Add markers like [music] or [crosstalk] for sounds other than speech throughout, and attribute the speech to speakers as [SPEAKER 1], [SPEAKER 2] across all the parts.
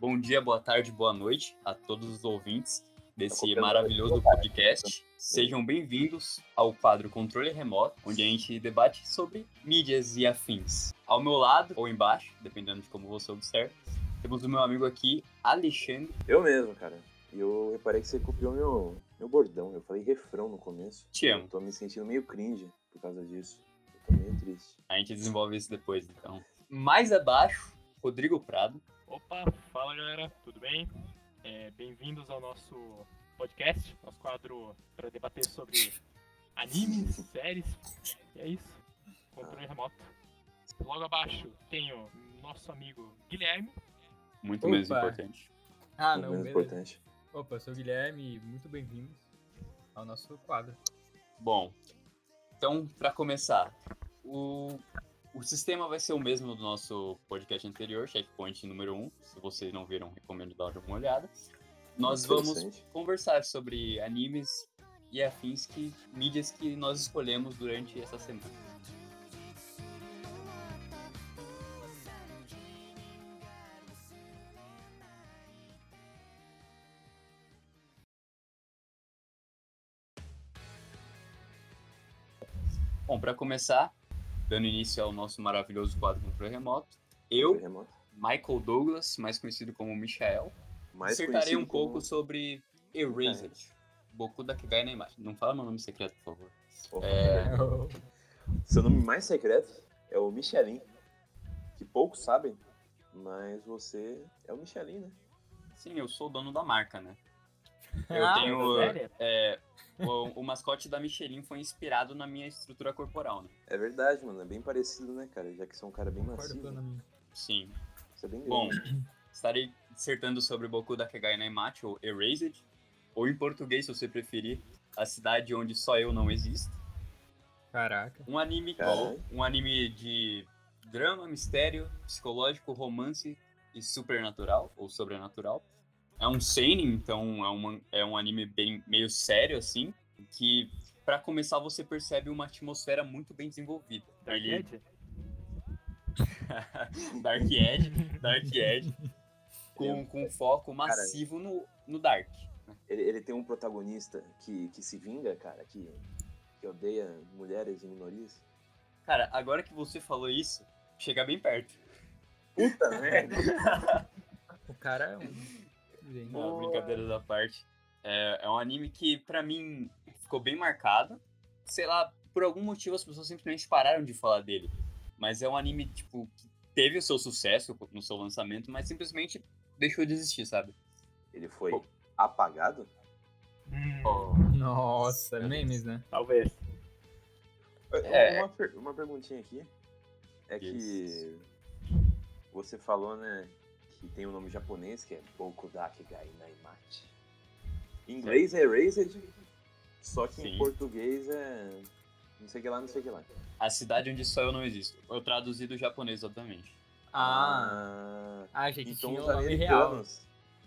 [SPEAKER 1] Bom dia, boa tarde, boa noite a todos os ouvintes desse maravilhoso podcast. Sejam bem-vindos ao quadro Controle Remoto, onde a gente debate sobre mídias e afins. Ao meu lado, ou embaixo, dependendo de como você observa, temos o meu amigo aqui, Alexandre.
[SPEAKER 2] Eu mesmo, cara. E eu reparei que você copiou meu, meu bordão. Eu falei refrão no começo.
[SPEAKER 1] Te amo.
[SPEAKER 2] Eu tô me sentindo meio cringe por causa disso. Eu tô meio triste.
[SPEAKER 1] A gente desenvolve isso depois, então. Mais abaixo, Rodrigo Prado.
[SPEAKER 3] Opa, fala galera, tudo bem? É, Bem-vindos ao nosso podcast, nosso quadro para debater sobre animes, séries. E é isso, controle remoto. Logo abaixo tenho nosso amigo Guilherme.
[SPEAKER 1] Muito
[SPEAKER 4] Opa.
[SPEAKER 1] menos importante.
[SPEAKER 4] Ah,
[SPEAKER 2] O
[SPEAKER 4] não,
[SPEAKER 2] menos
[SPEAKER 4] beleza.
[SPEAKER 2] importante.
[SPEAKER 4] Opa, eu sou o Guilherme e muito bem-vindos ao nosso quadro.
[SPEAKER 1] Bom, então, para começar, o, o sistema vai ser o mesmo do nosso podcast anterior, Checkpoint número 1. Se vocês não viram, recomendo dar uma olhada. Nós vamos
[SPEAKER 2] Interessante.
[SPEAKER 1] conversar sobre animes e afins que mídias que nós escolhemos durante essa semana. Bom, para começar, dando início ao nosso maravilhoso quadro controle remoto, eu,
[SPEAKER 2] Remoto.
[SPEAKER 1] Michael Douglas, mais conhecido como Michael,
[SPEAKER 2] Mais
[SPEAKER 1] Acertarei
[SPEAKER 2] conhecido
[SPEAKER 1] um pouco
[SPEAKER 2] como-
[SPEAKER 1] sobre Erased. Boku da Kigai na imagem. Não fala meu nome secreto, por favor.
[SPEAKER 2] Opa,
[SPEAKER 1] É,
[SPEAKER 2] Seu nome mais secreto é o Michelin. Que poucos sabem, mas você é o Michelin, né?
[SPEAKER 1] sim, eu sou o dono da marca, né? Eu
[SPEAKER 4] Ah,
[SPEAKER 1] tenho.
[SPEAKER 3] sério?
[SPEAKER 1] é, o, o mascote da Michelin foi inspirado na minha estrutura corporal, né?
[SPEAKER 2] É verdade, mano. É bem parecido, né, cara? Já que você é um cara bem
[SPEAKER 4] Concordo
[SPEAKER 2] macio.
[SPEAKER 4] plenamente.
[SPEAKER 1] Sim.
[SPEAKER 2] Você é bem grande.
[SPEAKER 1] Bom, estarei dissertando sobre Boku da Kegai na Imate, ou Erased, ou em português, se você preferir, A Cidade Onde Só Eu Não Existo.
[SPEAKER 4] Caraca.
[SPEAKER 1] Um anime,
[SPEAKER 2] Caralho.
[SPEAKER 1] um anime de drama, mistério, psicológico, romance e supernatural ou sobrenatural. É um seinen, então é, uma, é um anime bem meio sério assim, que pra começar você percebe uma atmosfera muito bem desenvolvida.
[SPEAKER 3] Dark
[SPEAKER 1] Ele-
[SPEAKER 3] Edge?
[SPEAKER 1] [laughs] Dark Edge,
[SPEAKER 3] [laughs]
[SPEAKER 1] Dark Edge, com, com foco massivo no, no Dark.
[SPEAKER 2] Ele, ele tem um protagonista que, que se vinga, cara, que, que odeia mulheres e minorias.
[SPEAKER 1] Cara, agora que você falou isso, chega bem perto.
[SPEAKER 2] Puta merda!
[SPEAKER 4] O cara é um. Gente,
[SPEAKER 1] Não,
[SPEAKER 2] Boa.
[SPEAKER 1] brincadeiras à parte. É, é um anime que, pra mim, ficou bem marcado. Sei lá, por algum motivo as pessoas simplesmente pararam de falar dele. Mas é um anime, tipo, que teve o seu sucesso no seu lançamento, mas simplesmente deixou de existir, sabe?
[SPEAKER 2] [laughs] Ele foi
[SPEAKER 1] Pô.
[SPEAKER 2] apagado?
[SPEAKER 3] Hum,
[SPEAKER 4] Nossa, memes, né?
[SPEAKER 3] Talvez.
[SPEAKER 1] É.
[SPEAKER 2] Uma, per- uma perguntinha aqui. É que
[SPEAKER 1] Isso.
[SPEAKER 2] você falou, né, que tem um nome japonês que é Bokudaki Gai Naimachi. Em inglês é Erased, só que
[SPEAKER 1] Sim.
[SPEAKER 2] em português é não sei o que lá, não sei o que lá.
[SPEAKER 1] A cidade onde só eu não existo. Eu traduzi do japonês, obviamente.
[SPEAKER 4] Ah,
[SPEAKER 2] Ah,
[SPEAKER 4] ah achei que
[SPEAKER 2] Então
[SPEAKER 4] tinha
[SPEAKER 2] os
[SPEAKER 4] o nome real.
[SPEAKER 2] americanos,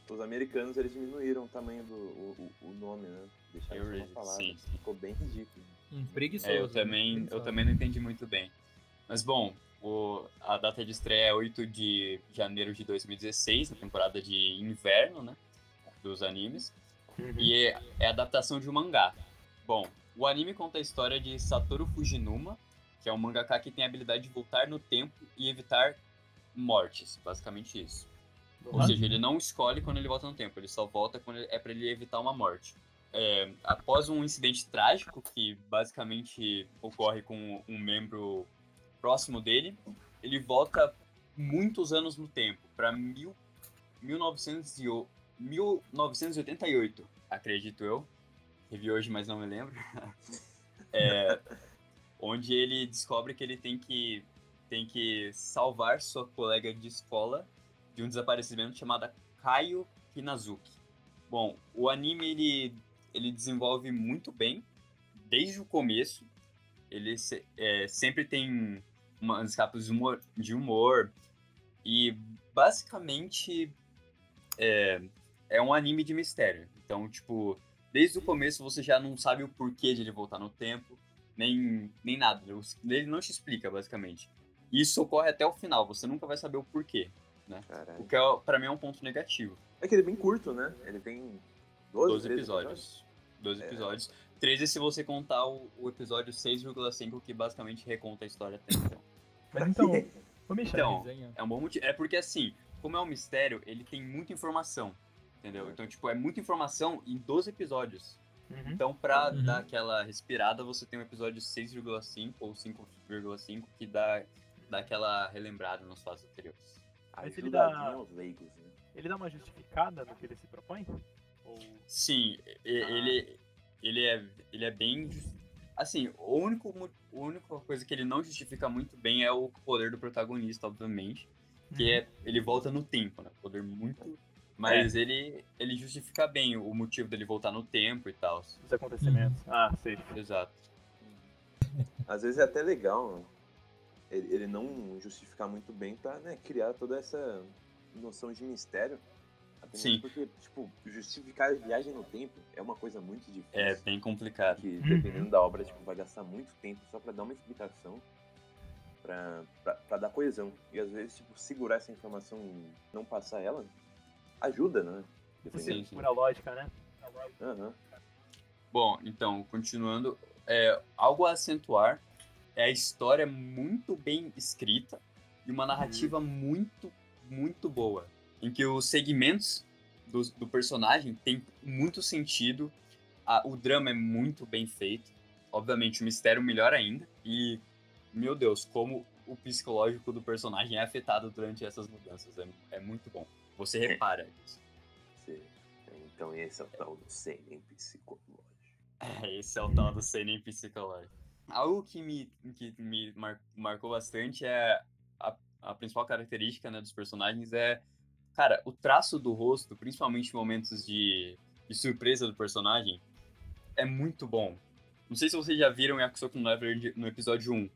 [SPEAKER 2] os americanos eles diminuíram o tamanho do o, o- o nome, né? Deixaram só uma
[SPEAKER 1] Erased,
[SPEAKER 2] palavra.
[SPEAKER 1] sim, sim.
[SPEAKER 2] Ficou bem ridículo.
[SPEAKER 4] Um preguiçoso.
[SPEAKER 1] É, eu
[SPEAKER 4] né?
[SPEAKER 1] também, eu
[SPEAKER 4] Preguiçoso.
[SPEAKER 1] também não entendi muito bem. Mas bom, o- a data de estreia é 8 de janeiro de 2016, na temporada de inverno, né? Dos animes.
[SPEAKER 3] Uhum.
[SPEAKER 1] E é, é adaptação de um mangá. Bom, o anime conta a história de Satoru Fujinuma, que é um mangaka que tem a habilidade de voltar no tempo e evitar mortes, basicamente isso. Ou seja, ele não escolhe quando ele volta no tempo, ele só volta quando ele- é pra ele evitar uma morte. É, após um incidente trágico que basicamente ocorre com um membro próximo dele, ele volta muitos anos no tempo, para 1988, acredito eu. Revi hoje, mas não me lembro. [laughs] É, onde ele descobre que ele tem que, tem que salvar sua colega de escola de um desaparecimento chamado Kaio Hinazuki. Bom, o anime ele, ele desenvolve muito bem desde o começo. Ele se- é, sempre tem umas capas de humor, de humor e basicamente é, é um anime de mistério. Então, tipo, desde o começo você já não sabe o porquê de ele voltar no tempo, nem, nem nada. Ele não te explica, basicamente. Isso ocorre até o final, você nunca vai saber o porquê. O
[SPEAKER 2] Caralho.
[SPEAKER 1] que é, pra mim é um ponto negativo.
[SPEAKER 2] É que ele é bem curto, né? Ele tem 12,
[SPEAKER 1] 12
[SPEAKER 2] 13
[SPEAKER 1] episódios. 12
[SPEAKER 2] É.
[SPEAKER 1] episódios. 13 se você contar o, o episódio 6,5, que basicamente reconta a história até então.
[SPEAKER 3] Mas então,
[SPEAKER 2] [laughs]
[SPEAKER 3] ô Michel,
[SPEAKER 1] Então,
[SPEAKER 4] Tá Resenha.
[SPEAKER 1] É um bom motivo. É porque assim, como é um mistério, ele tem muita informação. Entendeu? Então, tipo, é muita informação em 12 episódios.
[SPEAKER 3] uhum,
[SPEAKER 1] Então, pra
[SPEAKER 4] Uhum.
[SPEAKER 1] dar aquela respirada, você tem um episódio 6,5 ou 5,5 que dá, dá aquela relembrada nas fases anteriores.
[SPEAKER 3] Mas ele
[SPEAKER 2] Ajuda
[SPEAKER 3] dá-
[SPEAKER 2] aos leigos,
[SPEAKER 3] [laughs]
[SPEAKER 2] né?
[SPEAKER 3] ele dá uma justificada no que ele se propõe? Ou...
[SPEAKER 1] Sim, e-
[SPEAKER 3] Ah.
[SPEAKER 1] ele, ele, é, ele é bem. jus- Assim, o único, mo- a única coisa que ele não justifica muito bem é o poder do protagonista, obviamente. Que
[SPEAKER 5] Uhum.
[SPEAKER 1] é. Ele volta no tempo, né? Poder muito. Mas ele, ele justifica bem o motivo dele voltar no tempo e tal.
[SPEAKER 3] Os acontecimentos.
[SPEAKER 1] Uhum.
[SPEAKER 3] Ah, sei.
[SPEAKER 1] Exato.
[SPEAKER 2] Às vezes é até legal ele, ele não justificar muito bem pra né, criar toda essa noção de mistério. Apenas
[SPEAKER 1] Sim.
[SPEAKER 2] Porque, tipo, justificar a viagem no tempo é uma coisa muito difícil.
[SPEAKER 1] É bem complicado.
[SPEAKER 2] que dependendo da obra, tipo, vai gastar muito tempo só pra dar uma explicação, pra, pra, pra dar coesão. E às vezes, tipo, segurar essa informação e não passar ela, ajuda, né?
[SPEAKER 3] Você
[SPEAKER 1] Sim,
[SPEAKER 2] Dependendo.
[SPEAKER 1] sim.
[SPEAKER 3] pura lógica, né?
[SPEAKER 2] Aham.
[SPEAKER 1] Bom, então, continuando, é, algo a acentuar é a história muito bem escrita e uma narrativa muito, muito boa, em que os segmentos do, do personagem tem muito sentido, a- o drama é muito bem feito, obviamente o mistério melhor ainda, e, meu Deus, como o psicológico do personagem é afetado durante essas mudanças, é, é muito bom. Você repara isso.
[SPEAKER 2] Você- Então esse é o tal do semen psicológico.
[SPEAKER 1] Esse [laughs] é o tal do senem psicológico. Algo que me, que me mar- marcou bastante é a, a principal característica né, dos personagens é, cara, o traço do rosto, principalmente em momentos de, de surpresa do personagem, é muito bom. Não sei se vocês já viram Yakusoku no Leverage no episódio 1.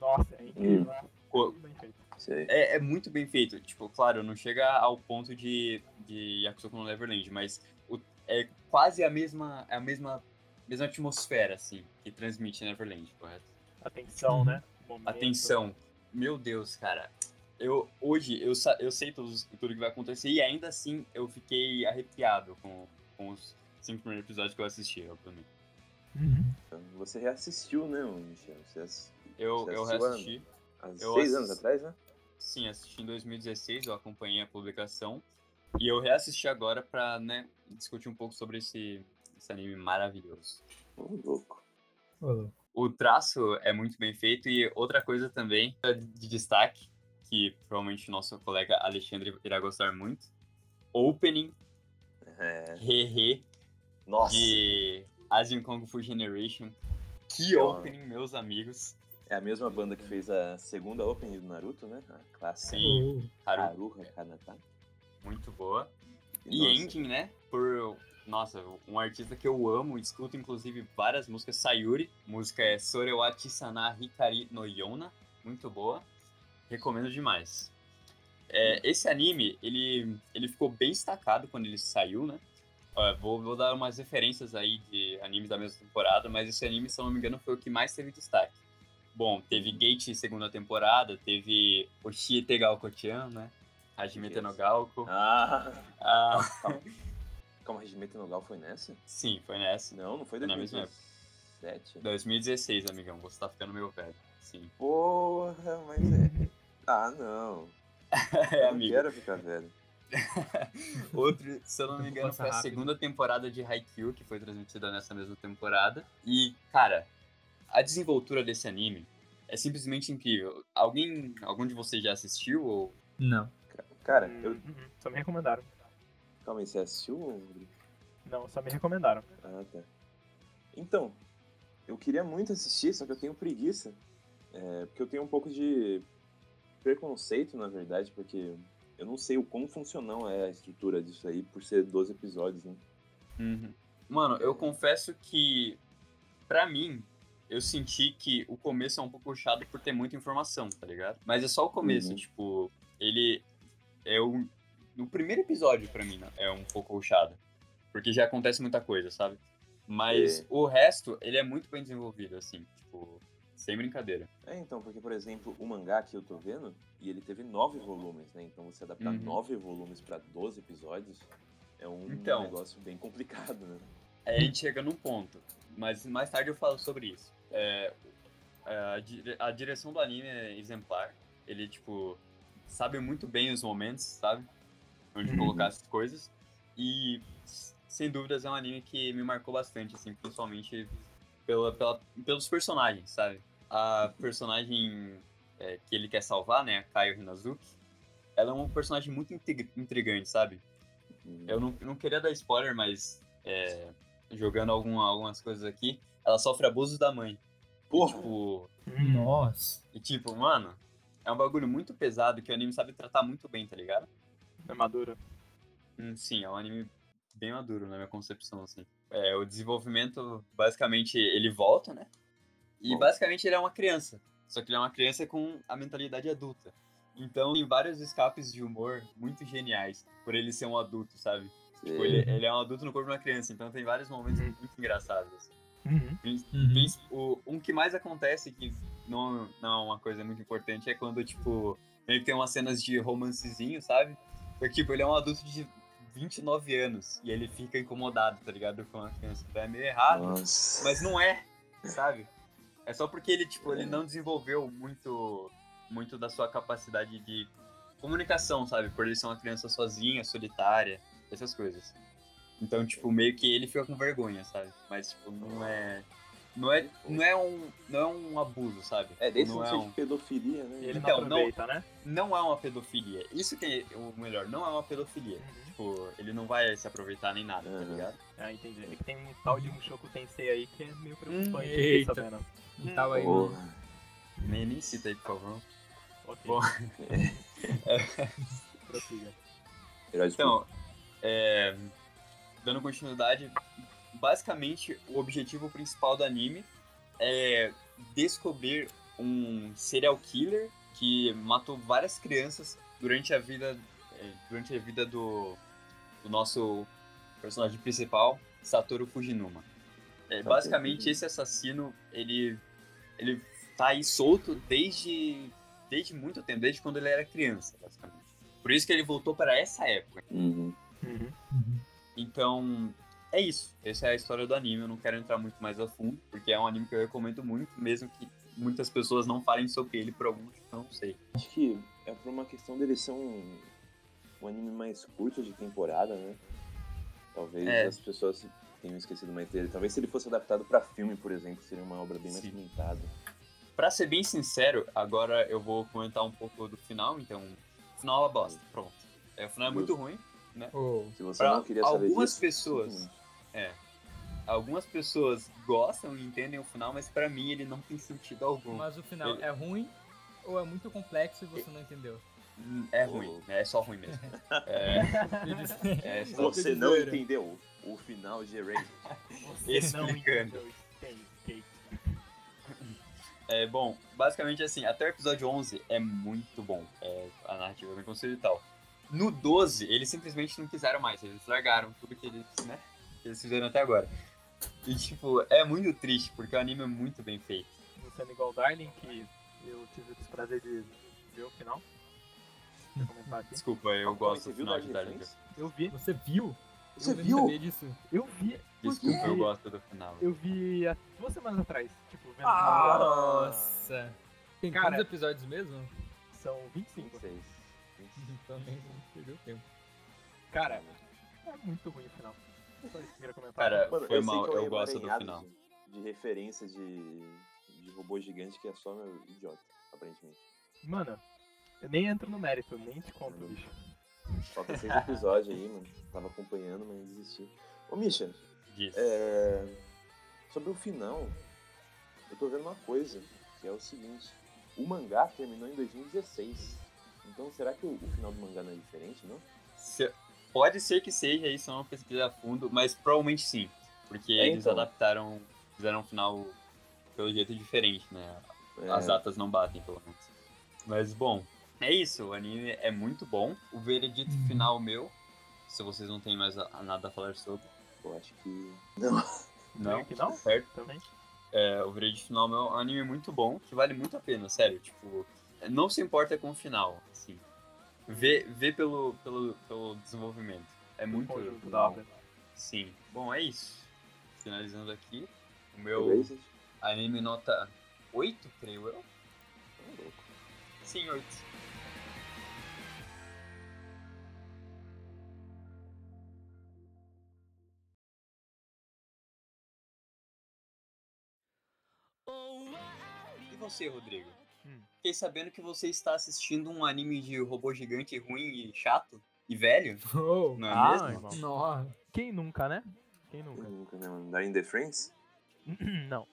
[SPEAKER 3] Nossa, é incrível. né?
[SPEAKER 1] Uhum. Co-
[SPEAKER 3] Bem feito.
[SPEAKER 2] Sei.
[SPEAKER 1] É, é muito bem feito. Tipo, claro, não chega ao ponto de, de Yakusoku no Neverland, mas o- é quase a mesma, a mesma, mesma atmosfera, assim, que transmite Neverland, correto?
[SPEAKER 3] Atenção, né? Momento.
[SPEAKER 1] Uhum. Atenção. Meu Deus, cara. Eu, hoje, eu, sa- eu sei tudo, tudo que vai acontecer e ainda assim eu fiquei arrepiado com, com os cinco primeiros episódios que eu assisti, obviamente.
[SPEAKER 3] Uhum.
[SPEAKER 2] Então, Você reassistiu, né, ô Michel? Você ass-
[SPEAKER 1] Eu,
[SPEAKER 2] Você
[SPEAKER 1] eu
[SPEAKER 2] assistiu
[SPEAKER 1] reassisti.
[SPEAKER 2] há
[SPEAKER 1] Eu
[SPEAKER 2] seis
[SPEAKER 1] ass-
[SPEAKER 2] anos atrás, né?
[SPEAKER 1] Sim, assisti em 2016, eu acompanhei a publicação. E eu reassisti agora pra, né, discutir um pouco sobre esse, esse anime maravilhoso.
[SPEAKER 2] Ô, louco.
[SPEAKER 1] O traço é muito bem feito e outra coisa também é de destaque, que provavelmente o nosso colega Alexandre irá gostar muito. Opening
[SPEAKER 2] É.
[SPEAKER 1] Hehe
[SPEAKER 2] Nossa,
[SPEAKER 1] de Asian Kung Fu Generation. Que
[SPEAKER 2] Ó.
[SPEAKER 1] opening, meus amigos.
[SPEAKER 2] é a mesma banda que fez a segunda opening do Naruto, né? A clássica.
[SPEAKER 1] Sim, Haru,
[SPEAKER 2] Haruha Kanata.
[SPEAKER 1] muito boa. E
[SPEAKER 2] Nossa.
[SPEAKER 1] Ending, né? Por. Nossa, um artista que eu amo, escuto inclusive várias músicas. Sayuri, música é Sorewachi Sana Hikari no Yona, muito boa. Recomendo demais. É, esse anime, ele, ele ficou bem destacado quando ele saiu, né? Ó, vou, vou dar umas referências aí de animes da mesma temporada, mas esse anime, se eu não me engano, foi o que mais teve destaque. Bom,
[SPEAKER 2] Uhum.
[SPEAKER 1] teve Gate segunda temporada, teve Oshiete Gaoko-chan, né? Hajime
[SPEAKER 2] Yes.
[SPEAKER 1] no Gaoko.
[SPEAKER 2] Ah!
[SPEAKER 1] Ah,
[SPEAKER 2] Calma, Regimento Nogal foi nessa?
[SPEAKER 1] Sim, foi nessa.
[SPEAKER 2] Não, não foi
[SPEAKER 1] Foi na mesma
[SPEAKER 2] 2017.
[SPEAKER 1] 2016, amigão. Você tá ficando meio velho. Sim.
[SPEAKER 4] [laughs]
[SPEAKER 2] Porra, mas
[SPEAKER 1] [laughs]
[SPEAKER 2] é. Ah, não.
[SPEAKER 1] É,
[SPEAKER 2] eu não
[SPEAKER 1] amigo.
[SPEAKER 2] quero ficar velho.
[SPEAKER 1] Outro, se eu não me
[SPEAKER 4] Tempo
[SPEAKER 1] engano,
[SPEAKER 4] passa
[SPEAKER 1] foi a
[SPEAKER 4] rápido. né?
[SPEAKER 1] segunda temporada de Haikyuu, que foi transmitida nessa mesma temporada. E, cara, a desenvoltura desse anime é simplesmente incrível. Alguém, algum de vocês já assistiu? Ou...
[SPEAKER 4] Não.
[SPEAKER 2] Ca- Cara,
[SPEAKER 1] Hum.
[SPEAKER 2] eu.
[SPEAKER 3] Uhum. Só me recomendaram.
[SPEAKER 2] Calma aí, você assistiu? André?
[SPEAKER 3] Não, só me recomendaram.
[SPEAKER 2] Ah, tá. Então, eu queria muito assistir, só que eu tenho preguiça. É, porque eu tenho um pouco de preconceito, na verdade, porque eu não sei o quão funcional é a estrutura disso aí, por ser 12 episódios, né?
[SPEAKER 1] Mano, eu confesso que, pra mim, eu senti que o começo é um pouco puxado por ter muita informação, tá ligado? Mas é só o começo,
[SPEAKER 2] Uhum.
[SPEAKER 1] tipo, ele é o. No primeiro episódio, pra mim, né, é um pouco puxado. Porque já acontece muita coisa, sabe? Mas
[SPEAKER 2] É.
[SPEAKER 1] o resto, ele é muito bem desenvolvido, assim, tipo. Sem brincadeira.
[SPEAKER 2] É, então, porque, por exemplo, o mangá que eu tô vendo, e ele teve nove volumes, né? Então você adaptar
[SPEAKER 1] Uhum.
[SPEAKER 2] nove volumes pra 12 episódios é um
[SPEAKER 1] Então.
[SPEAKER 2] negócio bem complicado, né?
[SPEAKER 1] Aí a gente chega num ponto, mas mais tarde eu falo sobre isso. É, a, dire- a direção do anime é exemplar. Ele, tipo, sabe muito bem os momentos, sabe? Onde
[SPEAKER 2] Uhum.
[SPEAKER 1] colocar as coisas. E, s- sem dúvidas, é um anime que me marcou bastante, assim, principalmente pela, pela- pelos personagens, sabe? A personagem é, que ele quer salvar, né, a Kaio Hinazuki, ela é um personagem muito integri- intrigante, sabe? Eu não, não queria dar spoiler, mas é, jogando algum- algumas coisas aqui, ela sofre abuso da mãe.
[SPEAKER 2] Porra!
[SPEAKER 1] Tipo,
[SPEAKER 4] Uhum.
[SPEAKER 3] Uhum.
[SPEAKER 4] Nossa.
[SPEAKER 1] e tipo, mano, é um bagulho muito pesado que o anime sabe tratar muito bem, tá ligado?
[SPEAKER 3] É madura.
[SPEAKER 1] Hum, Sim, é um anime bem maduro na minha concepção, assim. É, o desenvolvimento, basicamente, ele volta, né? E
[SPEAKER 2] Bom.
[SPEAKER 1] basicamente ele é uma criança. Só que ele é uma criança com a mentalidade adulta. Então tem vários escapes de humor muito geniais por ele ser um adulto, sabe? Tipo, ele, ele é um adulto no corpo de uma criança, então tem vários momentos
[SPEAKER 3] Uhum.
[SPEAKER 1] muito engraçados. assim.
[SPEAKER 3] Uhum.
[SPEAKER 4] Uhum.
[SPEAKER 1] Princ- o- um que mais acontece, que não, não é uma coisa muito importante, é quando, tipo, ele tem umas cenas de romancezinho, sabe? Porque, tipo, ele é um adulto de 29 anos e ele fica incomodado, tá ligado? Com a criança. Então é meio errado,
[SPEAKER 2] Nossa.
[SPEAKER 1] mas não é, sabe? É só porque ele, tipo, ele
[SPEAKER 2] É.
[SPEAKER 1] não desenvolveu muito, muito da sua capacidade de comunicação, sabe? Por ele ser uma criança sozinha, solitária, essas coisas. Então, tipo, meio que ele fica com vergonha, sabe? Mas, tipo, não é. Não é, não é, um, não é um abuso, sabe?
[SPEAKER 2] É, desde
[SPEAKER 1] não
[SPEAKER 2] não
[SPEAKER 1] é
[SPEAKER 2] ser
[SPEAKER 1] um,
[SPEAKER 2] de pedofilia, né?
[SPEAKER 3] E ele
[SPEAKER 1] Então,
[SPEAKER 3] não
[SPEAKER 1] não-
[SPEAKER 3] aproveita, né?
[SPEAKER 1] não é uma pedofilia. Isso que é o melhor, não é uma pedofilia.
[SPEAKER 3] Uhum.
[SPEAKER 1] Tipo, ele não vai se aproveitar nem nada, tá
[SPEAKER 2] Uhum.
[SPEAKER 1] ligado?
[SPEAKER 3] Ah, entendi. É que tem um tal de um Shoku Tensei aí que é meio preocupante.
[SPEAKER 4] Hum,
[SPEAKER 3] fiquei
[SPEAKER 4] eita.
[SPEAKER 3] sabendo.
[SPEAKER 4] E tava aí. né?
[SPEAKER 1] um
[SPEAKER 4] no-
[SPEAKER 2] Porra.
[SPEAKER 1] Nem, nem cita aí, por favor.
[SPEAKER 3] Ok. [laughs] É.
[SPEAKER 1] Bom.
[SPEAKER 3] Prossiga.
[SPEAKER 2] Heróis de
[SPEAKER 1] Então, é, dando continuidade, basicamente o objetivo principal do anime é descobrir um serial killer que matou várias crianças durante a vida é, durante a vida do, do nosso personagem principal, Satoru Fujinuma. É,
[SPEAKER 2] Satoru
[SPEAKER 1] basicamente
[SPEAKER 2] Fujinuma.
[SPEAKER 1] esse assassino ele ele tá aí solto desde desde muito tempo, desde quando ele era criança, basicamente. Por isso que ele voltou para essa época.
[SPEAKER 2] Uhum.
[SPEAKER 3] Uhum.
[SPEAKER 4] Uhum.
[SPEAKER 1] Então, é isso. Essa é a história do anime. Eu não quero entrar muito mais a fundo, porque é um anime que eu recomendo muito, mesmo que muitas pessoas não falem sobre ele por algum motivo, eu não sei.
[SPEAKER 2] Acho que é por uma questão dele ser um, um anime mais curto de temporada, né? Talvez
[SPEAKER 1] É.
[SPEAKER 2] as pessoas tenham esquecido mais dele. Talvez se ele fosse adaptado pra filme, por exemplo, seria uma obra bem mais
[SPEAKER 1] Sim.
[SPEAKER 2] comentada.
[SPEAKER 1] Pra ser bem sincero, agora eu vou comentar um pouco do final, então. O final é uma bosta, pronto. É, o final é muito ruim.
[SPEAKER 4] Oh,
[SPEAKER 2] Se você
[SPEAKER 1] Pra
[SPEAKER 2] não queria saber
[SPEAKER 1] algumas
[SPEAKER 2] disso,
[SPEAKER 1] pessoas.
[SPEAKER 2] simplesmente.
[SPEAKER 1] É. Algumas pessoas gostam e entendem o final, mas pra mim ele não tem sentido algum.
[SPEAKER 4] Mas o final é ruim ou é muito complexo e você não entendeu?
[SPEAKER 1] Hum, É ruim, né? É só ruim mesmo. É,
[SPEAKER 4] Eu disse-
[SPEAKER 1] é só
[SPEAKER 2] Você não entendeu o final de Erased.
[SPEAKER 3] Você não
[SPEAKER 1] Explicando.
[SPEAKER 3] entendeu isso. Tem skate.
[SPEAKER 1] É, bom, basicamente assim, até o episódio 11 é muito bom. É, a narrativa é bem construída e tal. No 12, eles simplesmente não quiseram mais. Eles largaram tudo que eles, né, que eles fizeram até agora. E, tipo, é muito triste, porque o anime é muito bem feito.
[SPEAKER 3] Não sendo igual o Darling, que eu tive o desprazer de ver o final. Vou comentar aqui.
[SPEAKER 1] Desculpa,
[SPEAKER 2] é
[SPEAKER 1] eu gosto do final de Darling.
[SPEAKER 3] Eu vi,
[SPEAKER 4] Você viu?
[SPEAKER 2] Você
[SPEAKER 4] eu não
[SPEAKER 2] viu?
[SPEAKER 4] sabia disso.
[SPEAKER 3] eu vi,
[SPEAKER 1] Desculpa, eu
[SPEAKER 3] quê?
[SPEAKER 1] gosto do final.
[SPEAKER 3] eu vi há duas semanas atrás. Tipo, vendo
[SPEAKER 2] Ah!
[SPEAKER 4] Nossa. Tem
[SPEAKER 3] Cara-
[SPEAKER 4] quantos episódios mesmo? [laughs]
[SPEAKER 3] São 25.
[SPEAKER 4] Então nem perdeu tempo.
[SPEAKER 3] Cara, é muito ruim o final. Só isso que eu queria comentar.
[SPEAKER 1] Cara,
[SPEAKER 2] Mano,
[SPEAKER 1] foi
[SPEAKER 2] eu sei
[SPEAKER 1] mal,
[SPEAKER 2] que é um
[SPEAKER 1] eu gosto do
[SPEAKER 2] emaranhado
[SPEAKER 1] final.
[SPEAKER 2] De, de referência de, de robô gigante que é só meu idiota, aparentemente.
[SPEAKER 3] Mano, eu nem entro no mérito, nem te conto, bicho.
[SPEAKER 2] Falta [laughs] seis episódios aí, mano. Tava acompanhando, mas desisti. Ô, Misha,
[SPEAKER 1] Diz.
[SPEAKER 2] é... sobre o final, eu tô vendo uma coisa, que é o seguinte. O mangá terminou em 2016. Então, será que o, o final do mangá não é diferente, não?
[SPEAKER 1] Se- pode ser que seja isso, eu não pesquisei a fundo, mas provavelmente sim. Porque
[SPEAKER 2] É,
[SPEAKER 1] eles
[SPEAKER 2] então.
[SPEAKER 1] adaptaram, fizeram um final pelo jeito diferente, né?
[SPEAKER 2] É,
[SPEAKER 1] As datas não batem, pelo menos. Mas, bom, é isso. O anime é muito bom. O veredito
[SPEAKER 4] Hum.
[SPEAKER 1] final meu, se vocês não têm mais a- nada a falar sobre.
[SPEAKER 2] Eu É, acho que...
[SPEAKER 1] Não,
[SPEAKER 3] Meio que não?
[SPEAKER 1] certo?
[SPEAKER 3] Também.
[SPEAKER 1] é, o Verede Final meu, é um anime muito bom, que vale muito a pena, sério. Tipo, não se importa com o final, assim. Vê, vê pelo, pelo, pelo desenvolvimento. É muito
[SPEAKER 5] Conjunto da
[SPEAKER 1] bom.
[SPEAKER 5] obra.
[SPEAKER 1] Sim. Bom, é isso. Finalizando aqui, o meu
[SPEAKER 2] Erased?
[SPEAKER 1] anime nota 8, creio eu.
[SPEAKER 2] Tá louco.
[SPEAKER 1] Sim, 8. E você, Rodrigo?
[SPEAKER 5] Hum.
[SPEAKER 1] Fiquei sabendo que você está assistindo um anime de robô gigante ruim e chato e velho,
[SPEAKER 4] Oh,
[SPEAKER 1] não é
[SPEAKER 5] Ah,
[SPEAKER 1] mesmo?
[SPEAKER 5] irmão.
[SPEAKER 4] nossa.
[SPEAKER 5] Quem nunca, né? Quem
[SPEAKER 2] Eu
[SPEAKER 5] nunca?
[SPEAKER 2] nunca né, lembro. Dying the Friends?
[SPEAKER 1] Uhum.
[SPEAKER 3] [clears throat]
[SPEAKER 5] Não.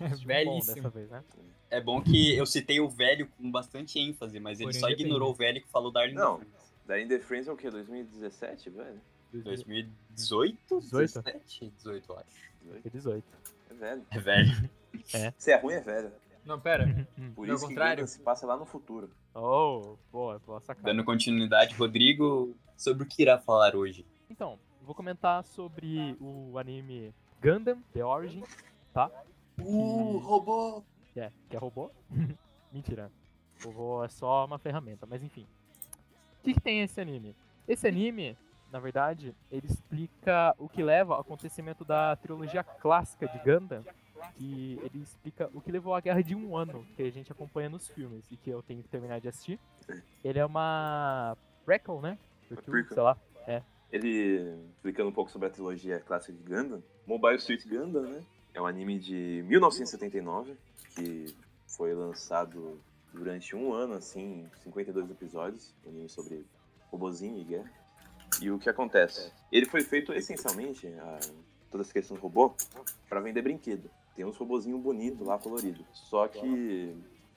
[SPEAKER 4] É
[SPEAKER 5] Assisti um bom
[SPEAKER 4] belíssimo.
[SPEAKER 5] Dessa vez, né?
[SPEAKER 1] É bom que eu citei o velho com bastante ênfase, mas ele
[SPEAKER 4] Porém,
[SPEAKER 1] só ignorou o velho que falou Darling
[SPEAKER 2] Não. Dying the Friends é o quê? 2017, velho?
[SPEAKER 1] 2018?
[SPEAKER 5] 18?
[SPEAKER 1] 17? 18, eu acho.
[SPEAKER 5] Foi 18.
[SPEAKER 2] É velho.
[SPEAKER 1] É velho.
[SPEAKER 2] Se é ruim, é velho.
[SPEAKER 4] Não, pera.
[SPEAKER 2] Por
[SPEAKER 4] Não, ao
[SPEAKER 2] isso que
[SPEAKER 4] contrário.
[SPEAKER 2] Gundam se passa lá no futuro.
[SPEAKER 5] Oh, boa, boa sacada.
[SPEAKER 1] Dando continuidade, Rodrigo, sobre o que irá falar hoje.
[SPEAKER 5] Então, vou comentar sobre o anime Gundam The Origin, tá?
[SPEAKER 1] Uh, robô!
[SPEAKER 5] Que é, que é robô? [laughs] Mentira. Robô é só uma ferramenta, mas enfim. O que, que tem esse anime? Esse anime, na verdade, ele explica o que leva ao acontecimento da trilogia clássica de Gundam. Que ele explica o que levou à guerra de um ano, que a gente acompanha nos filmes e que eu tenho que terminar de assistir. Ele é uma prequel, né?
[SPEAKER 2] prequel.
[SPEAKER 5] Sei lá.
[SPEAKER 2] Ele, explicando um pouco sobre a trilogia clássica de Gundam, Mobile Suit Gundam, né? É um anime de 1979, que foi lançado durante um ano, assim, 52 episódios, um anime sobre robozinho e guerra. E o que acontece? Ele foi feito essencialmente, a, toda essa questão do robô, para vender brinquedo. Tem uns robozinhos bonitos lá, colorido. Só que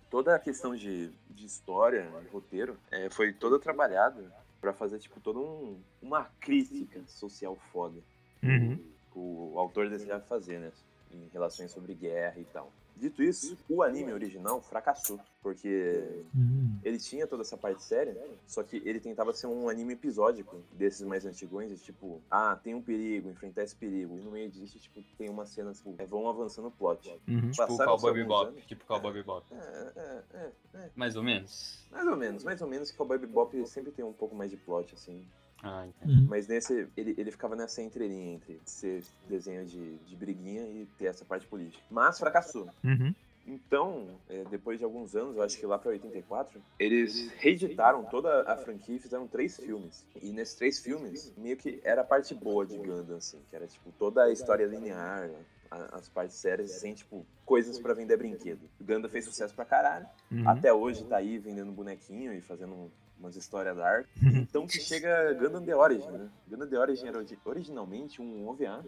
[SPEAKER 2] toda a questão de, de história, de roteiro, eh, foi toda trabalhada para fazer, tipo, toda um- uma crítica social foda Uhum,
[SPEAKER 1] Uhum.
[SPEAKER 2] que o autor desejava fazer, né? Em relações sobre guerra e tal. Dito isso, o anime original fracassou, porque
[SPEAKER 4] Uhum.
[SPEAKER 2] ele tinha toda essa parte séria, só que ele tentava ser um anime episódico desses mais antigões, de tipo, ah, tem um perigo, enfrentar esse perigo. E no meio disso, tipo, tem umas cenas que eh, vão avançando o plot.
[SPEAKER 1] Tipo o
[SPEAKER 2] Passaram-se
[SPEAKER 1] Cowboy
[SPEAKER 2] alguns
[SPEAKER 1] Bebop.
[SPEAKER 2] anos.
[SPEAKER 1] Tipo o Cowboy Bebop.
[SPEAKER 2] É, é, é, é.
[SPEAKER 1] Mais ou menos.
[SPEAKER 2] Mais ou menos, mais ou menos que o Bebop sempre tem um pouco mais de plot, assim.
[SPEAKER 1] Ah, então.
[SPEAKER 2] Mas nesse, ele, ele ficava nessa entrelinha entre ser desenho de, de briguinha e ter essa parte política. Mas fracassou. Então, é, depois de alguns anos, eu acho que lá pra 84, eles reeditaram toda a franquia e fizeram três filmes. E nesses três filmes, meio que era a parte boa de Gundam, assim, que era tipo toda a história linear, a- as partes sérias, sem tipo coisas pra vender brinquedo. Gundam fez sucesso pra caralho.
[SPEAKER 5] Uhum.
[SPEAKER 2] Até hoje tá aí vendendo bonequinho e fazendo umas histórias da arte. Então que chega Gundam The Origin, né? Gundam The Origin era ori- originalmente um OVA.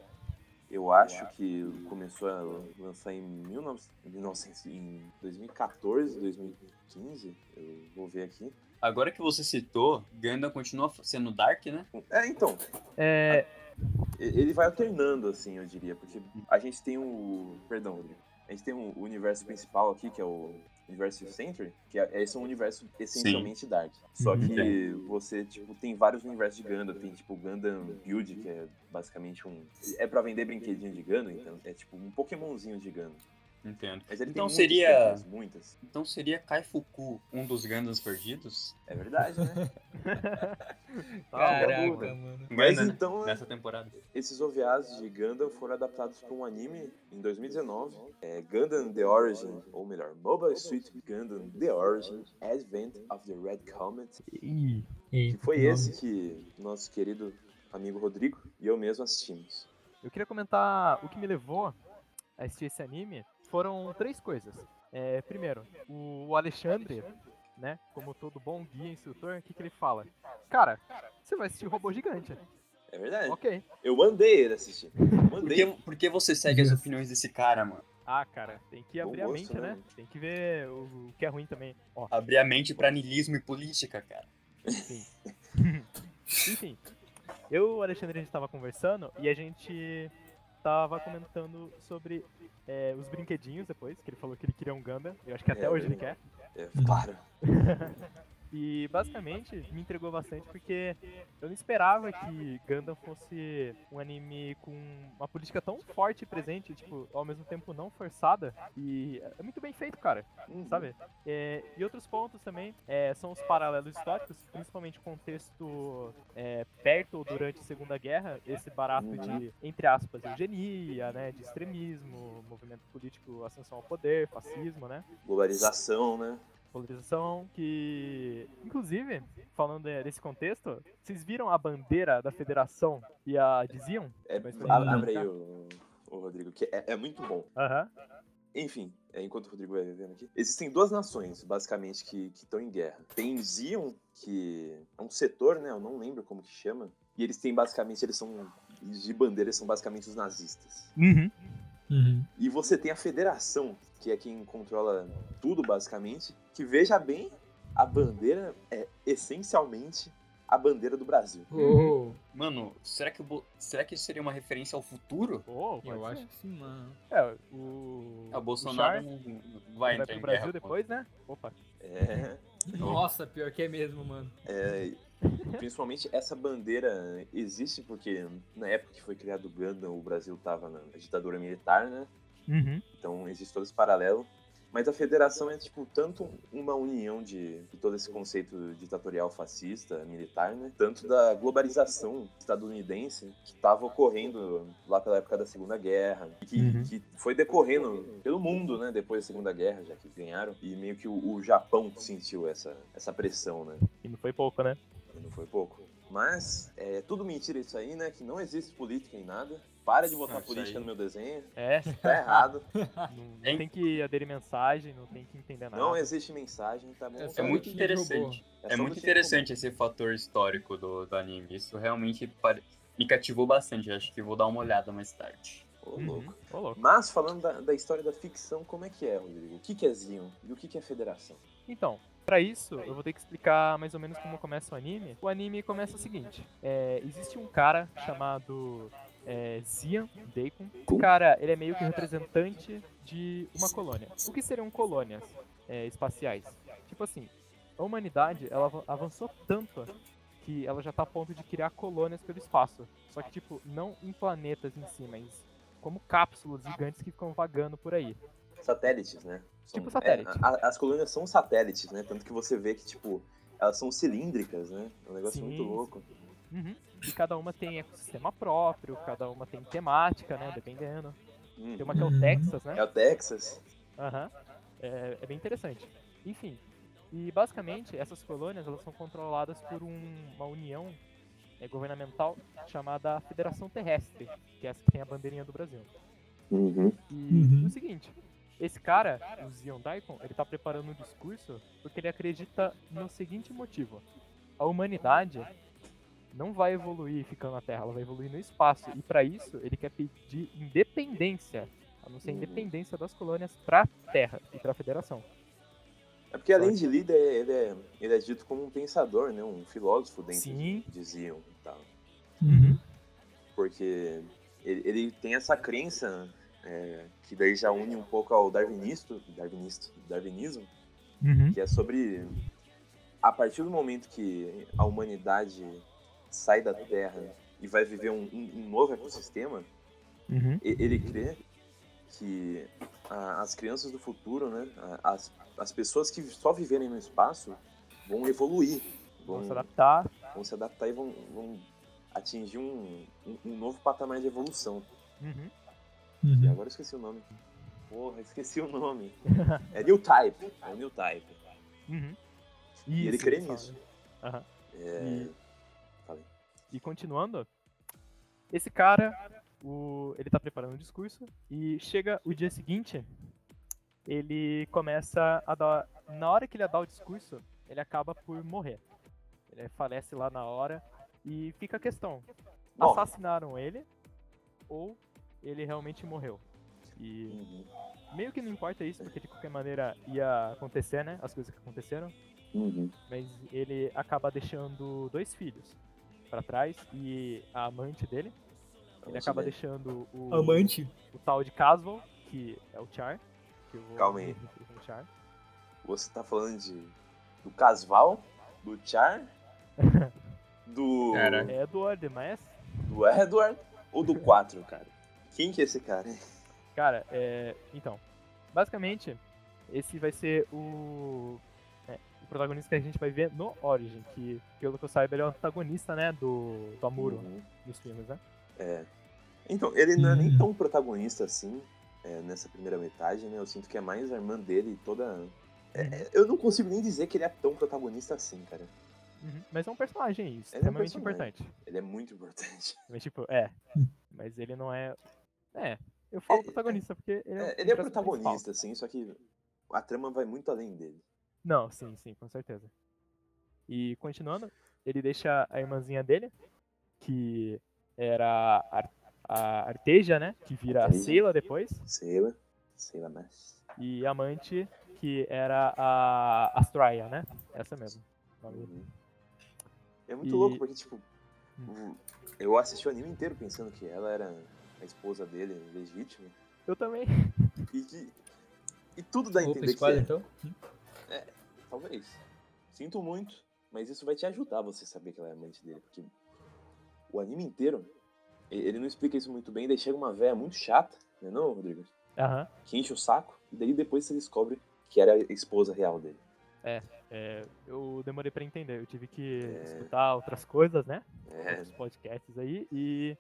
[SPEAKER 2] Eu acho que começou a lançar em 19 1900 em 2014, 2015. Eu vou ver aqui.
[SPEAKER 1] Agora que você citou, Gundam continua sendo Dark, né?
[SPEAKER 2] É, então,
[SPEAKER 5] É,
[SPEAKER 2] e- ele vai alternando, assim, eu diria. Porque
[SPEAKER 1] Uhum.
[SPEAKER 2] a gente tem o... Perdão, Rodrigo. A gente tem o universo principal aqui, que é o universo Century, que é, esse é um universo essencialmente dark.
[SPEAKER 1] Uhum.
[SPEAKER 2] Só que você, tipo, tem vários universos de Gundam. Tem, tipo, Gundam Build, que é basicamente um... É pra vender brinquedinho de Gundam, então é tipo um Pokémonzinho de Gundam.
[SPEAKER 1] Entendo.
[SPEAKER 2] Mas ele
[SPEAKER 1] Então
[SPEAKER 2] tem
[SPEAKER 1] seria-
[SPEAKER 2] muitas, muitas.
[SPEAKER 1] Então seria Kaifuku um dos Gundams perdidos?
[SPEAKER 2] É verdade,
[SPEAKER 1] [laughs]
[SPEAKER 2] né?
[SPEAKER 4] Ah, Tá Caraca, mano.
[SPEAKER 2] Mas
[SPEAKER 1] Gundam, né?
[SPEAKER 2] então,
[SPEAKER 1] Nessa temporada.
[SPEAKER 2] esses OVAs de Gundam foram adaptados para um anime em 2019. É Gundam The Origin, ou melhor, Mobile Suit Gundam The Origin Advent of the Red Comet
[SPEAKER 5] ih,
[SPEAKER 2] Que foi esse que nosso querido amigo Rodrigo e eu mesmo assistimos.
[SPEAKER 5] eu queria comentar o que me levou a assistir esse anime. Foram três coisas. É, primeiro, o Alexandre, né, como todo bom guia e instrutor, o que, que ele fala? Cara, você vai assistir Robô Gigante.
[SPEAKER 2] É verdade.
[SPEAKER 5] Ok.
[SPEAKER 2] Eu mandei ele assistir.
[SPEAKER 1] Por que,
[SPEAKER 2] Mandei.
[SPEAKER 1] por que você segue as opiniões desse cara, mano?
[SPEAKER 5] Ah, cara, tem que
[SPEAKER 2] Bom
[SPEAKER 5] abrir a
[SPEAKER 2] gosto,
[SPEAKER 5] mente,
[SPEAKER 2] né?
[SPEAKER 5] né? Tem que ver o, o que é ruim também. Ó,
[SPEAKER 1] Abrir a mente pra niilismo e política, cara.
[SPEAKER 5] Enfim. Enfim. Eu e o Alexandre, a gente tava conversando e a gente tava comentando sobre é, os brinquedinhos depois, que ele falou que ele queria um Gundam. Eu acho que até
[SPEAKER 2] É,
[SPEAKER 5] hoje ele
[SPEAKER 2] verdade.
[SPEAKER 5] quer.
[SPEAKER 2] É, claro.
[SPEAKER 5] E basicamente me entregou bastante porque eu não esperava que Gundam fosse um anime com uma política tão forte e presente, tipo, ao mesmo tempo não forçada. E é muito bem feito, cara,
[SPEAKER 2] Uhum.
[SPEAKER 5] Hum. sabe? É, e outros pontos também é, são os paralelos históricos, principalmente o contexto é, perto ou durante a Segunda Guerra, esse barato de, entre aspas, eugenia, né, de extremismo, movimento político, ascensão ao poder, fascismo, né?
[SPEAKER 2] Globalização, né?
[SPEAKER 5] polarização que inclusive falando eh, desse contexto vocês viram a bandeira da federação e a diziam
[SPEAKER 2] É,
[SPEAKER 4] Mas
[SPEAKER 2] a-
[SPEAKER 4] pra mim,
[SPEAKER 2] abre
[SPEAKER 5] né?
[SPEAKER 4] tá?
[SPEAKER 2] aí o, o Rodrigo, que é, é muito bom.
[SPEAKER 5] Aham.
[SPEAKER 2] Enfim, é, enquanto o Rodrigo vai vendo aqui. Existem duas nações, basicamente, que que estão em guerra. Tem Zion, que é um setor, né? Eu não lembro como que chama. E eles têm, basicamente, eles são... De bandeira, eles são basicamente os nazistas.
[SPEAKER 4] Uhum.
[SPEAKER 2] E você tem a federação, que é quem controla tudo basicamente, que veja bem, a bandeira é essencialmente a bandeira do Brasil.
[SPEAKER 4] Oh,
[SPEAKER 1] Mano, será que, o Bo- será que isso seria uma referência ao futuro?
[SPEAKER 5] Oh, pode
[SPEAKER 4] eu
[SPEAKER 5] ser.
[SPEAKER 4] acho que sim, mano.
[SPEAKER 5] é, o
[SPEAKER 1] Ah, O
[SPEAKER 5] o
[SPEAKER 1] Bolsonaro
[SPEAKER 5] Char
[SPEAKER 1] não vai
[SPEAKER 5] vai
[SPEAKER 1] entrar
[SPEAKER 5] pro
[SPEAKER 1] em
[SPEAKER 5] Brasil
[SPEAKER 1] guerra.
[SPEAKER 5] depois né opa
[SPEAKER 2] É,
[SPEAKER 4] Uhum. Nossa, pior que é mesmo, mano.
[SPEAKER 2] é, principalmente essa bandeira existe porque na época que foi criado o Gundam, o Brasil tava na ditadura militar, né? Então existe todo esse paralelo. Mas a federação é, tipo, tanto uma união de, de todo esse conceito ditatorial fascista, militar, né? Tanto da globalização estadunidense que estava ocorrendo lá pela época da Segunda Guerra, e que,
[SPEAKER 5] Uhum.
[SPEAKER 2] que foi decorrendo pelo mundo, né? Depois da Segunda Guerra, já que ganharam. E meio que o, o Japão sentiu essa, essa pressão, né?
[SPEAKER 5] e não foi
[SPEAKER 1] [laughs]
[SPEAKER 5] pouco né
[SPEAKER 2] E não foi pouco. Mas é tudo mentira isso aí, né? Que não existe política em nada. Para de botar
[SPEAKER 1] Ah, isso
[SPEAKER 2] política
[SPEAKER 1] aí.
[SPEAKER 2] no meu desenho.
[SPEAKER 5] é
[SPEAKER 2] Tá errado.
[SPEAKER 5] não, não tem que aderir mensagem não tem que entender nada
[SPEAKER 2] Não existe mensagem, tá bom?
[SPEAKER 4] É
[SPEAKER 1] É
[SPEAKER 4] só
[SPEAKER 1] muito
[SPEAKER 4] Robô.
[SPEAKER 1] interessante. É
[SPEAKER 2] só
[SPEAKER 1] muito
[SPEAKER 2] você-
[SPEAKER 1] interessante esse fator histórico do, do anime. Isso realmente pare- me cativou bastante. Eu Acho que vou dar uma olhada mais tarde.
[SPEAKER 2] Ô,
[SPEAKER 5] Uhum.
[SPEAKER 2] louco.
[SPEAKER 5] Ô, louco.
[SPEAKER 2] Mas falando da, da história da ficção, como é que é, Rodrigo? O que, que é Zion e o que, que é Federação?
[SPEAKER 5] Então, pra isso, eu vou ter que explicar mais ou menos como começa o anime. O anime começa o seguinte: é, existe um cara chamado é, Zian Bacon. Esse cara, ele é meio que representante de uma colônia. O que seriam colônias é, espaciais? Tipo assim, a humanidade ela avan- avançou tanto que ela já tá a ponto de criar colônias pelo espaço. Só que, tipo, não em planetas em si, mas como cápsulas gigantes que ficam vagando por aí.
[SPEAKER 2] Satélites, né?
[SPEAKER 5] Tipo satélite.
[SPEAKER 2] é, a- as colônias são satélites, né? Tanto que você vê que, tipo, elas são cilíndricas, né? É um negócio
[SPEAKER 5] Sim,
[SPEAKER 2] muito louco.
[SPEAKER 5] Uhum. E cada uma tem ecossistema próprio, cada uma tem temática, né? Dependendo.
[SPEAKER 2] Hum.
[SPEAKER 5] Tem uma que é o
[SPEAKER 4] Uhum.
[SPEAKER 5] Texas, né?
[SPEAKER 2] É o Texas?
[SPEAKER 5] Aham. É, é bem interessante. Enfim. E basicamente essas colônias elas são controladas por um- uma união é, governamental chamada Federação Terrestre, que é essa que tem a bandeirinha do Brasil.
[SPEAKER 2] Uhum.
[SPEAKER 5] E
[SPEAKER 4] Uhum.
[SPEAKER 5] é o seguinte, esse cara, o Zion Daikon, ele tá preparando um discurso porque ele acredita no seguinte motivo. A humanidade não vai evoluir ficando na Terra, ela vai evoluir no espaço. E para isso, ele quer pedir independência, a não ser
[SPEAKER 2] Uhum.
[SPEAKER 5] independência das colônias pra Terra e pra Federação.
[SPEAKER 2] É porque, além de líder, ele é, ele é dito como um pensador, né? Um filósofo dentro
[SPEAKER 5] Sim.
[SPEAKER 2] de Zion e tal.
[SPEAKER 5] Uhum.
[SPEAKER 2] porque ele, ele tem essa crença é, que daí já une um pouco ao darwinisto, darwinisto, darwinismo, que é sobre a partir do momento que a humanidade sai da Terra e vai viver um, um- um novo ecossistema,
[SPEAKER 5] Uhum.
[SPEAKER 2] e- ele crê que a- as crianças do futuro, né, a- as, as pessoas que só viverem no espaço vão evoluir,
[SPEAKER 5] Vão
[SPEAKER 2] vão,
[SPEAKER 5] se adaptar.
[SPEAKER 2] vão se adaptar e vão, vão atingir um, um- um novo patamar de evolução.
[SPEAKER 5] Uhum.
[SPEAKER 2] E agora eu esqueci o nome. Porra, esqueci o
[SPEAKER 5] [laughs]
[SPEAKER 2] nome. É New Type. É New Type.
[SPEAKER 5] Uhum.
[SPEAKER 2] E ele
[SPEAKER 5] Isso,
[SPEAKER 2] crê
[SPEAKER 5] sabe?
[SPEAKER 2] nisso.
[SPEAKER 5] Aham.
[SPEAKER 2] É,
[SPEAKER 5] E- E continuando, esse cara, o- ele tá preparando um discurso e chega o dia seguinte, ele começa a dar. Na hora que ele dá o discurso, ele acaba por morrer. Ele falece lá na hora e fica a questão:
[SPEAKER 2] Bom.
[SPEAKER 5] assassinaram ele ou ele realmente morreu? E
[SPEAKER 2] Uhum.
[SPEAKER 5] meio que não importa isso, porque de qualquer maneira ia acontecer, né? As coisas que aconteceram
[SPEAKER 2] Uhum.
[SPEAKER 5] mas ele acaba deixando dois filhos pra trás e a amante dele.
[SPEAKER 2] Então,
[SPEAKER 5] Ele acaba deixando o,
[SPEAKER 4] Amante.
[SPEAKER 5] o tal de Caswell, que é o Char. que eu vou-
[SPEAKER 2] Calma aí.
[SPEAKER 5] o Char.
[SPEAKER 2] Você tá falando de do Casval Do
[SPEAKER 5] [laughs]
[SPEAKER 2] Char? Do,
[SPEAKER 4] Cara.
[SPEAKER 5] É do Ordem, mas.
[SPEAKER 2] do Edward? Ou do 4, cara? Quem que é esse cara?
[SPEAKER 5] Cara, é, então. Basicamente, esse vai ser o. é, o protagonista que a gente vai ver no Origin, que, pelo que eu saiba, ele é o antagonista, né? Do, do Amuro
[SPEAKER 2] Uhum.
[SPEAKER 5] dos filmes, né?
[SPEAKER 2] É. Então, ele não é nem tão protagonista assim é, nessa primeira metade, né? Eu sinto que é mais a irmã dele e toda. É, é, eu não consigo nem dizer que ele é tão protagonista assim, cara.
[SPEAKER 5] Uhum. Mas é um personagem, isso.
[SPEAKER 2] Ele é um
[SPEAKER 5] extremamente
[SPEAKER 2] personagem.
[SPEAKER 5] importante.
[SPEAKER 2] Ele é muito importante.
[SPEAKER 5] Mas, tipo, é. Mas ele não é. É. Eu falo
[SPEAKER 2] É,
[SPEAKER 5] protagonista porque ele é,
[SPEAKER 2] É, ele é
[SPEAKER 5] um personagem principal.
[SPEAKER 2] protagonista, assim, só que a trama vai muito além dele.
[SPEAKER 5] Não, sim, sim, com certeza. E continuando, ele deixa a irmãzinha dele, que era a Ar- a Arteja, né? Que vira a
[SPEAKER 2] Arteja.
[SPEAKER 5] Seila depois.
[SPEAKER 2] Sei lá. Sei lá, mas.
[SPEAKER 5] E a amante, que era a Astraia, né? Essa mesmo. o nome
[SPEAKER 2] Uhum. É muito
[SPEAKER 5] E- Hum.
[SPEAKER 2] louco, porque, tipo, o- eu assisti o anime inteiro pensando que ela era a esposa dele, legítima.
[SPEAKER 5] Eu também. [laughs]
[SPEAKER 2] E que. E tudo dá a
[SPEAKER 4] Opa,
[SPEAKER 2] entender que
[SPEAKER 4] spoiler
[SPEAKER 2] é.
[SPEAKER 4] então?
[SPEAKER 2] Talvez. Sinto muito, mas isso vai te ajudar você saber que ela é amante dele, porque o anime inteiro, e- ele não explica isso muito bem, daí chega uma véia muito chata, né não, Rodrigo?
[SPEAKER 5] Aham.
[SPEAKER 2] Que enche o saco, e daí depois você descobre que era a esposa real dele.
[SPEAKER 5] É, eu demorei pra entender. Eu tive que
[SPEAKER 2] É.
[SPEAKER 5] escutar outras coisas, né?
[SPEAKER 2] É,
[SPEAKER 5] Outros podcasts aí. E.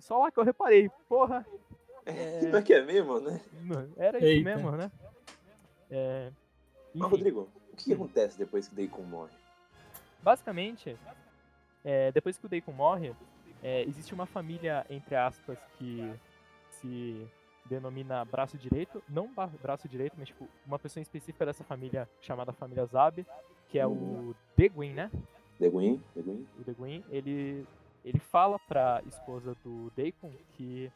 [SPEAKER 5] Só lá que eu reparei. Porra,
[SPEAKER 2] que [laughs] não é que é mesmo, né?
[SPEAKER 5] Mano, Era isso
[SPEAKER 4] Eita.
[SPEAKER 5] mesmo, né? É,
[SPEAKER 2] Mas,
[SPEAKER 5] enfim,
[SPEAKER 2] Rodrigo, o que acontece depois que Deacon morre?
[SPEAKER 5] basicamente, é, depois que o Deacon morre, é, existe uma família, entre aspas, que se denomina braço direito. Não ba- braço direito, mas tipo, uma pessoa específica dessa família, chamada família Zab, que é o Deguin, né?
[SPEAKER 2] Deguin? Deguin?
[SPEAKER 5] o The Green, ele, ele fala pra esposa do Deacon que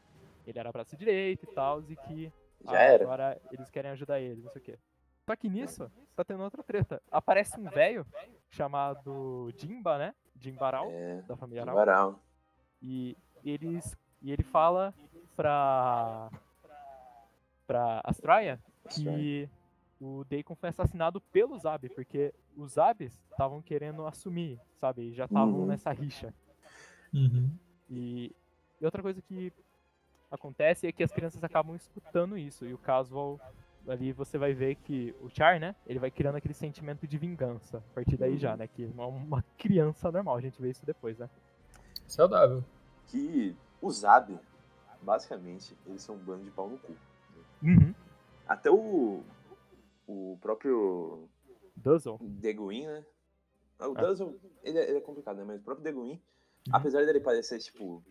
[SPEAKER 5] ele era braço direito e tal, e que
[SPEAKER 2] Já
[SPEAKER 4] Ah,
[SPEAKER 2] era.
[SPEAKER 5] agora eles querem ajudar ele, não sei o quê. Só que nisso, tá tendo outra treta. Aparece um velho chamado Jimba, né? Jimbaral,
[SPEAKER 2] É,
[SPEAKER 5] da família Aral.
[SPEAKER 2] Varal.
[SPEAKER 5] E eles. E ele fala pra. pra Astraia que o Deacon foi assassinado pelo Zab, porque os Zabs estavam querendo assumir, sabe? E já estavam
[SPEAKER 2] Uhum.
[SPEAKER 5] nessa rixa.
[SPEAKER 4] Uhum.
[SPEAKER 5] E, e outra coisa que acontece é que as crianças acabam escutando isso. E o Caswell, ali você vai ver que o Char, né? Ele vai criando aquele sentimento de vingança. A partir daí já, né? Que não é uma criança normal. A gente vê isso depois, né?
[SPEAKER 4] Saudável.
[SPEAKER 2] Que o Zab, basicamente, eles são um bando de pau no cu.
[SPEAKER 5] Uhum.
[SPEAKER 2] Até o, o próprio
[SPEAKER 5] Duzzle.
[SPEAKER 2] Deguin, né? O
[SPEAKER 5] Ah.
[SPEAKER 2] Dazzle, ele, é- ele é complicado, né? Mas o próprio Deguin, apesar dele parecer, tipo.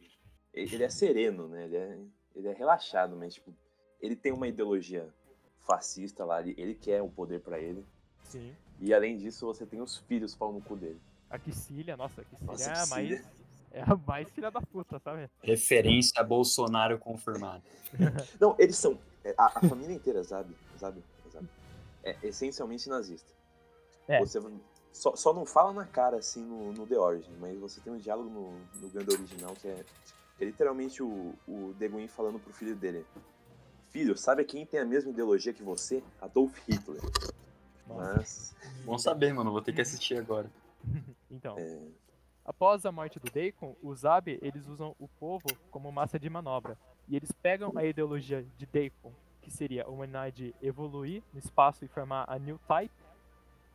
[SPEAKER 2] Ele ele é sereno, né? Ele é, ele é relaxado, mas, tipo, ele tem uma ideologia fascista lá, ele, ele quer o poder pra ele.
[SPEAKER 5] Sim.
[SPEAKER 2] E além disso, você tem os filhos pau no cu dele.
[SPEAKER 5] A Quicília, nossa, a Quicília
[SPEAKER 2] Nossa,
[SPEAKER 5] é a
[SPEAKER 2] Quicília.
[SPEAKER 5] mais. É a mais filha da puta, sabe?
[SPEAKER 1] Referência a Bolsonaro confirmada.
[SPEAKER 2] Não, eles são. é, A, a família inteira, sabe? Sabe? sabe? É essencialmente nazista.
[SPEAKER 5] É.
[SPEAKER 2] Você só, só não fala na cara assim no, no The Origin, mas você tem um diálogo no, no Ganda original que é, é literalmente o, o Deguin falando pro filho dele. Filho, sabe quem tem a mesma ideologia que você? Adolf Hitler.
[SPEAKER 5] Nossa.
[SPEAKER 2] Mas.
[SPEAKER 1] Bom saber, mano. Vou ter que assistir agora.
[SPEAKER 5] Então.
[SPEAKER 2] É,
[SPEAKER 5] Após a morte do Deacon, os Zab eles usam o povo como massa de manobra. E eles pegam a ideologia de Deacon, que seria a humanidade evoluir no espaço e formar a New Type,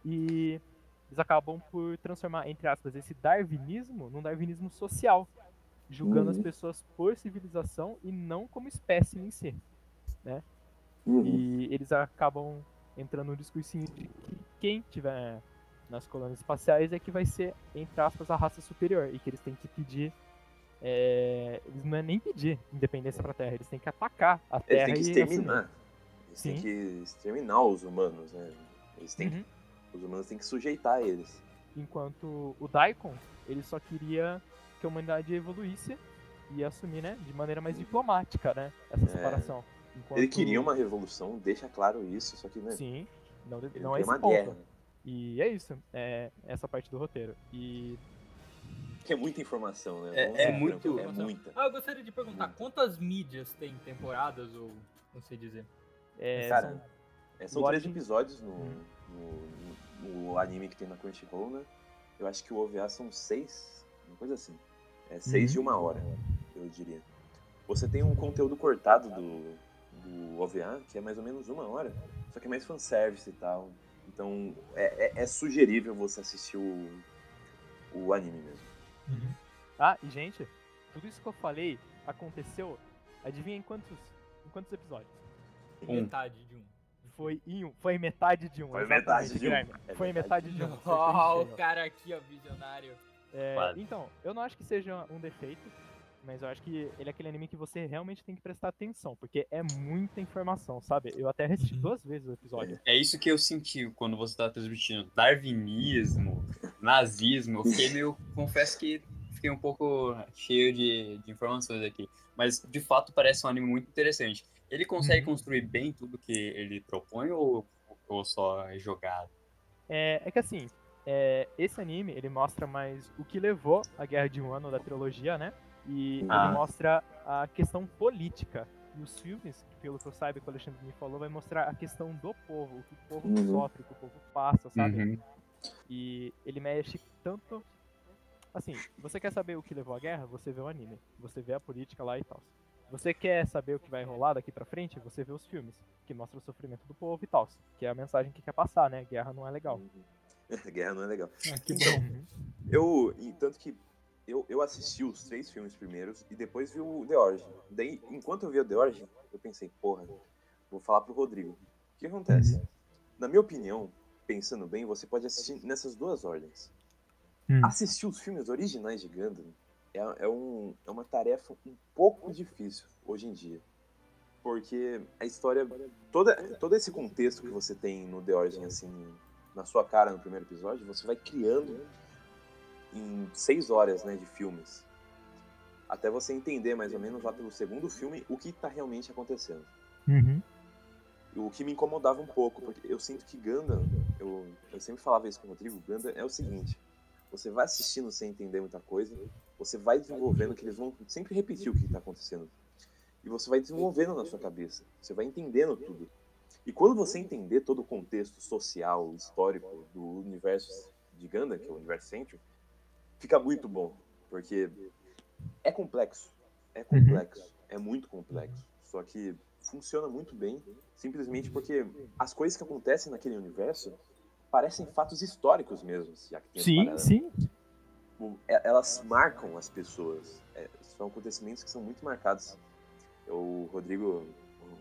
[SPEAKER 5] e eles acabam por transformar, entre aspas, esse darwinismo num darwinismo social, julgando as
[SPEAKER 2] Uhum.
[SPEAKER 5] pessoas por civilização e não como espécie em si.
[SPEAKER 2] uhum.
[SPEAKER 5] E eles acabam entrando no discursinho de que quem tiver nas colônias espaciais é que vai ser, entre aspas, a raça superior. E que eles têm que pedir. é, eles não é nem pedir independência pra Terra, eles têm que atacar a
[SPEAKER 2] Eles
[SPEAKER 5] Terra.
[SPEAKER 2] têm que
[SPEAKER 5] e assumir.
[SPEAKER 2] exterminar. Eles têm
[SPEAKER 5] É, assim, Sim.
[SPEAKER 2] que exterminar os humanos, né? Eles têm que-
[SPEAKER 5] Uhum.
[SPEAKER 2] os humanos têm que sujeitar eles.
[SPEAKER 5] Enquanto o Daikon, ele só queria que a humanidade evoluísse e assumir, né, de maneira mais diplomática, né, essa
[SPEAKER 2] É.
[SPEAKER 5] separação.
[SPEAKER 2] Ele
[SPEAKER 5] Enquanto-
[SPEAKER 2] queria uma revolução, deixa claro isso, só que né,
[SPEAKER 5] Sim, não,
[SPEAKER 2] ele
[SPEAKER 5] não
[SPEAKER 2] queria
[SPEAKER 5] é esse
[SPEAKER 2] uma
[SPEAKER 5] ponto.
[SPEAKER 2] guerra.
[SPEAKER 5] E é isso, é essa parte do roteiro. E
[SPEAKER 2] Que é muita informação, né?
[SPEAKER 1] É-
[SPEAKER 2] Vamos
[SPEAKER 1] é
[SPEAKER 2] ser
[SPEAKER 1] muito-
[SPEAKER 2] francos, É muita.
[SPEAKER 4] Ah, eu gostaria de perguntar, quantas mídias tem temporadas ou não sei dizer?
[SPEAKER 5] é,
[SPEAKER 2] Cara, é, são
[SPEAKER 5] o
[SPEAKER 2] três
[SPEAKER 5] Origin-
[SPEAKER 2] episódios no, no, no- o anime que tem na Crunchyroll, né? Eu acho que o OVA são seis, uma coisa assim. É seis de
[SPEAKER 1] Uhum.
[SPEAKER 2] uma hora, eu diria. Você tem um conteúdo cortado do, do OVA, que é mais ou menos uma hora, só que é mais fanservice e tal. Então é, é- é sugerível você assistir o, o anime mesmo.
[SPEAKER 5] Tá? E, gente, tudo isso que eu falei aconteceu, adivinha em quantos, em quantos episódios?
[SPEAKER 1] Um.
[SPEAKER 4] Metade de um.
[SPEAKER 5] Foi em, um- foi em metade de um.
[SPEAKER 2] Foi em
[SPEAKER 5] exatamente,
[SPEAKER 2] metade de um.
[SPEAKER 5] Guilherme.
[SPEAKER 2] É
[SPEAKER 5] Foi em
[SPEAKER 2] metade
[SPEAKER 5] metade de um.
[SPEAKER 4] Ó,
[SPEAKER 5] Perfeito,
[SPEAKER 4] o cara aqui, ó, visionário.
[SPEAKER 5] É,
[SPEAKER 1] Quase.
[SPEAKER 5] então, eu não acho que seja um defeito, mas eu acho que ele é aquele anime que você realmente tem que prestar atenção, porque é muita informação, sabe? Eu até assisti
[SPEAKER 4] Uhum.
[SPEAKER 5] duas vezes o episódio.
[SPEAKER 1] É isso que eu senti quando você tá transmitindo darwinismo, nazismo. Eu fiquei meio. confesso que fiquei um pouco cheio de, de informações aqui. Mas de fato parece um anime muito interessante. Ele consegue
[SPEAKER 2] Uhum.
[SPEAKER 1] construir bem tudo que ele propõe ou, ou só é jogado?
[SPEAKER 5] É, é que assim, é, esse anime, ele mostra mais o que levou a Guerra de um Ano da trilogia, né? E
[SPEAKER 1] Ah.
[SPEAKER 5] ele mostra a questão política. E os filmes, pelo que eu saiba, que o Alexandre me falou, vai mostrar a questão do povo, o que o povo
[SPEAKER 2] Uhum.
[SPEAKER 5] sofre, o que o povo passa, sabe?
[SPEAKER 1] Uhum.
[SPEAKER 5] E ele mexe tanto. Assim, você quer saber o que levou à guerra? Você vê o anime. Você vê a política lá e tal. Você quer saber o que vai rolar daqui pra frente? Você vê os filmes, que mostra o sofrimento do povo e tal. Que é a mensagem que quer passar, né? Guerra não é legal.
[SPEAKER 2] [laughs] Guerra não é legal.
[SPEAKER 4] Ah, que
[SPEAKER 2] Então,
[SPEAKER 4] bom.
[SPEAKER 2] Eu, e tanto que eu, eu assisti os três filmes primeiros e depois vi o The Origin. Daí, enquanto eu vi o The Origin, eu pensei, porra, vou falar pro Rodrigo. O que acontece? Na minha opinião, pensando bem, você pode assistir nessas duas ordens.
[SPEAKER 5] Hum.
[SPEAKER 2] Assistir os filmes originais de Gundam é, é, um, é uma tarefa um pouco difícil hoje em dia. Porque a história. Toda, todo esse contexto que você tem no The Origin, assim, na sua cara no primeiro episódio, você vai criando em seis horas né, de filmes. Até você entender mais ou menos lá pelo segundo filme o que está realmente acontecendo.
[SPEAKER 5] Uhum.
[SPEAKER 2] O que me incomodava um pouco, porque eu sinto que Gundam, eu, eu sempre falava isso com o Rodrigo, Gundam é o seguinte, você vai assistindo sem entender muita coisa, você vai desenvolvendo, que eles vão sempre repetir o que está acontecendo. E você vai desenvolvendo na sua cabeça, você vai entendendo tudo. E quando você entender todo o contexto social, histórico do universo de Gundam, que é o universo Century, fica muito bom, porque é complexo,
[SPEAKER 5] Uhum.
[SPEAKER 2] é complexo, é muito complexo. Só que funciona muito bem, simplesmente porque as coisas que acontecem naquele universo parecem fatos históricos mesmo, já que tem as
[SPEAKER 5] Sim,
[SPEAKER 2] paradas.
[SPEAKER 5] sim.
[SPEAKER 2] Tipo, e- elas marcam as pessoas. É, são acontecimentos que são muito marcados. Eu, o Rodrigo,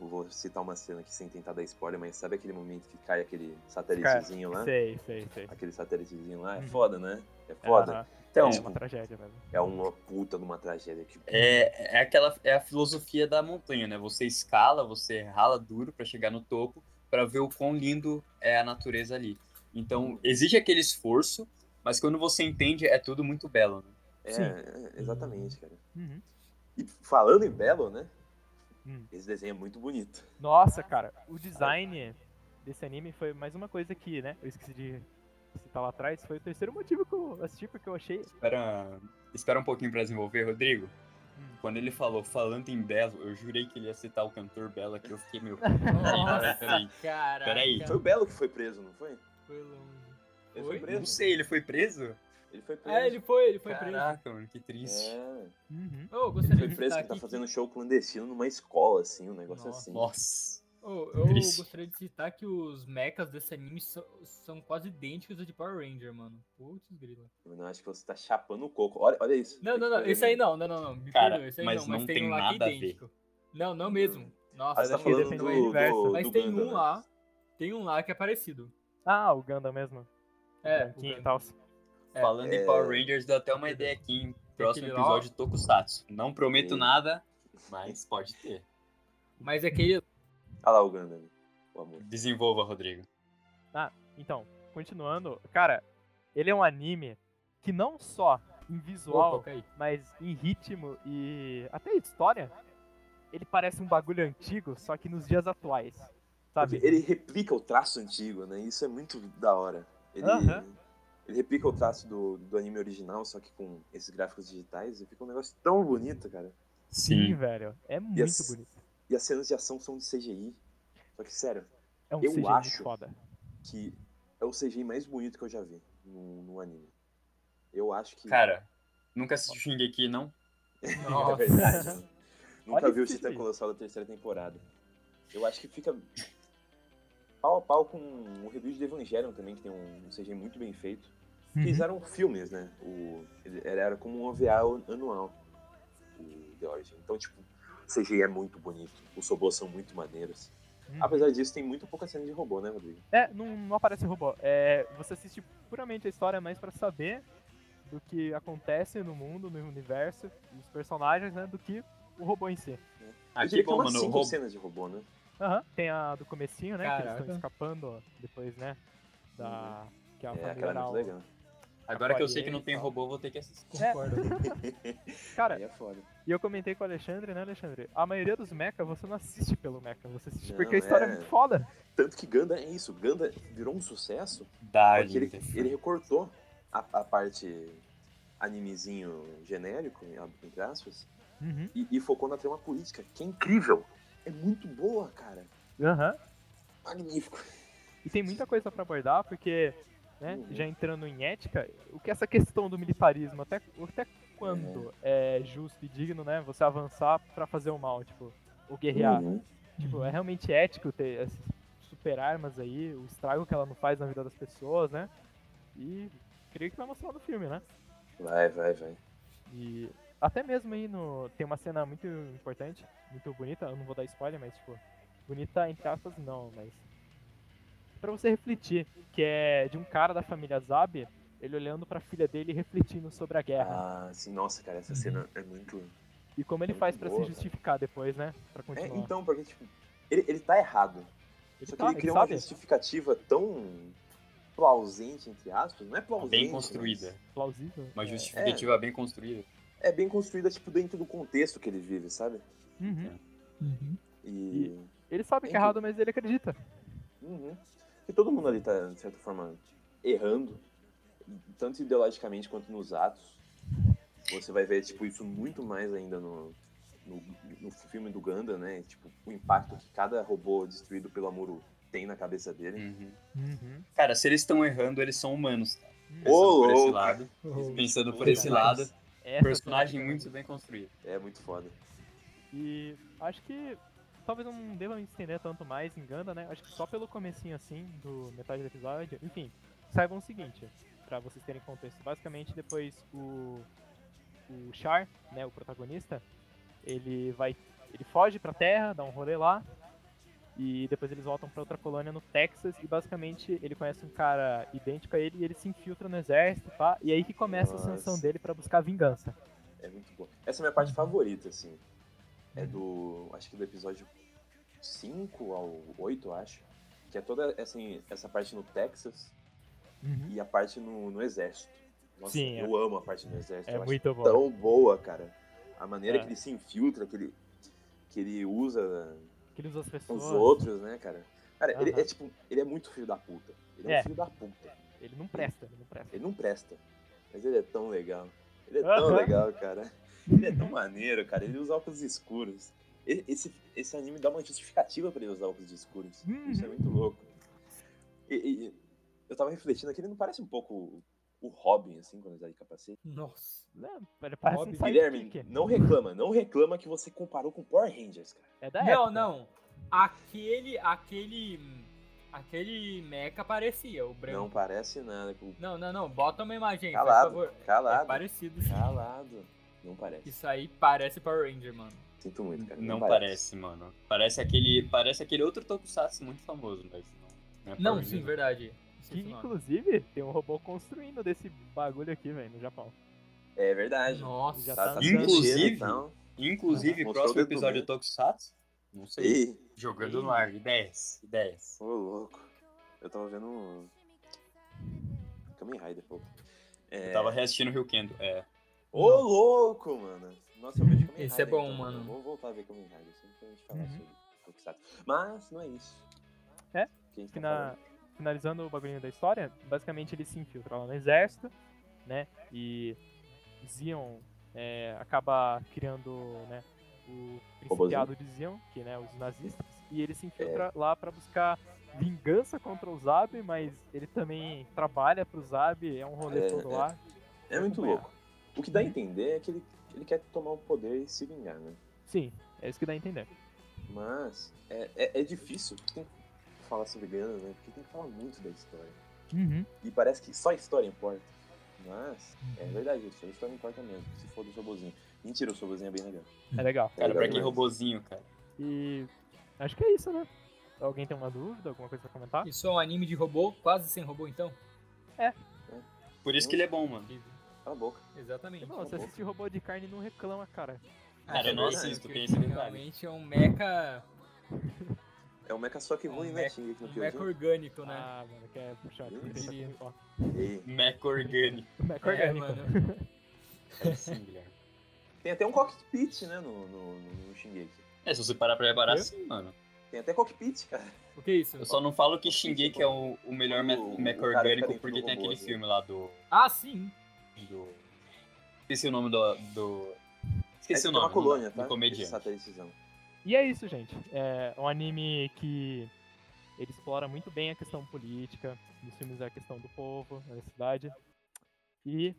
[SPEAKER 2] eu vou citar uma cena aqui sem tentar dar spoiler, mas sabe aquele momento que cai aquele satélitezinho lá?
[SPEAKER 5] Sei, sei, sei.
[SPEAKER 2] Aquele satélitezinho lá é
[SPEAKER 5] Uhum.
[SPEAKER 2] foda, né? É foda.
[SPEAKER 5] Aham.
[SPEAKER 1] Então,
[SPEAKER 5] é uma tragédia mesmo.
[SPEAKER 2] É uma puta de uma tragédia que
[SPEAKER 1] é, é aquela é a filosofia da montanha, né? Você escala, você rala duro pra chegar no topo, pra ver o quão lindo é a natureza ali. Então, exige aquele esforço, mas quando você entende, é tudo muito belo. Né?
[SPEAKER 2] É,
[SPEAKER 5] Sim.
[SPEAKER 2] é, exatamente, cara.
[SPEAKER 5] Uhum.
[SPEAKER 2] E falando em Belo, né?
[SPEAKER 5] Hum.
[SPEAKER 2] Esse desenho é muito bonito.
[SPEAKER 5] Nossa, cara, o design desse anime foi mais uma coisa que, né? Eu esqueci de citar lá atrás. Foi o terceiro motivo que eu assisti, porque eu achei
[SPEAKER 1] Espera, espera um pouquinho pra desenvolver, Rodrigo.
[SPEAKER 5] Hum.
[SPEAKER 1] Quando ele falou, falando em Belo, eu jurei que ele ia citar o cantor Belo aqui, eu fiquei meio. né?
[SPEAKER 4] [laughs] Nossa,
[SPEAKER 1] peraí.
[SPEAKER 4] cara.
[SPEAKER 1] Peraí.
[SPEAKER 2] Foi o Belo que foi preso, não foi?
[SPEAKER 4] Foi longe.
[SPEAKER 2] Ele foi,
[SPEAKER 4] Foi?
[SPEAKER 1] Não
[SPEAKER 2] preso.
[SPEAKER 1] sei, ele foi preso?
[SPEAKER 2] Ele foi preso.
[SPEAKER 5] É,
[SPEAKER 4] Ah, ele foi, ele foi preso.
[SPEAKER 1] Caraca, mano, que triste.
[SPEAKER 2] É,
[SPEAKER 5] Uhum.
[SPEAKER 4] Oh,
[SPEAKER 2] ele
[SPEAKER 4] gostaria
[SPEAKER 2] foi
[SPEAKER 4] de
[SPEAKER 2] preso
[SPEAKER 4] citar
[SPEAKER 2] que tá
[SPEAKER 4] aqui
[SPEAKER 2] fazendo show clandestino numa escola, assim, um negócio
[SPEAKER 4] Nossa.
[SPEAKER 2] assim.
[SPEAKER 1] Nossa.
[SPEAKER 4] Oh, eu
[SPEAKER 1] Triste.
[SPEAKER 4] gostaria de citar que os mechas desse anime são, são quase idênticos ao de Power Ranger, mano. Putz, grila.
[SPEAKER 2] Eu não acho que você tá chapando o coco. Olha, olha isso.
[SPEAKER 4] Não, não, não. Esse aí não, não, não, não. Me
[SPEAKER 1] Cara,
[SPEAKER 4] perdoa, esse aí
[SPEAKER 1] mas
[SPEAKER 4] não, mas
[SPEAKER 1] não
[SPEAKER 4] tem,
[SPEAKER 1] tem
[SPEAKER 4] um lá que
[SPEAKER 1] nada a
[SPEAKER 4] é
[SPEAKER 1] ver.
[SPEAKER 4] idêntico. Não, não mesmo. Nossa,
[SPEAKER 2] Ah, você tá
[SPEAKER 5] Acho que
[SPEAKER 2] falando
[SPEAKER 5] depende
[SPEAKER 2] do,
[SPEAKER 5] do
[SPEAKER 2] do,
[SPEAKER 5] universo.
[SPEAKER 2] do
[SPEAKER 4] Mas tem
[SPEAKER 2] Gundam,
[SPEAKER 4] um
[SPEAKER 2] né?
[SPEAKER 4] lá. Tem um lá que é parecido.
[SPEAKER 5] Ah, o Ganda mesmo.
[SPEAKER 4] É,
[SPEAKER 5] branquinho
[SPEAKER 4] o
[SPEAKER 5] e tal.
[SPEAKER 4] É,
[SPEAKER 1] Falando em
[SPEAKER 2] é.
[SPEAKER 1] Power Rangers, deu até uma ideia aqui em próximo
[SPEAKER 4] aquele lá, ó.
[SPEAKER 1] episódio de Tokusatsu. Não prometo
[SPEAKER 2] Sim.
[SPEAKER 1] nada, mas pode ter.
[SPEAKER 4] Mas é aquele.
[SPEAKER 2] Olha lá o Gundam. O amor.
[SPEAKER 1] Desenvolva, Rodrigo.
[SPEAKER 5] Então, continuando, cara, ele é um anime que não só em visual,
[SPEAKER 4] Opa, caí.
[SPEAKER 5] mas em ritmo e até história, ele parece um bagulho antigo, só que nos dias atuais,
[SPEAKER 2] Porque
[SPEAKER 5] sabe?
[SPEAKER 2] Ele replica o traço antigo, né? Isso é muito da hora. Ele,
[SPEAKER 5] Aham.
[SPEAKER 2] ele replica o traço do, do anime original, só que com esses gráficos digitais. E fica um negócio tão bonito, cara.
[SPEAKER 5] Sim, velho, é muito
[SPEAKER 2] Yes.
[SPEAKER 5] bonito.
[SPEAKER 2] E as cenas de ação são de CGI. Só que, sério,
[SPEAKER 5] É um
[SPEAKER 2] Eu
[SPEAKER 5] CGI
[SPEAKER 2] acho.
[SPEAKER 5] muito foda.
[SPEAKER 2] que é o CGI mais bonito que eu já vi num, num anime. Eu acho que.
[SPEAKER 1] Cara, nunca assisti Shingeki, não?
[SPEAKER 2] é verdade. mano. Nunca
[SPEAKER 5] Olha
[SPEAKER 2] vi o
[SPEAKER 5] esse
[SPEAKER 2] Titã
[SPEAKER 5] vídeo.
[SPEAKER 2] Colossal da terceira temporada. Eu acho que fica pau a pau com o review de Evangelion também, que tem um CG muito bem feito. Fizeram filmes, né? O, ele- era era como um OVA anual, o The Origin. Então, tipo, o CGI é muito bonito, os robôs são muito maneiros.
[SPEAKER 5] Uhum.
[SPEAKER 2] Apesar disso, tem muito pouca cena de robô, né, Rodrigo?
[SPEAKER 5] É, não, não aparece robô. É, você assiste puramente a história mais pra saber do que acontece no mundo, no universo, dos personagens, né, do que o robô em si.
[SPEAKER 2] Eu
[SPEAKER 1] Ah, que
[SPEAKER 2] diria que tem
[SPEAKER 1] bom,
[SPEAKER 2] umas
[SPEAKER 1] mano.
[SPEAKER 2] cinco
[SPEAKER 1] Rob-
[SPEAKER 2] cenas de robô, né?
[SPEAKER 5] Aham, tem a do comecinho, né, que eles
[SPEAKER 4] Caraca.
[SPEAKER 5] estão escapando ó, depois, né, da... que a
[SPEAKER 2] É,
[SPEAKER 5] família
[SPEAKER 2] aquela é muito
[SPEAKER 5] Arau-
[SPEAKER 2] legal.
[SPEAKER 1] Agora que eu sei
[SPEAKER 5] Apoiei
[SPEAKER 1] que não
[SPEAKER 5] e
[SPEAKER 1] tem
[SPEAKER 5] tal.
[SPEAKER 1] robô, vou ter que assistir.
[SPEAKER 4] Concordo.
[SPEAKER 5] Cara,
[SPEAKER 2] [laughs] Aí é foda.
[SPEAKER 5] e eu comentei com o Alexandre, né, Alexandre, a maioria dos mecha você não assiste pelo mecha, você assiste
[SPEAKER 2] Não,
[SPEAKER 5] porque a história é
[SPEAKER 2] é.
[SPEAKER 5] muito foda.
[SPEAKER 2] Tanto que Ganda é isso. Ganda virou um sucesso
[SPEAKER 1] Dá,
[SPEAKER 2] Porque ele, é
[SPEAKER 1] gente.
[SPEAKER 2] ele recortou a, a parte animezinho genérico, em- entre aspas,
[SPEAKER 5] Uhum.
[SPEAKER 2] e, e focou na trama política, que é incrível. É muito boa, cara.
[SPEAKER 5] Aham.
[SPEAKER 2] Magnífico.
[SPEAKER 5] E tem muita coisa pra abordar, porque, né,
[SPEAKER 2] Uhum.
[SPEAKER 5] já entrando em ética, o que essa questão do militarismo, até, até quando é. justo e digno, né, você avançar pra fazer o mal, tipo, ou guerrear.
[SPEAKER 2] Uhum.
[SPEAKER 5] Tipo, é realmente ético ter essas super armas aí, o estrago que ela não faz na vida das pessoas, né? E creio que vai mostrar no filme, né?
[SPEAKER 2] Vai, vai, vai.
[SPEAKER 5] E até mesmo aí no. Tem uma cena muito importante, muito bonita, eu não vou dar spoiler, mas tipo. Bonita entre aspas não, mas. Pra você refletir, que é de um cara da família Zab, ele olhando pra filha dele e refletindo sobre a guerra.
[SPEAKER 2] Ah, sim, nossa, cara, essa cena é muito.
[SPEAKER 5] e como ele
[SPEAKER 2] muito
[SPEAKER 5] faz pra
[SPEAKER 2] boa,
[SPEAKER 5] se
[SPEAKER 2] cara.
[SPEAKER 5] justificar depois, né? Pra
[SPEAKER 2] É,
[SPEAKER 5] continuar.
[SPEAKER 2] então, porque, tipo, ele, ele tá errado. Só que
[SPEAKER 5] tá,
[SPEAKER 2] ele cria uma
[SPEAKER 5] sabe?
[SPEAKER 2] justificativa tão plausente, entre aspas. Não é plausente.
[SPEAKER 1] Bem
[SPEAKER 2] mas
[SPEAKER 1] construída.
[SPEAKER 5] Plausível.
[SPEAKER 1] Uma
[SPEAKER 5] É.
[SPEAKER 1] justificativa bem construída.
[SPEAKER 2] É bem construída, tipo, dentro do contexto que ele vive, sabe?
[SPEAKER 5] Uhum.
[SPEAKER 4] Uhum.
[SPEAKER 2] E.
[SPEAKER 5] Ele sabe que é
[SPEAKER 2] Tem que-
[SPEAKER 5] errado, mas ele acredita.
[SPEAKER 2] Uhum. Porque todo mundo ali tá, de certa forma, errando, tanto ideologicamente quanto nos atos. Você vai ver, tipo, isso muito mais ainda no, no, no filme do Ganda, né? Tipo, o impacto que cada robô destruído pelo Amuro tem na cabeça dele.
[SPEAKER 1] Uhum.
[SPEAKER 5] Uhum.
[SPEAKER 1] Cara, se eles estão errando, eles são humanos. Tá? Pensando
[SPEAKER 2] Ô,
[SPEAKER 1] por esse
[SPEAKER 2] louco.
[SPEAKER 1] lado.
[SPEAKER 4] Uhum.
[SPEAKER 1] Pensando por
[SPEAKER 5] Sim,
[SPEAKER 1] esse
[SPEAKER 5] mas-
[SPEAKER 1] lado.
[SPEAKER 5] Essa
[SPEAKER 1] Personagem
[SPEAKER 5] cena-
[SPEAKER 1] muito bem construído.
[SPEAKER 2] É muito foda.
[SPEAKER 5] E acho que talvez eu não deva me estender tanto mais em Ganda, né? Acho que só pelo comecinho assim, do metade do episódio. Enfim, saibam o seguinte, pra vocês terem contexto. Basicamente, depois o, o Char, né, o protagonista, ele vai ele foge pra Terra, dá um rolê lá, e depois eles voltam pra outra colônia no Texas, e basicamente ele conhece um cara idêntico a ele, e ele se infiltra no exército, pá, e é aí que começa a ascensão
[SPEAKER 2] Nossa.
[SPEAKER 5] dele pra buscar vingança.
[SPEAKER 2] É muito boa. Essa é a minha parte favorita, assim. É do. Acho que do episódio 5 ao 8, eu acho. Que é toda essa, essa parte no Texas e a parte no, no exército. Nossa,
[SPEAKER 5] Sim, é.
[SPEAKER 2] eu amo a parte no exército.
[SPEAKER 5] É
[SPEAKER 2] eu acho
[SPEAKER 5] muito bom.
[SPEAKER 2] tão boa, cara. A maneira
[SPEAKER 5] É.
[SPEAKER 2] que ele se infiltra, que ele, que ele usa
[SPEAKER 5] Que ele usa as
[SPEAKER 2] os
[SPEAKER 5] pessoas.
[SPEAKER 2] outros, né, cara? Cara, ele
[SPEAKER 5] Aham.
[SPEAKER 2] é tipo, ele é muito filho da puta. Ele é,
[SPEAKER 5] É.
[SPEAKER 2] um filho da puta.
[SPEAKER 5] Ele não presta, ele não presta.
[SPEAKER 2] Ele não presta. Mas ele é tão legal. Ele é tão
[SPEAKER 5] Aham.
[SPEAKER 2] legal, cara. Ele é tão maneiro, cara. Ele usa óculos escuros. E- Esse, esse anime dá uma justificativa pra ele usar óculos escuros.
[SPEAKER 5] Uhum.
[SPEAKER 2] Isso é muito louco. E, e- e eu tava refletindo aqui, ele não parece um pouco o- o Robin, assim, quando ele tá de capacete?
[SPEAKER 4] Nossa.
[SPEAKER 5] Não, ele parece
[SPEAKER 4] Rob
[SPEAKER 5] um
[SPEAKER 2] Guilherme,
[SPEAKER 4] é?
[SPEAKER 5] sidekick.
[SPEAKER 2] não reclama, não reclama que você comparou com Power Rangers, cara.
[SPEAKER 5] É da
[SPEAKER 4] Não,
[SPEAKER 5] época.
[SPEAKER 4] não. Aquele, aquele, aquele meca parecia, o branco.
[SPEAKER 2] Não parece nada com.
[SPEAKER 4] Não, não, não. Bota uma imagem aí,
[SPEAKER 2] Calado,
[SPEAKER 4] por favor. É
[SPEAKER 2] Calado.
[SPEAKER 4] parecido.
[SPEAKER 2] Calado. Não parece.
[SPEAKER 4] Isso aí parece Power Ranger, mano.
[SPEAKER 2] Sinto muito, cara.
[SPEAKER 1] Não parece, mano. Parece aquele, parece aquele outro Tokusatsu muito famoso, mas não. é
[SPEAKER 4] Não,
[SPEAKER 1] Power
[SPEAKER 4] sim,
[SPEAKER 1] Rangers.
[SPEAKER 4] verdade.
[SPEAKER 5] Que
[SPEAKER 4] Esqueci o nome.
[SPEAKER 5] inclusive tem um robô construindo desse bagulho aqui, velho, no Japão.
[SPEAKER 2] É verdade.
[SPEAKER 4] Nossa.
[SPEAKER 5] Já tá-
[SPEAKER 2] sendo
[SPEAKER 1] Inclusive-
[SPEAKER 2] cheiro, então.
[SPEAKER 1] Inclusive,
[SPEAKER 2] Mostrou
[SPEAKER 1] próximo
[SPEAKER 2] o dedo
[SPEAKER 1] episódio
[SPEAKER 2] mesmo.
[SPEAKER 1] do Tokusatsu, não sei.
[SPEAKER 2] Ih,
[SPEAKER 1] Jogando
[SPEAKER 5] Ih.
[SPEAKER 1] no ar, ideias, ideias.
[SPEAKER 2] ô louco. Eu tava vendo. um- Kamen Rider, pô. É...
[SPEAKER 1] Eu tava reassistindo o Rio Kendo. É.
[SPEAKER 2] Ô louco, mano. Nossa, eu vejo Kamen
[SPEAKER 4] Esse
[SPEAKER 2] Rider,
[SPEAKER 4] é bom,
[SPEAKER 2] então.
[SPEAKER 4] mano.
[SPEAKER 2] Eu Vou voltar a ver Kamen Rider, sempre pra gente falar
[SPEAKER 5] Uhum.
[SPEAKER 2] sobre Tokusatsu. Mas não é isso.
[SPEAKER 5] É?
[SPEAKER 2] Que a gente tá
[SPEAKER 5] Fina-
[SPEAKER 2] falando.
[SPEAKER 5] Finalizando o bagulhinho da história, basicamente ele se infiltra lá no exército, né? E Zion é, acaba criando né, o
[SPEAKER 2] Robôzinho.
[SPEAKER 5] principiado de Zion, que né, os nazistas, e ele se infiltra
[SPEAKER 2] É.
[SPEAKER 5] lá pra buscar vingança contra o Zab, mas ele também trabalha pro Zab, é um rolê
[SPEAKER 2] É,
[SPEAKER 5] todo
[SPEAKER 2] é.
[SPEAKER 5] lá.
[SPEAKER 2] É muito
[SPEAKER 5] acompanhar.
[SPEAKER 2] louco. O que dá a entender é que ele, ele quer tomar o poder e se vingar, né?
[SPEAKER 5] Sim, é isso que dá a entender.
[SPEAKER 2] Mas é, é, é difícil porque tem que falar sobre grana, né? Porque tem que falar muito da história.
[SPEAKER 5] Uhum.
[SPEAKER 2] E parece que só a história importa. Mas é verdade isso, a história importa mesmo. Se for do robozinho. Mentira, o robozinho é bem legal.
[SPEAKER 5] É legal.
[SPEAKER 2] É
[SPEAKER 1] Cara,
[SPEAKER 2] legal
[SPEAKER 1] pra que
[SPEAKER 2] demais.
[SPEAKER 1] robozinho, cara?
[SPEAKER 5] E acho que é isso, né? Alguém tem uma dúvida, alguma coisa pra comentar?
[SPEAKER 4] Isso é um anime de robô, quase sem robô então?
[SPEAKER 1] Por isso que ele é bom, mano.
[SPEAKER 2] Cala a boca.
[SPEAKER 4] Exatamente.
[SPEAKER 5] Não, você assiste robô de carne e não reclama, Tá cara.
[SPEAKER 1] Cara, eu não
[SPEAKER 2] verdade,
[SPEAKER 1] assisto,
[SPEAKER 4] porque
[SPEAKER 1] tem esse detalhe.
[SPEAKER 4] Realmente é um mecha,
[SPEAKER 2] É um mecha só que
[SPEAKER 4] É um
[SPEAKER 2] ruim, né,
[SPEAKER 4] mecha-
[SPEAKER 2] Xing, aqui
[SPEAKER 4] um
[SPEAKER 2] no
[SPEAKER 4] meca
[SPEAKER 2] Kyojin?
[SPEAKER 4] orgânico, né?
[SPEAKER 5] Ah, mano, quer puxar aqui.
[SPEAKER 2] Eu
[SPEAKER 5] tenta
[SPEAKER 4] diria.
[SPEAKER 5] comigo, ó.
[SPEAKER 2] Ei.
[SPEAKER 1] Mecha orgânico.
[SPEAKER 5] Meca
[SPEAKER 4] é,
[SPEAKER 5] orgânico.
[SPEAKER 4] mano.
[SPEAKER 1] É assim, [laughs] Guilherme.
[SPEAKER 2] Tem até um cockpit, né, no, no, no, no Shingeki.
[SPEAKER 1] É, se você parar pra reparar,
[SPEAKER 5] Quê?
[SPEAKER 1] sim, mano.
[SPEAKER 2] Tem até cockpit, cara.
[SPEAKER 4] O que é isso?
[SPEAKER 1] Eu só não falo que Shingeki é o, o melhor me-
[SPEAKER 2] tipo O- o
[SPEAKER 1] mecha
[SPEAKER 2] cara que tá
[SPEAKER 1] orgânico
[SPEAKER 2] dentro
[SPEAKER 1] porque
[SPEAKER 2] do
[SPEAKER 1] tem
[SPEAKER 2] robô,
[SPEAKER 1] aquele
[SPEAKER 2] assim.
[SPEAKER 1] filme lá do...
[SPEAKER 4] Ah, sim.
[SPEAKER 1] do... Esqueci o nome do... do... Esqueci é o
[SPEAKER 2] Aí tem
[SPEAKER 1] nome
[SPEAKER 2] uma colônia,
[SPEAKER 1] do,
[SPEAKER 2] tá?
[SPEAKER 1] do comediante.
[SPEAKER 2] Satelitezão.
[SPEAKER 5] E é isso, gente. É um anime que ele explora muito bem a questão política, nos filmes é a questão do povo, da cidade. E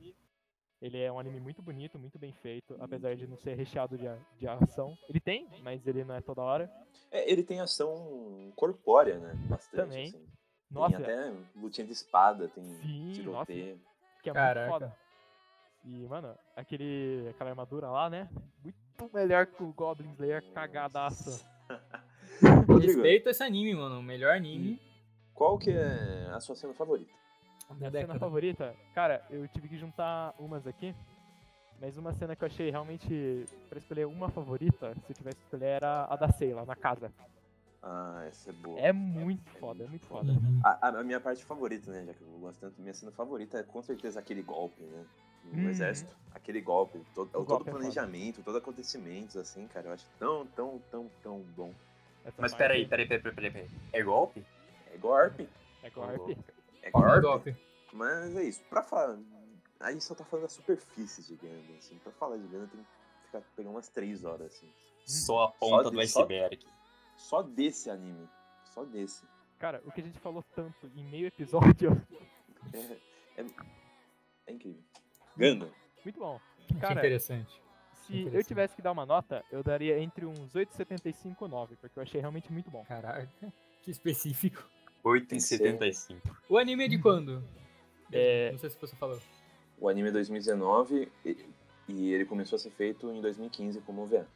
[SPEAKER 5] ele é um anime muito bonito, muito bem feito, apesar de não ser recheado de, a- de ação. Ele tem, mas ele não é toda hora.
[SPEAKER 2] É, ele tem ação corpórea, né? Bastante,
[SPEAKER 5] Também.
[SPEAKER 2] assim.
[SPEAKER 5] Nossa,
[SPEAKER 2] Tem até lutinha de espada, tem
[SPEAKER 5] Sim,
[SPEAKER 2] tiroteio.
[SPEAKER 5] que é
[SPEAKER 4] Caraca.
[SPEAKER 5] muito foda. E, mano, aquele, aquela armadura lá, né? Muito melhor que o Goblin Slayer cagadaça.
[SPEAKER 2] Rodrigo,
[SPEAKER 4] Respeita esse anime, mano. O melhor anime
[SPEAKER 2] qual que é a sua cena favorita?
[SPEAKER 4] da
[SPEAKER 5] Minha cena
[SPEAKER 4] década.
[SPEAKER 5] favorita, cara, eu tive que juntar umas aqui. Mas uma cena que eu achei realmente pra escolher uma favorita, se eu tivesse que escolher, era a da Seila, na casa.
[SPEAKER 2] Ah, essa é boa.
[SPEAKER 5] É muito foda, é muito foda.
[SPEAKER 2] A, a- a minha parte favorita, né? Já que eu gosto tanto, minha cena favorita é com certeza aquele golpe, né? No
[SPEAKER 5] Uhum.
[SPEAKER 2] exército. Aquele golpe, todo, todo
[SPEAKER 5] golpe é
[SPEAKER 2] planejamento, todo acontecimento, assim, cara, eu acho tão, tão, tão, tão bom.
[SPEAKER 5] Essa
[SPEAKER 1] Mas
[SPEAKER 5] parte
[SPEAKER 1] peraí, peraí, peraí, peraí, peraí. É golpe?
[SPEAKER 2] É golpe,
[SPEAKER 5] É golpe.
[SPEAKER 2] é
[SPEAKER 4] É
[SPEAKER 2] golpe.
[SPEAKER 4] golpe.
[SPEAKER 2] Mas é isso, pra falar. A gente só tá falando da superfície de Ganda, assim. Pra falar de Ganda tem que ficar, pegar umas três horas, assim.
[SPEAKER 1] Só a ponta
[SPEAKER 2] Só
[SPEAKER 1] do
[SPEAKER 2] de- só-
[SPEAKER 1] iceberg.
[SPEAKER 2] Só desse anime. Só desse.
[SPEAKER 5] Cara, o que a gente falou tanto em meio episódio, [laughs]
[SPEAKER 2] É, é- é incrível. Ganda.
[SPEAKER 5] muito bom.
[SPEAKER 4] que
[SPEAKER 5] Cara,
[SPEAKER 4] interessante.
[SPEAKER 5] se eu
[SPEAKER 4] interessante.
[SPEAKER 5] tivesse que dar uma nota, eu daria entre uns 8,75 e 9, porque eu achei realmente muito bom.
[SPEAKER 4] Caraca, que específico.
[SPEAKER 1] 8,75.
[SPEAKER 4] O anime é de quando?
[SPEAKER 5] É-
[SPEAKER 4] Não sei se você falou.
[SPEAKER 2] O anime é 2019 e, e ele começou a ser feito em 2015 como OVA.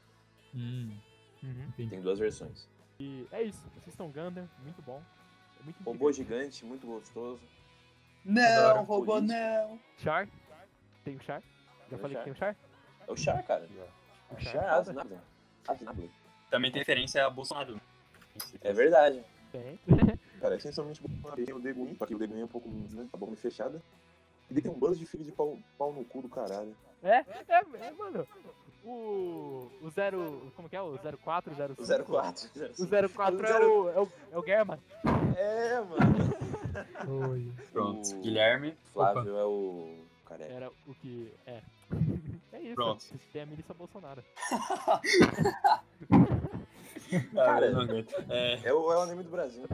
[SPEAKER 4] Hum,
[SPEAKER 5] Uhum.
[SPEAKER 2] Tem duas versões.
[SPEAKER 5] E é isso, assistam Gundam, muito bom. É muito
[SPEAKER 2] Robô
[SPEAKER 5] intrigante.
[SPEAKER 2] gigante, muito gostoso.
[SPEAKER 1] Não,
[SPEAKER 2] robô,
[SPEAKER 1] robô não!
[SPEAKER 5] Char, tem o Char? Já
[SPEAKER 2] Tem o
[SPEAKER 5] falei que
[SPEAKER 2] Char.
[SPEAKER 5] tem o Char?
[SPEAKER 2] É o Char, cara. O
[SPEAKER 5] O
[SPEAKER 2] Char
[SPEAKER 5] Char é
[SPEAKER 2] é
[SPEAKER 5] foda.
[SPEAKER 2] Asnabla. Asnabla.
[SPEAKER 1] Também tem referência a Bolsonaro.
[SPEAKER 2] É verdade.
[SPEAKER 5] Tem.
[SPEAKER 2] Cara, é essencialmente Bolsonaro. Tem o Deguin, só que o Deguin é um pouco, né? A bomba fechada. E daí tem um bando de filho de pau, pau no cu do caralho.
[SPEAKER 5] [laughs] É, é, é, mano. O. O 0. Como que é? O 04, 05?
[SPEAKER 2] O [laughs] 04.
[SPEAKER 5] O 04 é
[SPEAKER 2] Zero-
[SPEAKER 5] o. É o, é o Germa.
[SPEAKER 2] É, mano.
[SPEAKER 1] Pronto,
[SPEAKER 2] O-
[SPEAKER 1] Guilherme.
[SPEAKER 2] Flávio é o. Careca.
[SPEAKER 5] Era o que. É. [laughs] É isso.
[SPEAKER 1] Pronto.
[SPEAKER 5] Tem a milícia Bolsonaro.
[SPEAKER 2] Cara.
[SPEAKER 1] Ah, eu não aguento. [laughs] É,
[SPEAKER 2] É o, é o anime do Brasil.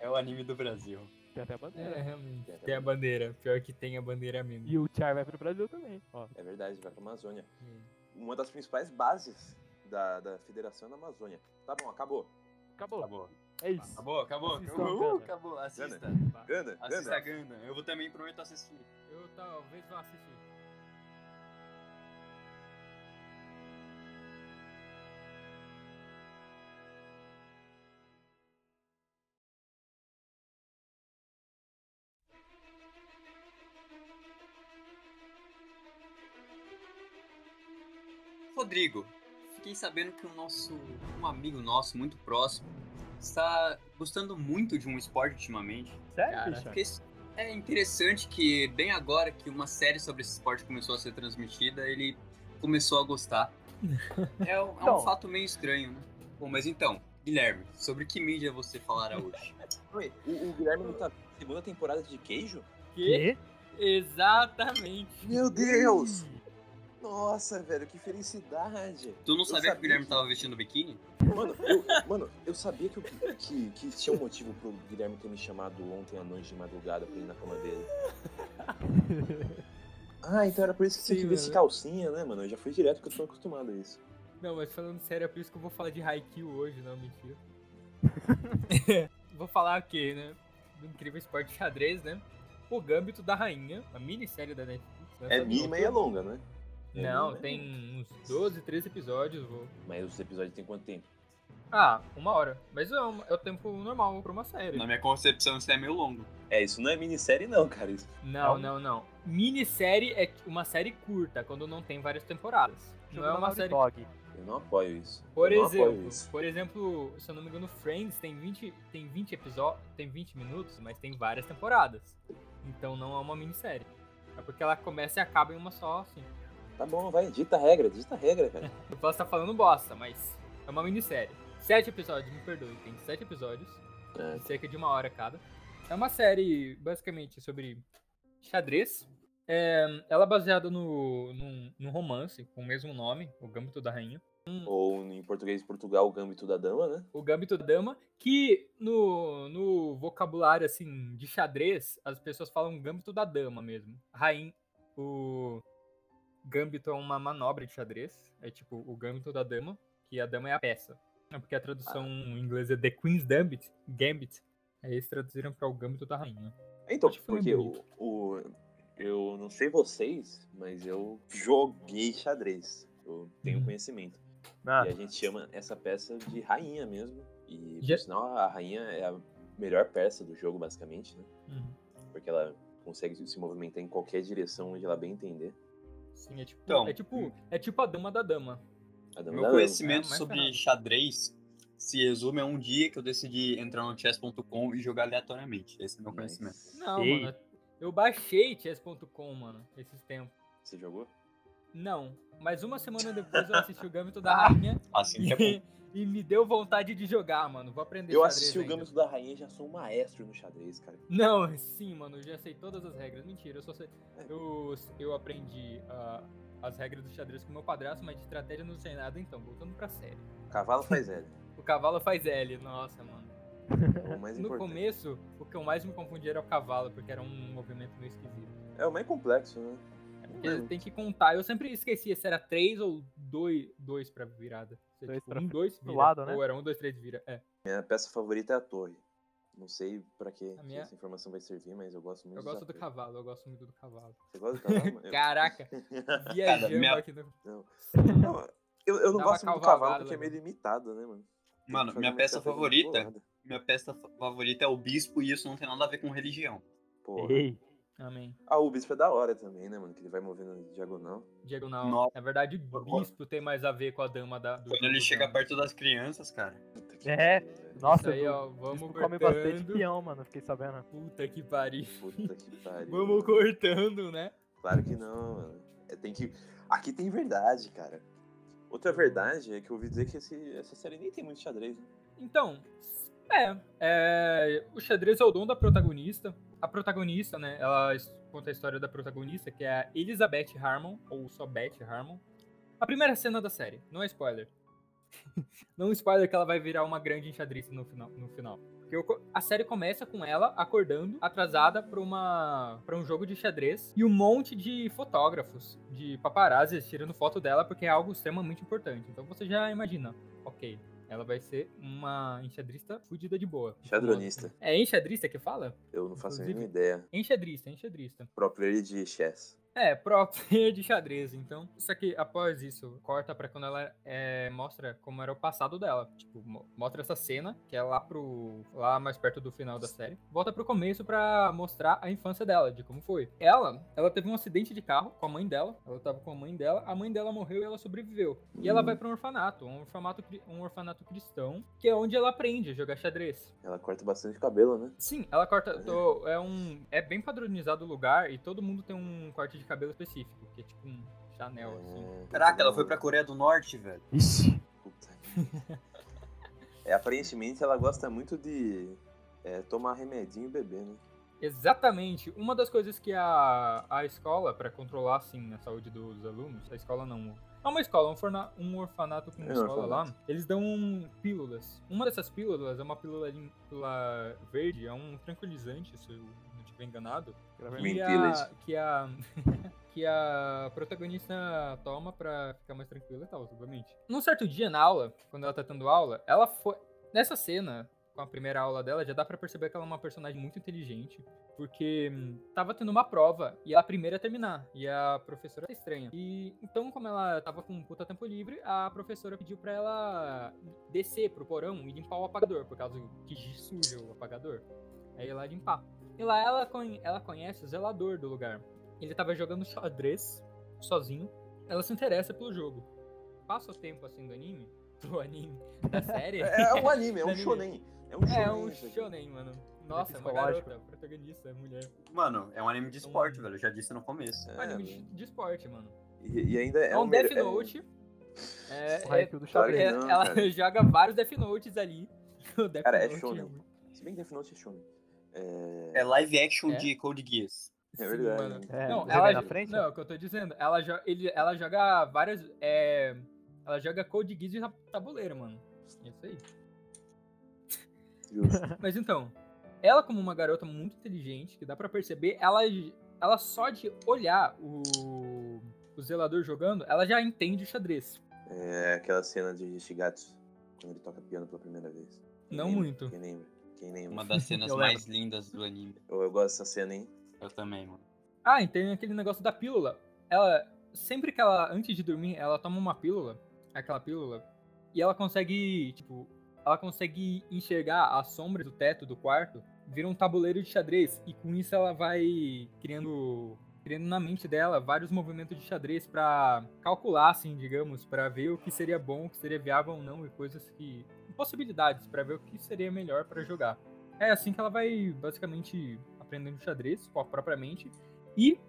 [SPEAKER 1] é o anime do Brasil.
[SPEAKER 5] Tem até a bandeira.
[SPEAKER 4] É, realmente. Tem a bandeira. Pior que tem a bandeira mesmo.
[SPEAKER 5] E o Char vai pro Brasil também. Ó.
[SPEAKER 2] É verdade, vai pra Amazônia. Uma das principais bases da, da Federação da Amazônia. Tá bom, acabou.
[SPEAKER 5] Acabou.
[SPEAKER 1] Acabou.
[SPEAKER 5] É isso.
[SPEAKER 1] Acabou, acabou.
[SPEAKER 5] Assistam,
[SPEAKER 1] Acabou, Uh,
[SPEAKER 5] cara.
[SPEAKER 1] acabou. Assista.
[SPEAKER 2] Ganda,
[SPEAKER 1] Assista a
[SPEAKER 2] Ganda.
[SPEAKER 1] Ganda. Eu vou também prometo assistir.
[SPEAKER 4] Eu talvez vá assistir.
[SPEAKER 1] Rodrigo, fiquei sabendo que um nosso, um amigo nosso muito próximo está gostando muito de um esporte ultimamente.
[SPEAKER 5] Sério,
[SPEAKER 4] Cara,
[SPEAKER 5] bicho?
[SPEAKER 1] Porque é interessante que bem agora que uma série sobre esse esporte começou a ser transmitida, ele começou a
[SPEAKER 5] [laughs]
[SPEAKER 1] gostar. É, um- é
[SPEAKER 5] Então.
[SPEAKER 1] um fato meio estranho, né? Bom, mas então, Guilherme, sobre que mídia você falará hoje?
[SPEAKER 2] Oi, O, o Guilherme não tá. Segunda temporada de queijo?
[SPEAKER 4] Que? Exatamente.
[SPEAKER 2] Meu Deus! Nossa, velho, que felicidade!
[SPEAKER 1] Tu não sabia, que o
[SPEAKER 2] sabia
[SPEAKER 1] Guilherme
[SPEAKER 2] que-
[SPEAKER 1] tava vestindo biquíni?
[SPEAKER 2] Mano, eu, mano, eu sabia que, eu- que, que tinha um motivo pro Guilherme ter me chamado ontem à noite de madrugada pra ir na cama dele. Ah, então era por isso que você
[SPEAKER 4] Sim,
[SPEAKER 2] queria esse
[SPEAKER 4] velho.
[SPEAKER 2] calcinha, né, mano? Eu já fui direto que eu tô acostumado a isso.
[SPEAKER 4] Não, mas falando sério, é por isso que eu vou falar de Haikyuu hoje, não, [laughs] mentira. vou falar o quê, né? Do incrível esporte de xadrez, né? O Gambito da Rainha, a minissérie da Netflix. né?
[SPEAKER 2] É
[SPEAKER 4] Sabe,
[SPEAKER 2] mínima e é
[SPEAKER 4] doutor?
[SPEAKER 2] longa, né? É
[SPEAKER 4] Não,
[SPEAKER 2] mínima e é
[SPEAKER 4] tem
[SPEAKER 2] longa.
[SPEAKER 4] uns 12, 13 episódios. Vou...
[SPEAKER 2] Mas os episódios tem quanto tempo?
[SPEAKER 4] Ah, uma hora. Mas é, um- é o tempo normal pra uma série.
[SPEAKER 1] Na minha concepção, isso é meio longo.
[SPEAKER 5] Tá
[SPEAKER 2] É, isso não é minissérie não, cara. Isso...
[SPEAKER 4] Não, não, não. Minissérie é uma série curta, quando não tem várias temporadas. Não
[SPEAKER 5] Jogo
[SPEAKER 4] é
[SPEAKER 5] da
[SPEAKER 4] uma
[SPEAKER 5] Naughty
[SPEAKER 4] série.
[SPEAKER 5] Dog.
[SPEAKER 2] Eu não apoio isso.
[SPEAKER 4] Por
[SPEAKER 2] eu não apoio
[SPEAKER 4] exemplo,
[SPEAKER 2] isso.
[SPEAKER 4] por exemplo, se eu não me engano, Friends tem 20, tem 20 episódios, tem 20 minutos, mas tem várias temporadas. Então não é uma minissérie. É porque ela começa e acaba em uma só, assim.
[SPEAKER 2] Tá bom, vai, dita a regra, dita a regra, cara.
[SPEAKER 4] Eu posso estar falando bosta, mas é uma minissérie. Sete episódios, me perdoe, tem sete episódios,
[SPEAKER 2] É.
[SPEAKER 4] de cerca de uma hora cada. É uma série, basicamente, sobre xadrez. É, ela é baseada no, num, num romance com o mesmo nome, O Gâmbito da Rainha.
[SPEAKER 2] Ou em português de Portugal, o gâmbito da dama, né?
[SPEAKER 4] o gambito da dama, que no, no vocabulário assim de xadrez, as pessoas falam gambito da dama mesmo. Rain, o gambito é uma manobra de xadrez, é tipo o gambito da dama, que a dama é a peça. É porque a tradução em inglês é The Queen's Gambit, Gambit. Aí eles traduziram pra o gambito da rainha.
[SPEAKER 2] Então,
[SPEAKER 4] Acho que foi
[SPEAKER 2] porque o,
[SPEAKER 4] bonito.
[SPEAKER 2] o. Eu não sei vocês, mas eu joguei xadrez. Eu tenho
[SPEAKER 4] Hum.
[SPEAKER 2] conhecimento.
[SPEAKER 5] Ah,
[SPEAKER 2] E a gente chama essa peça de rainha mesmo. E
[SPEAKER 4] Já-
[SPEAKER 2] por sinal, a rainha é a melhor peça do jogo, basicamente, né? Porque ela consegue se movimentar em qualquer direção onde ela bem entender.
[SPEAKER 4] Sim, é tipo,
[SPEAKER 1] Então,
[SPEAKER 4] é tipo, é tipo a dama da dama.
[SPEAKER 2] A dama
[SPEAKER 1] Meu
[SPEAKER 5] né?
[SPEAKER 2] da dama.
[SPEAKER 1] conhecimento
[SPEAKER 4] É, mas
[SPEAKER 1] sobre
[SPEAKER 5] tá.
[SPEAKER 4] ferrado.
[SPEAKER 1] xadrez se resume a um dia que eu decidi entrar no chess.com e jogar aleatoriamente. Esse é meu
[SPEAKER 2] Mas-
[SPEAKER 1] conhecimento.
[SPEAKER 4] Não,
[SPEAKER 5] Ei.
[SPEAKER 4] mano. Eu baixei chess.com, mano, esses tempos.
[SPEAKER 2] Você jogou?
[SPEAKER 4] Não, mas uma
[SPEAKER 2] [laughs]
[SPEAKER 4] semana depois eu assisti o Gambito da Rainha
[SPEAKER 1] Assim que é
[SPEAKER 5] [laughs]
[SPEAKER 1] bom.
[SPEAKER 4] E, [laughs] e me deu vontade de jogar, mano. Vou aprender
[SPEAKER 2] Eu
[SPEAKER 4] xadrez
[SPEAKER 2] assisti o
[SPEAKER 4] ainda.
[SPEAKER 2] Gambito da Rainha e já sou um maestro no xadrez, cara.
[SPEAKER 4] Não, sim, mano. Eu já sei todas as regras. Mentira, eu só sei.
[SPEAKER 2] É.
[SPEAKER 4] Eu, eu aprendi ah, as regras do xadrez com meu padrasto, mas de estratégia eu não sei nada. Então, voltando pra série.
[SPEAKER 2] Cavalo faz L.
[SPEAKER 4] O cavalo faz L, nossa, mano.
[SPEAKER 2] é o mais
[SPEAKER 4] [laughs] No
[SPEAKER 2] importante.
[SPEAKER 4] começo, o que eu mais me confundia era o cavalo, porque era um movimento meio esquisito.
[SPEAKER 2] É o mais complexo, né?
[SPEAKER 4] É porque tem que contar. Eu sempre esquecia se era 3 ou 2, dois pra virada. Se é,
[SPEAKER 5] Dois
[SPEAKER 4] tipo,
[SPEAKER 5] pra
[SPEAKER 4] um, dois, vira.
[SPEAKER 5] lado, né?
[SPEAKER 4] Ou era um, dois, três, vira. É.
[SPEAKER 2] Minha peça favorita é a torre. Não sei pra que
[SPEAKER 4] A minha-
[SPEAKER 2] essa informação vai servir, mas eu gosto muito
[SPEAKER 4] Eu
[SPEAKER 2] dessa
[SPEAKER 4] gosto do
[SPEAKER 2] torre.
[SPEAKER 4] cavalo, eu gosto muito do cavalo.
[SPEAKER 2] Você gosta do cavalo?
[SPEAKER 4] [laughs]
[SPEAKER 2] mano? Eu-
[SPEAKER 4] Caraca,
[SPEAKER 5] [laughs]
[SPEAKER 4] viajamos
[SPEAKER 1] minha-
[SPEAKER 4] aqui no.
[SPEAKER 2] Não. Não, eu, eu não
[SPEAKER 4] Dava
[SPEAKER 2] gosto muito do
[SPEAKER 4] cavalgada,
[SPEAKER 2] cavalo porque é meio limitado, né, mano? Tem que
[SPEAKER 1] Mano,
[SPEAKER 2] fazer
[SPEAKER 1] minha
[SPEAKER 2] uma
[SPEAKER 1] peça
[SPEAKER 2] estratégia
[SPEAKER 5] né?
[SPEAKER 1] favorita,
[SPEAKER 2] bolada.
[SPEAKER 1] minha peça fa- favorita é o bispo e isso não tem nada a ver com religião.
[SPEAKER 2] Porra.
[SPEAKER 5] Ei,
[SPEAKER 4] Amém.
[SPEAKER 2] Ah, o bispo é da hora também, né, mano? Que ele vai movendo na diagonal.
[SPEAKER 4] Diagonal.
[SPEAKER 1] Nossa.
[SPEAKER 4] Na verdade, o bispo tem mais a ver com a dama da. Do
[SPEAKER 1] Quando ele
[SPEAKER 4] jogo
[SPEAKER 1] chega
[SPEAKER 4] dama.
[SPEAKER 1] perto das crianças, cara.
[SPEAKER 2] Puta que
[SPEAKER 5] É.
[SPEAKER 2] pariu, velho.
[SPEAKER 5] nossa,
[SPEAKER 4] Isso aí,
[SPEAKER 5] o
[SPEAKER 4] ó, vamos
[SPEAKER 5] bispo come
[SPEAKER 4] cortando.
[SPEAKER 5] bastante peão, mano, fiquei sabendo.
[SPEAKER 4] Puta que pariu.
[SPEAKER 2] Puta que pariu.
[SPEAKER 4] Vamos
[SPEAKER 2] mano.
[SPEAKER 4] cortando, né?
[SPEAKER 2] Claro que não, mano. É, tem que... Aqui tem verdade, cara. Outra verdade é que eu ouvi dizer que esse- essa série nem tem muito xadrez, né?
[SPEAKER 4] Então, é, é, O xadrez é o dom da protagonista. A protagonista, né? Ela es- conta a história da protagonista, que é a Elizabeth Harmon, ou só Beth Harmon. A primeira cena da série, não é spoiler. [laughs] não é spoiler que ela vai virar uma grande enxadrista no final. No final. Porque o co- a série começa com ela acordando, atrasada pra, uma, pra um jogo de xadrez. E um monte de fotógrafos, de paparazzi tirando foto dela, porque é algo extremamente importante. Então você já imagina, ok, ela vai ser uma enxadrista fudida de boa.
[SPEAKER 2] Xadronista.
[SPEAKER 4] É enxadrista que fala?
[SPEAKER 2] Eu não faço a
[SPEAKER 4] Inclusive-
[SPEAKER 2] mínima ideia.
[SPEAKER 4] Enxadrista, enxadrista.
[SPEAKER 2] Pro player de chess.
[SPEAKER 4] É, própria de xadrez, então. Só que após isso, corta pra quando ela é, mostra como era o passado dela. Tipo, mo- mostra essa cena, que é lá pro. lá mais perto do final da série. Volta pro começo pra mostrar a infância dela, de como foi. Ela, ela teve um acidente de carro com a mãe dela. Ela tava com a mãe dela, a mãe dela morreu e ela sobreviveu. E ela
[SPEAKER 2] Hum.
[SPEAKER 4] vai pra um orfanato, um orfanato, cri- um orfanato cristão, que é onde ela aprende a jogar xadrez.
[SPEAKER 2] Ela corta bastante cabelo, né?
[SPEAKER 4] Sim, ela corta. tô- é um. É bem padronizado o lugar e todo mundo tem um corte de cabelo específico, que é tipo um Chanel, assim.
[SPEAKER 2] É,
[SPEAKER 1] Caraca, ela
[SPEAKER 2] todo
[SPEAKER 1] foi pra
[SPEAKER 2] mundo-
[SPEAKER 1] Coreia do Norte, velho.
[SPEAKER 5] Ixi.
[SPEAKER 2] Puta [laughs]
[SPEAKER 4] [laughs]
[SPEAKER 2] que- é, aparentemente ela gosta muito de é, tomar remedinho e beber, né?
[SPEAKER 4] Exatamente. Uma das coisas que a, a escola, para controlar, assim, a saúde dos alunos, a escola não. É uma escola, um, forna, um orfanato com
[SPEAKER 2] É,
[SPEAKER 4] uma
[SPEAKER 2] um
[SPEAKER 4] escola
[SPEAKER 2] orfanato.
[SPEAKER 4] lá, eles dão um, pílulas. Uma dessas pílulas é uma pílula, lim- pílula verde, é um tranquilizante, se eu não estiver enganado. Que a,
[SPEAKER 2] Mentira.
[SPEAKER 4] que a [laughs] que a protagonista toma pra ficar mais tranquila e tal, obviamente. Num certo dia na aula, quando ela tá tendo aula, ela foi nessa cena com a primeira aula dela, já dá pra perceber que ela é uma personagem muito inteligente, porque hum, tava tendo uma prova e ela é a primeira a terminar, e a professora tá estranha. E então, como ela tava com um puta tempo livre, a professora pediu pra ela descer pro porão e limpar o apagador, por causa que suja o apagador. Aí ela limpar. E lá ela, conhe- ela conhece o zelador do lugar. Ele tava jogando xadrez, sozinho. Ela se interessa pelo jogo. Passa o tempo assim do anime, [laughs] do anime, da
[SPEAKER 2] [laughs]
[SPEAKER 4] série.
[SPEAKER 2] É um anime, é um
[SPEAKER 4] Anime.
[SPEAKER 2] shonen. É um shonen.
[SPEAKER 4] [laughs] É um
[SPEAKER 2] isso aqui.
[SPEAKER 4] shonen, mano. Nossa, é uma
[SPEAKER 5] psicológico.
[SPEAKER 4] garota, protagonista, mulher.
[SPEAKER 1] Mano, é um anime de esporte, velho. Eu já disse no começo.
[SPEAKER 2] É,
[SPEAKER 4] Um anime de,
[SPEAKER 2] mano.
[SPEAKER 4] de esporte, mano.
[SPEAKER 2] e, e ainda é
[SPEAKER 4] É um
[SPEAKER 2] o melhor-
[SPEAKER 4] Death Note. É,
[SPEAKER 5] O
[SPEAKER 4] é-
[SPEAKER 5] hype do
[SPEAKER 4] é-
[SPEAKER 5] xadrez.
[SPEAKER 2] Claro que não,
[SPEAKER 4] ela
[SPEAKER 2] cara.
[SPEAKER 4] [laughs] joga vários Death Notes ali. [laughs] O Death
[SPEAKER 2] Cara, é
[SPEAKER 4] Note,
[SPEAKER 2] shonen. Se bem que Death Note é shonen. É...
[SPEAKER 1] É live action
[SPEAKER 4] É?
[SPEAKER 1] de Code Geass.
[SPEAKER 2] É
[SPEAKER 4] sim,
[SPEAKER 2] verdade.
[SPEAKER 4] mano.
[SPEAKER 5] É,
[SPEAKER 4] Não,
[SPEAKER 5] você
[SPEAKER 4] ela,
[SPEAKER 5] vê na frente?
[SPEAKER 4] não, é o que eu tô dizendo. Ela, jo- ele, ela joga várias. é, ela joga Code Geass de tab- tabuleiro, mano. É isso aí.
[SPEAKER 2] Justo.
[SPEAKER 4] Mas então, ela como uma garota muito inteligente, que dá pra perceber, ela, ela só de olhar o, o zelador jogando, ela já entende o xadrez.
[SPEAKER 2] É aquela cena de Shigatsu, quando ele toca piano pela primeira vez. Quem
[SPEAKER 4] Não
[SPEAKER 2] lembra?
[SPEAKER 4] muito.
[SPEAKER 2] Quem lembra? Quem lembra?
[SPEAKER 1] Uma das [laughs] cenas
[SPEAKER 5] Eu
[SPEAKER 1] mais lindas do anime.
[SPEAKER 2] Eu, eu gosto dessa cena, hein?
[SPEAKER 1] Eu também, mano.
[SPEAKER 4] Ah, e tem aquele negócio da pílula. Ela, sempre que ela, antes de dormir, ela toma uma pílula, aquela pílula, e ela consegue, tipo, ela consegue enxergar a sombra do teto do quarto, vira um tabuleiro de xadrez, e com isso ela vai criando, criando na mente dela vários movimentos de xadrez pra calcular, assim, digamos, pra ver o que seria bom, o que seria viável ou não, e coisas que... possibilidades, pra ver o que seria melhor pra jogar. É assim que ela vai, basicamente, aprendendo xadrez, com a própria mente, e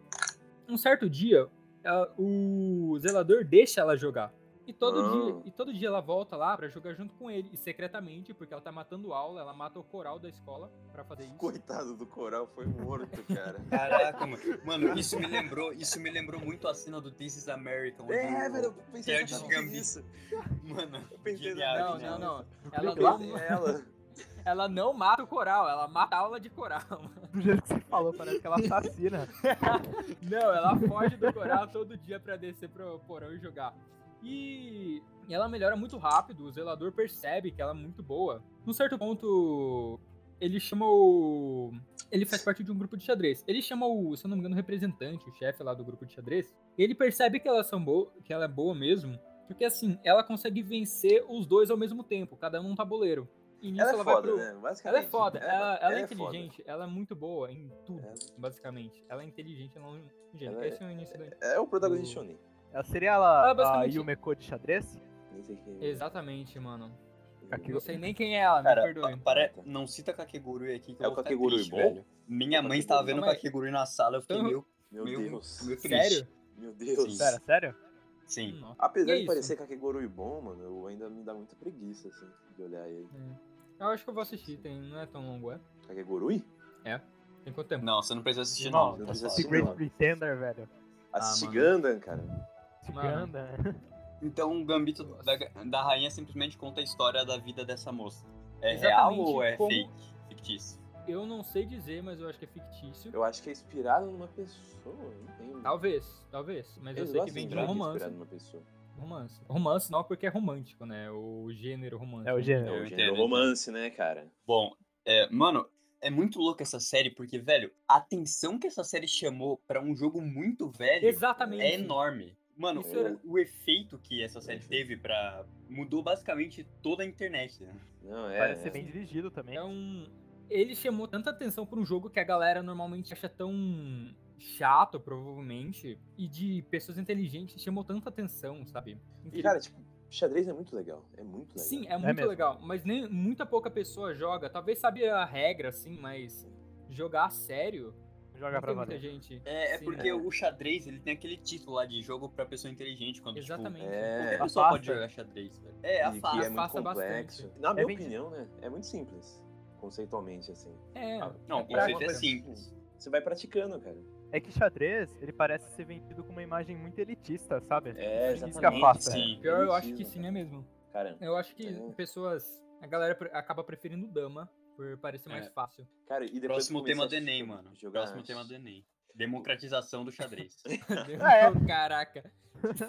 [SPEAKER 4] um certo dia, ela- o zelador deixa ela jogar. E todo,
[SPEAKER 2] Ah.
[SPEAKER 4] dia, e todo dia ela volta lá pra jogar junto com ele, e secretamente, porque ela tá matando aula, ela mata o coral da escola pra fazer isso.
[SPEAKER 2] Coitado do coral, foi morto, cara.
[SPEAKER 1] Caraca, mano. Mano, isso me lembrou, isso me lembrou muito a cena do This is American. onde
[SPEAKER 2] é,
[SPEAKER 1] o-
[SPEAKER 2] velho, eu pensei
[SPEAKER 1] Jared
[SPEAKER 2] exatamente
[SPEAKER 1] Gambino.
[SPEAKER 2] nisso.
[SPEAKER 1] Mano,
[SPEAKER 2] Eu pensei
[SPEAKER 1] Genial,
[SPEAKER 2] exatamente
[SPEAKER 4] Não,
[SPEAKER 1] genial.
[SPEAKER 4] não, não.
[SPEAKER 2] Eu
[SPEAKER 4] Ela
[SPEAKER 2] pensei
[SPEAKER 4] não,
[SPEAKER 2] nela.
[SPEAKER 4] ela não mata o coral, ela mata a aula de coral.
[SPEAKER 5] Do jeito que você falou, parece que ela assassina.
[SPEAKER 4] Não, ela foge do coral todo dia pra descer pro porão e jogar. E e ela melhora muito rápido, o zelador percebe que ela é muito boa. Num certo ponto, ele chama o. Ele faz parte de um grupo de xadrez. Ele chama o, se eu não me engano, o representante, o chefe lá do grupo de xadrez. Ele percebe que elas são boa, que ela é boa mesmo. Porque assim, ela consegue vencer os dois ao mesmo tempo, cada um num tabuleiro. E nisso
[SPEAKER 2] Ela
[SPEAKER 4] [laughs] ela,
[SPEAKER 2] é
[SPEAKER 4] vai
[SPEAKER 2] foda,
[SPEAKER 4] pro-
[SPEAKER 2] né? Basicamente.
[SPEAKER 4] Ela é foda, ela, ela é,
[SPEAKER 2] foda.
[SPEAKER 4] inteligente, ela é muito boa em tudo,
[SPEAKER 2] Ela-
[SPEAKER 4] basicamente. Ela é inteligente, ela é um gênio.
[SPEAKER 2] Ela é-
[SPEAKER 4] Esse é o início do
[SPEAKER 2] É o protagonista
[SPEAKER 4] Do-
[SPEAKER 2] shonen.
[SPEAKER 5] Ela seria ela,
[SPEAKER 4] Ah,
[SPEAKER 5] a
[SPEAKER 4] basicamente-
[SPEAKER 5] Yumeko de xadrez?
[SPEAKER 2] Nem sei quem é.
[SPEAKER 4] Exatamente, mano.
[SPEAKER 5] Aqui-
[SPEAKER 4] Não sei nem quem é ela, me
[SPEAKER 1] cara, pa-
[SPEAKER 4] perdoe.
[SPEAKER 1] para- não cita Kakegurui aqui que
[SPEAKER 2] É
[SPEAKER 1] eu
[SPEAKER 2] o
[SPEAKER 1] vou ficar
[SPEAKER 2] Kakegurui
[SPEAKER 1] triste,
[SPEAKER 2] bom?
[SPEAKER 1] velho. Minha
[SPEAKER 2] o
[SPEAKER 1] mãe estava
[SPEAKER 2] Kakegurui
[SPEAKER 1] vendo o
[SPEAKER 4] bom, é?
[SPEAKER 1] Kakegurui na sala, eu fiquei
[SPEAKER 4] Então-
[SPEAKER 1] meio,
[SPEAKER 2] Meu
[SPEAKER 1] Meu-
[SPEAKER 2] Deus.
[SPEAKER 1] meio triste.
[SPEAKER 4] Sério?
[SPEAKER 2] Meu Deus.
[SPEAKER 1] Sim.
[SPEAKER 5] Cara, sério?
[SPEAKER 1] Sim.
[SPEAKER 4] Hum, ó.
[SPEAKER 2] Apesar
[SPEAKER 4] E é
[SPEAKER 2] de
[SPEAKER 4] isso.
[SPEAKER 2] parecer Kakegurui bom, mano, eu ainda me dá muita preguiça, assim, de olhar ele.
[SPEAKER 4] é. Eu acho que eu vou assistir, tem, não é tão longo, é?
[SPEAKER 2] Kakegurui?
[SPEAKER 4] Tem quanto tempo?
[SPEAKER 1] Não, você não precisa assistir,
[SPEAKER 5] Não,
[SPEAKER 1] não.
[SPEAKER 2] não
[SPEAKER 1] tá fácil.
[SPEAKER 2] precisa assistir.
[SPEAKER 5] Secret
[SPEAKER 2] mano.
[SPEAKER 5] Pretender, velho.
[SPEAKER 2] Assisti
[SPEAKER 4] mano.
[SPEAKER 2] Gundam, cara.
[SPEAKER 4] Mano.
[SPEAKER 5] Ganda.
[SPEAKER 1] Então o gambito da, da rainha simplesmente conta a história da vida dessa moça. É real
[SPEAKER 4] Exatamente
[SPEAKER 1] ou é
[SPEAKER 4] como-
[SPEAKER 1] fake? Fictício.
[SPEAKER 4] Eu não sei dizer, mas eu acho que é fictício.
[SPEAKER 2] Eu acho que é inspirado numa pessoa, eu não lembro.
[SPEAKER 4] Talvez, talvez. Mas eu
[SPEAKER 2] Eles
[SPEAKER 4] sei
[SPEAKER 2] gostam
[SPEAKER 4] que
[SPEAKER 2] de
[SPEAKER 4] vem de
[SPEAKER 2] dizer que
[SPEAKER 4] um
[SPEAKER 2] é
[SPEAKER 4] romance.
[SPEAKER 2] inspirado numa pessoa.
[SPEAKER 4] Romance. Romance não porque é romântico, né? O gênero romance.
[SPEAKER 5] É o
[SPEAKER 2] É
[SPEAKER 5] gênero.
[SPEAKER 1] Eu
[SPEAKER 2] o
[SPEAKER 1] entendo,
[SPEAKER 2] gênero romance, né, cara?
[SPEAKER 1] Bom, é, mano, é muito louca essa série, porque, velho, a atenção que essa série chamou pra um jogo muito velho
[SPEAKER 4] Exatamente.
[SPEAKER 1] é enorme. Mano,
[SPEAKER 4] Isso era-
[SPEAKER 1] o, o efeito que essa série teve pra. mudou basicamente toda a internet. né?
[SPEAKER 2] Não, é.
[SPEAKER 5] [laughs] Parece ser
[SPEAKER 2] é.
[SPEAKER 5] bem dirigido também.
[SPEAKER 4] É um. Ele chamou tanta atenção pra um jogo que a galera normalmente acha tão chato, provavelmente. E de pessoas inteligentes chamou tanta atenção, sabe?
[SPEAKER 2] E,
[SPEAKER 4] Incrível.
[SPEAKER 2] cara, tipo, xadrez é muito legal. É muito legal.
[SPEAKER 4] Sim, é muito
[SPEAKER 5] mesmo.
[SPEAKER 4] legal, mas nem muita pouca pessoa joga. Talvez sabe a regra, assim, mas jogar a sério
[SPEAKER 5] Joga
[SPEAKER 4] não
[SPEAKER 5] pra
[SPEAKER 4] tem muita
[SPEAKER 5] valer.
[SPEAKER 4] gente.
[SPEAKER 1] É, é
[SPEAKER 4] Sim,
[SPEAKER 1] porque o xadrez, ele tem aquele título lá de jogo pra pessoa inteligente, quando,
[SPEAKER 4] Exatamente.
[SPEAKER 1] tipo,
[SPEAKER 2] É.
[SPEAKER 1] qualquer pessoa
[SPEAKER 5] Afasta.
[SPEAKER 1] pode jogar xadrez, velho. É,
[SPEAKER 2] E que
[SPEAKER 1] afasta.
[SPEAKER 2] é muito
[SPEAKER 4] afasta
[SPEAKER 2] complexo.
[SPEAKER 4] bastante.
[SPEAKER 2] Na minha
[SPEAKER 5] bem-
[SPEAKER 2] opinião, né? É muito simples. conceitualmente, assim.
[SPEAKER 4] É,
[SPEAKER 1] Não, o
[SPEAKER 4] Pra- tipo,
[SPEAKER 1] conceito é simples.
[SPEAKER 2] Você vai praticando, cara.
[SPEAKER 5] É que xadrez, ele parece ser vendido com uma imagem muito elitista, sabe?
[SPEAKER 2] É,
[SPEAKER 5] Isso que né?
[SPEAKER 2] exatamente,
[SPEAKER 5] afasta.
[SPEAKER 1] Sim.
[SPEAKER 4] pior eu acho
[SPEAKER 2] elitismo,
[SPEAKER 1] né?
[SPEAKER 4] que sim, é
[SPEAKER 2] cara.
[SPEAKER 4] mesmo.
[SPEAKER 2] Cara,
[SPEAKER 4] Eu acho que
[SPEAKER 2] É.
[SPEAKER 4] pessoas. A galera pre- acaba preferindo dama, por parecer mais
[SPEAKER 1] É. [laughs]
[SPEAKER 4] fácil.
[SPEAKER 2] cara, e depois
[SPEAKER 1] Próximo
[SPEAKER 2] que
[SPEAKER 1] tema do
[SPEAKER 2] comecei a
[SPEAKER 1] Enem,
[SPEAKER 2] jogar-
[SPEAKER 1] mano.
[SPEAKER 2] jogar-
[SPEAKER 1] Próximo tema do Enem. Democratização do
[SPEAKER 2] [laughs]
[SPEAKER 1] xadrez.
[SPEAKER 5] é?
[SPEAKER 4] Então, Caraca.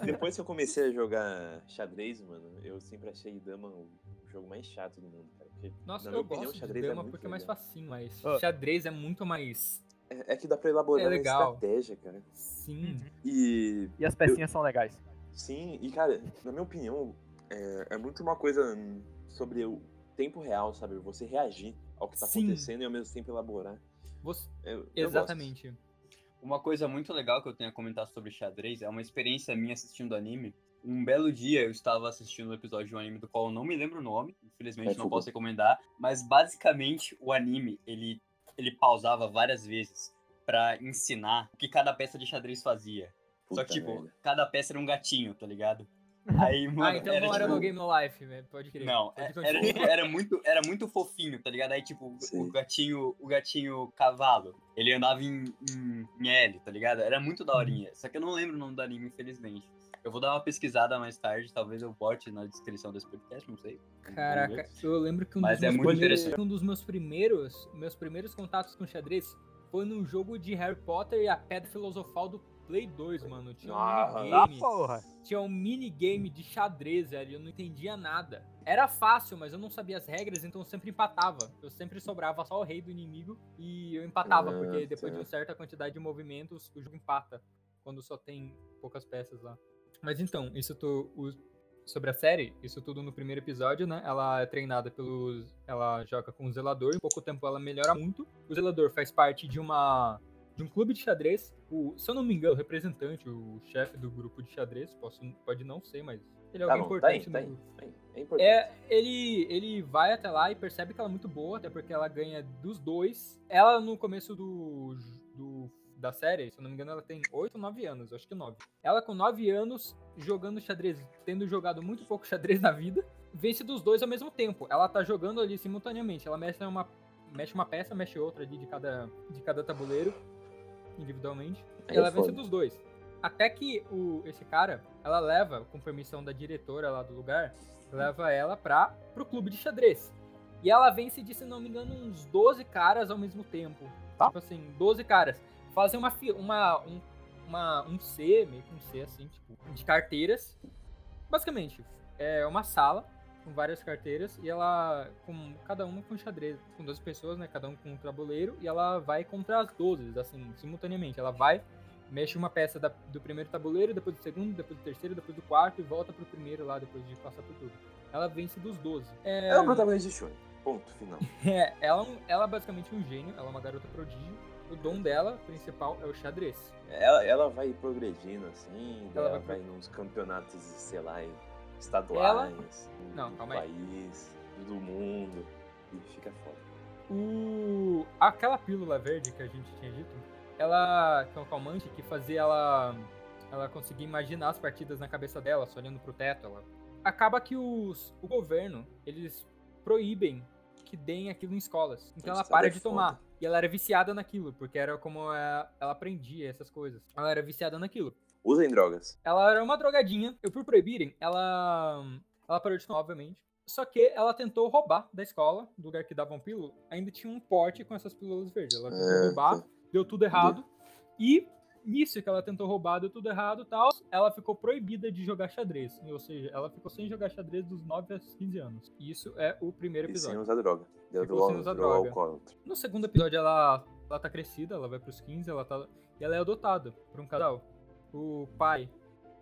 [SPEAKER 2] Depois que eu comecei a jogar xadrez, mano, eu sempre achei dama o jogo mais chato do mundo, cara. Porque,
[SPEAKER 4] Nossa,
[SPEAKER 2] na minha
[SPEAKER 4] eu
[SPEAKER 2] opinião,
[SPEAKER 4] gosto de
[SPEAKER 2] xadrez é
[SPEAKER 4] dama
[SPEAKER 2] muito
[SPEAKER 4] porque é mais
[SPEAKER 2] legal. Ah.
[SPEAKER 4] facinho, mas
[SPEAKER 5] Ó.
[SPEAKER 4] xadrez é muito mais.
[SPEAKER 2] É, é que dá pra elaborar
[SPEAKER 4] É
[SPEAKER 2] uma
[SPEAKER 4] legal.
[SPEAKER 2] estratégia, cara.
[SPEAKER 4] Sim.
[SPEAKER 1] Uhum.
[SPEAKER 2] E
[SPEAKER 5] E as pecinhas são legais.
[SPEAKER 2] Sim, e cara, na minha opinião, é, é muito uma coisa hum, sobre o tempo real, sabe? Você reagir ao que tá
[SPEAKER 4] Sim.
[SPEAKER 2] acontecendo e ao mesmo tempo elaborar. É,
[SPEAKER 4] Você-
[SPEAKER 2] Eu- eu
[SPEAKER 4] Exatamente.
[SPEAKER 1] Uma coisa muito legal que eu tenho a comentar sobre xadrez é uma experiência minha assistindo anime. Um belo dia eu estava assistindo um episódio de um anime do qual eu não me lembro o nome, infelizmente
[SPEAKER 2] É
[SPEAKER 1] não
[SPEAKER 2] Fugu.
[SPEAKER 1] posso recomendar, mas basicamente o anime, ele, ele pausava várias vezes pra ensinar o que cada peça de xadrez fazia.
[SPEAKER 2] gosto.
[SPEAKER 1] Só
[SPEAKER 2] Puta
[SPEAKER 1] que, tipo,
[SPEAKER 2] merda.
[SPEAKER 1] cada peça era um gatinho, tá
[SPEAKER 2] [laughs]
[SPEAKER 1] ligado? Aí, mano,
[SPEAKER 4] Ah, então
[SPEAKER 1] era,
[SPEAKER 4] não era
[SPEAKER 1] tipo,
[SPEAKER 4] no Game No Life, velho. Pode crer.
[SPEAKER 1] não,
[SPEAKER 4] Pode
[SPEAKER 1] é- era,
[SPEAKER 4] continuar.
[SPEAKER 2] [laughs]
[SPEAKER 1] tipo, [laughs] era muito, era muito fofinho, tá ligado? Aí, tipo,
[SPEAKER 2] Sim.
[SPEAKER 1] o gatinho, o gatinho cavalo, ele andava em, em, em L, tá ligado? Era muito daorinha. Só que eu não lembro o nome do anime, infelizmente. Eu vou dar uma pesquisada mais tarde, talvez eu bote na descrição desse podcast, não sei.
[SPEAKER 4] Caraca, eu lembro que um,
[SPEAKER 1] Mas
[SPEAKER 4] dos,
[SPEAKER 1] é
[SPEAKER 4] meus
[SPEAKER 1] muito
[SPEAKER 4] primeiros,
[SPEAKER 1] interessante.
[SPEAKER 4] um dos meus primeiros, meus primeiros contatos com xadrez foi num jogo de Harry Potter e a Pedra Filosofal do Play 2, mano. Tinha
[SPEAKER 2] Ah,
[SPEAKER 4] um
[SPEAKER 5] Ah,
[SPEAKER 4] minigame,
[SPEAKER 5] porra!
[SPEAKER 4] tinha um minigame de xadrez, velho, eu não entendia nada. Era fácil, mas eu não sabia as regras, então eu sempre empatava. Eu sempre sobrava só o rei do inimigo e eu empatava, porque
[SPEAKER 2] Ah,
[SPEAKER 4] depois
[SPEAKER 2] tá.
[SPEAKER 4] de uma certa quantidade de movimentos, o jogo empata, quando só tem poucas peças lá. Mas então, isso tu, o- sobre a série, isso tudo no primeiro episódio, né? Ela é treinada pelos. Ela joga com o zelador, em pouco tempo ela melhora muito. O zelador faz parte de uma. de um clube de xadrez. O, se eu não me engano, o representante, o chefe do grupo de xadrez, posso, pode não ser, mas ele é
[SPEAKER 2] Tá
[SPEAKER 4] alguém
[SPEAKER 2] bom, tá aí,
[SPEAKER 4] importante
[SPEAKER 2] tá
[SPEAKER 4] no
[SPEAKER 2] aí.
[SPEAKER 4] grupo.
[SPEAKER 2] Bem, É importante.
[SPEAKER 4] É, ele, ele vai até lá e percebe que ela é muito boa, até porque ela ganha dos dois. Ela, no começo do, do- da série, se eu não me engano, ela tem 8 ou 9 anos, acho que 9. Ela, com 9 anos, jogando xadrez, tendo jogado muito pouco xadrez [laughs] na vida, vence dos dois ao mesmo tempo. Ela tá jogando ali simultaneamente. Ela mexe uma, mexe uma peça, mexe outra ali de cada, de cada tabuleiro, individualmente.
[SPEAKER 2] Aí
[SPEAKER 4] E ela
[SPEAKER 2] é foda.
[SPEAKER 4] vence dos dois. Até que o, esse cara, ela leva, com permissão da diretora lá do lugar, leva ela pra, pro clube de xadrez. E ela vence de, se não me engano, uns 12 caras ao mesmo tempo.
[SPEAKER 5] Tá.
[SPEAKER 4] Tipo assim, 12 caras. Fazem uma, fi- uma, um, uma, um C, meio que um C assim, tipo, de carteiras. Basicamente, é uma sala com várias carteiras e ela, com cada uma com xadrez, com 12 pessoas, né? Cada um com um tabuleiro e ela vai contra as 12, assim, simultaneamente. Ela vai, mexe uma peça da- do primeiro tabuleiro, depois do segundo, depois do terceiro, depois do quarto e volta pro primeiro lá, depois de passar por tudo. Ela vence dos 12. É,
[SPEAKER 2] Ela é o protagonista de Shuri. Ponto
[SPEAKER 4] [laughs]
[SPEAKER 2] final.
[SPEAKER 4] é, ela, é um- ela é basicamente um gênio, ela é uma garota prodígio. O dom dela, principal, é o xadrez.
[SPEAKER 2] Ela, ela vai progredindo, assim, daí
[SPEAKER 4] Ela
[SPEAKER 2] ela,
[SPEAKER 4] vai
[SPEAKER 2] vai nos campeonatos, sei lá, estaduais, assim,
[SPEAKER 4] Não,
[SPEAKER 2] do
[SPEAKER 4] calma aí.
[SPEAKER 2] país, do mundo, e fica foda.
[SPEAKER 4] O... Aquela pílula verde que a gente tinha dito, ela. que é um calmante que fazia ela. ela conseguir imaginar as partidas na cabeça dela, só olhando pro teto. Ela... Acaba que os... o governo, eles proíbem que deem aquilo em escolas. Então ela
[SPEAKER 2] Isso é
[SPEAKER 4] para de
[SPEAKER 2] foda.
[SPEAKER 4] tomar. E ela era viciada naquilo, porque era como ela ela aprendia essas coisas. Ela era viciada naquilo.
[SPEAKER 2] Usem drogas.
[SPEAKER 4] Ela era uma drogadinha. Eu por proibirem, ela. Ela parou de tomar, obviamente. Só que ela tentou roubar da escola, do lugar que davam pílula, ainda tinha um pote com essas pílulas verdes. Ela tentou
[SPEAKER 2] É,
[SPEAKER 4] roubar, deu tudo errado. E nisso que ela tentou roubar, deu tudo errado e tal, ela ficou proibida de jogar xadrez. Ou seja, ela ficou sem jogar xadrez dos 9 aos 15 anos. E isso é o primeiro
[SPEAKER 2] E sem
[SPEAKER 4] episódio.
[SPEAKER 2] usar droga. Deu
[SPEAKER 4] Ficou
[SPEAKER 2] do
[SPEAKER 4] sem usar
[SPEAKER 2] droga.
[SPEAKER 4] droga.
[SPEAKER 2] alcoólatra.
[SPEAKER 4] No segundo episódio, ela, ela tá crescida, ela vai pros 15, ela tá. E ela é adotada por um casal. O pai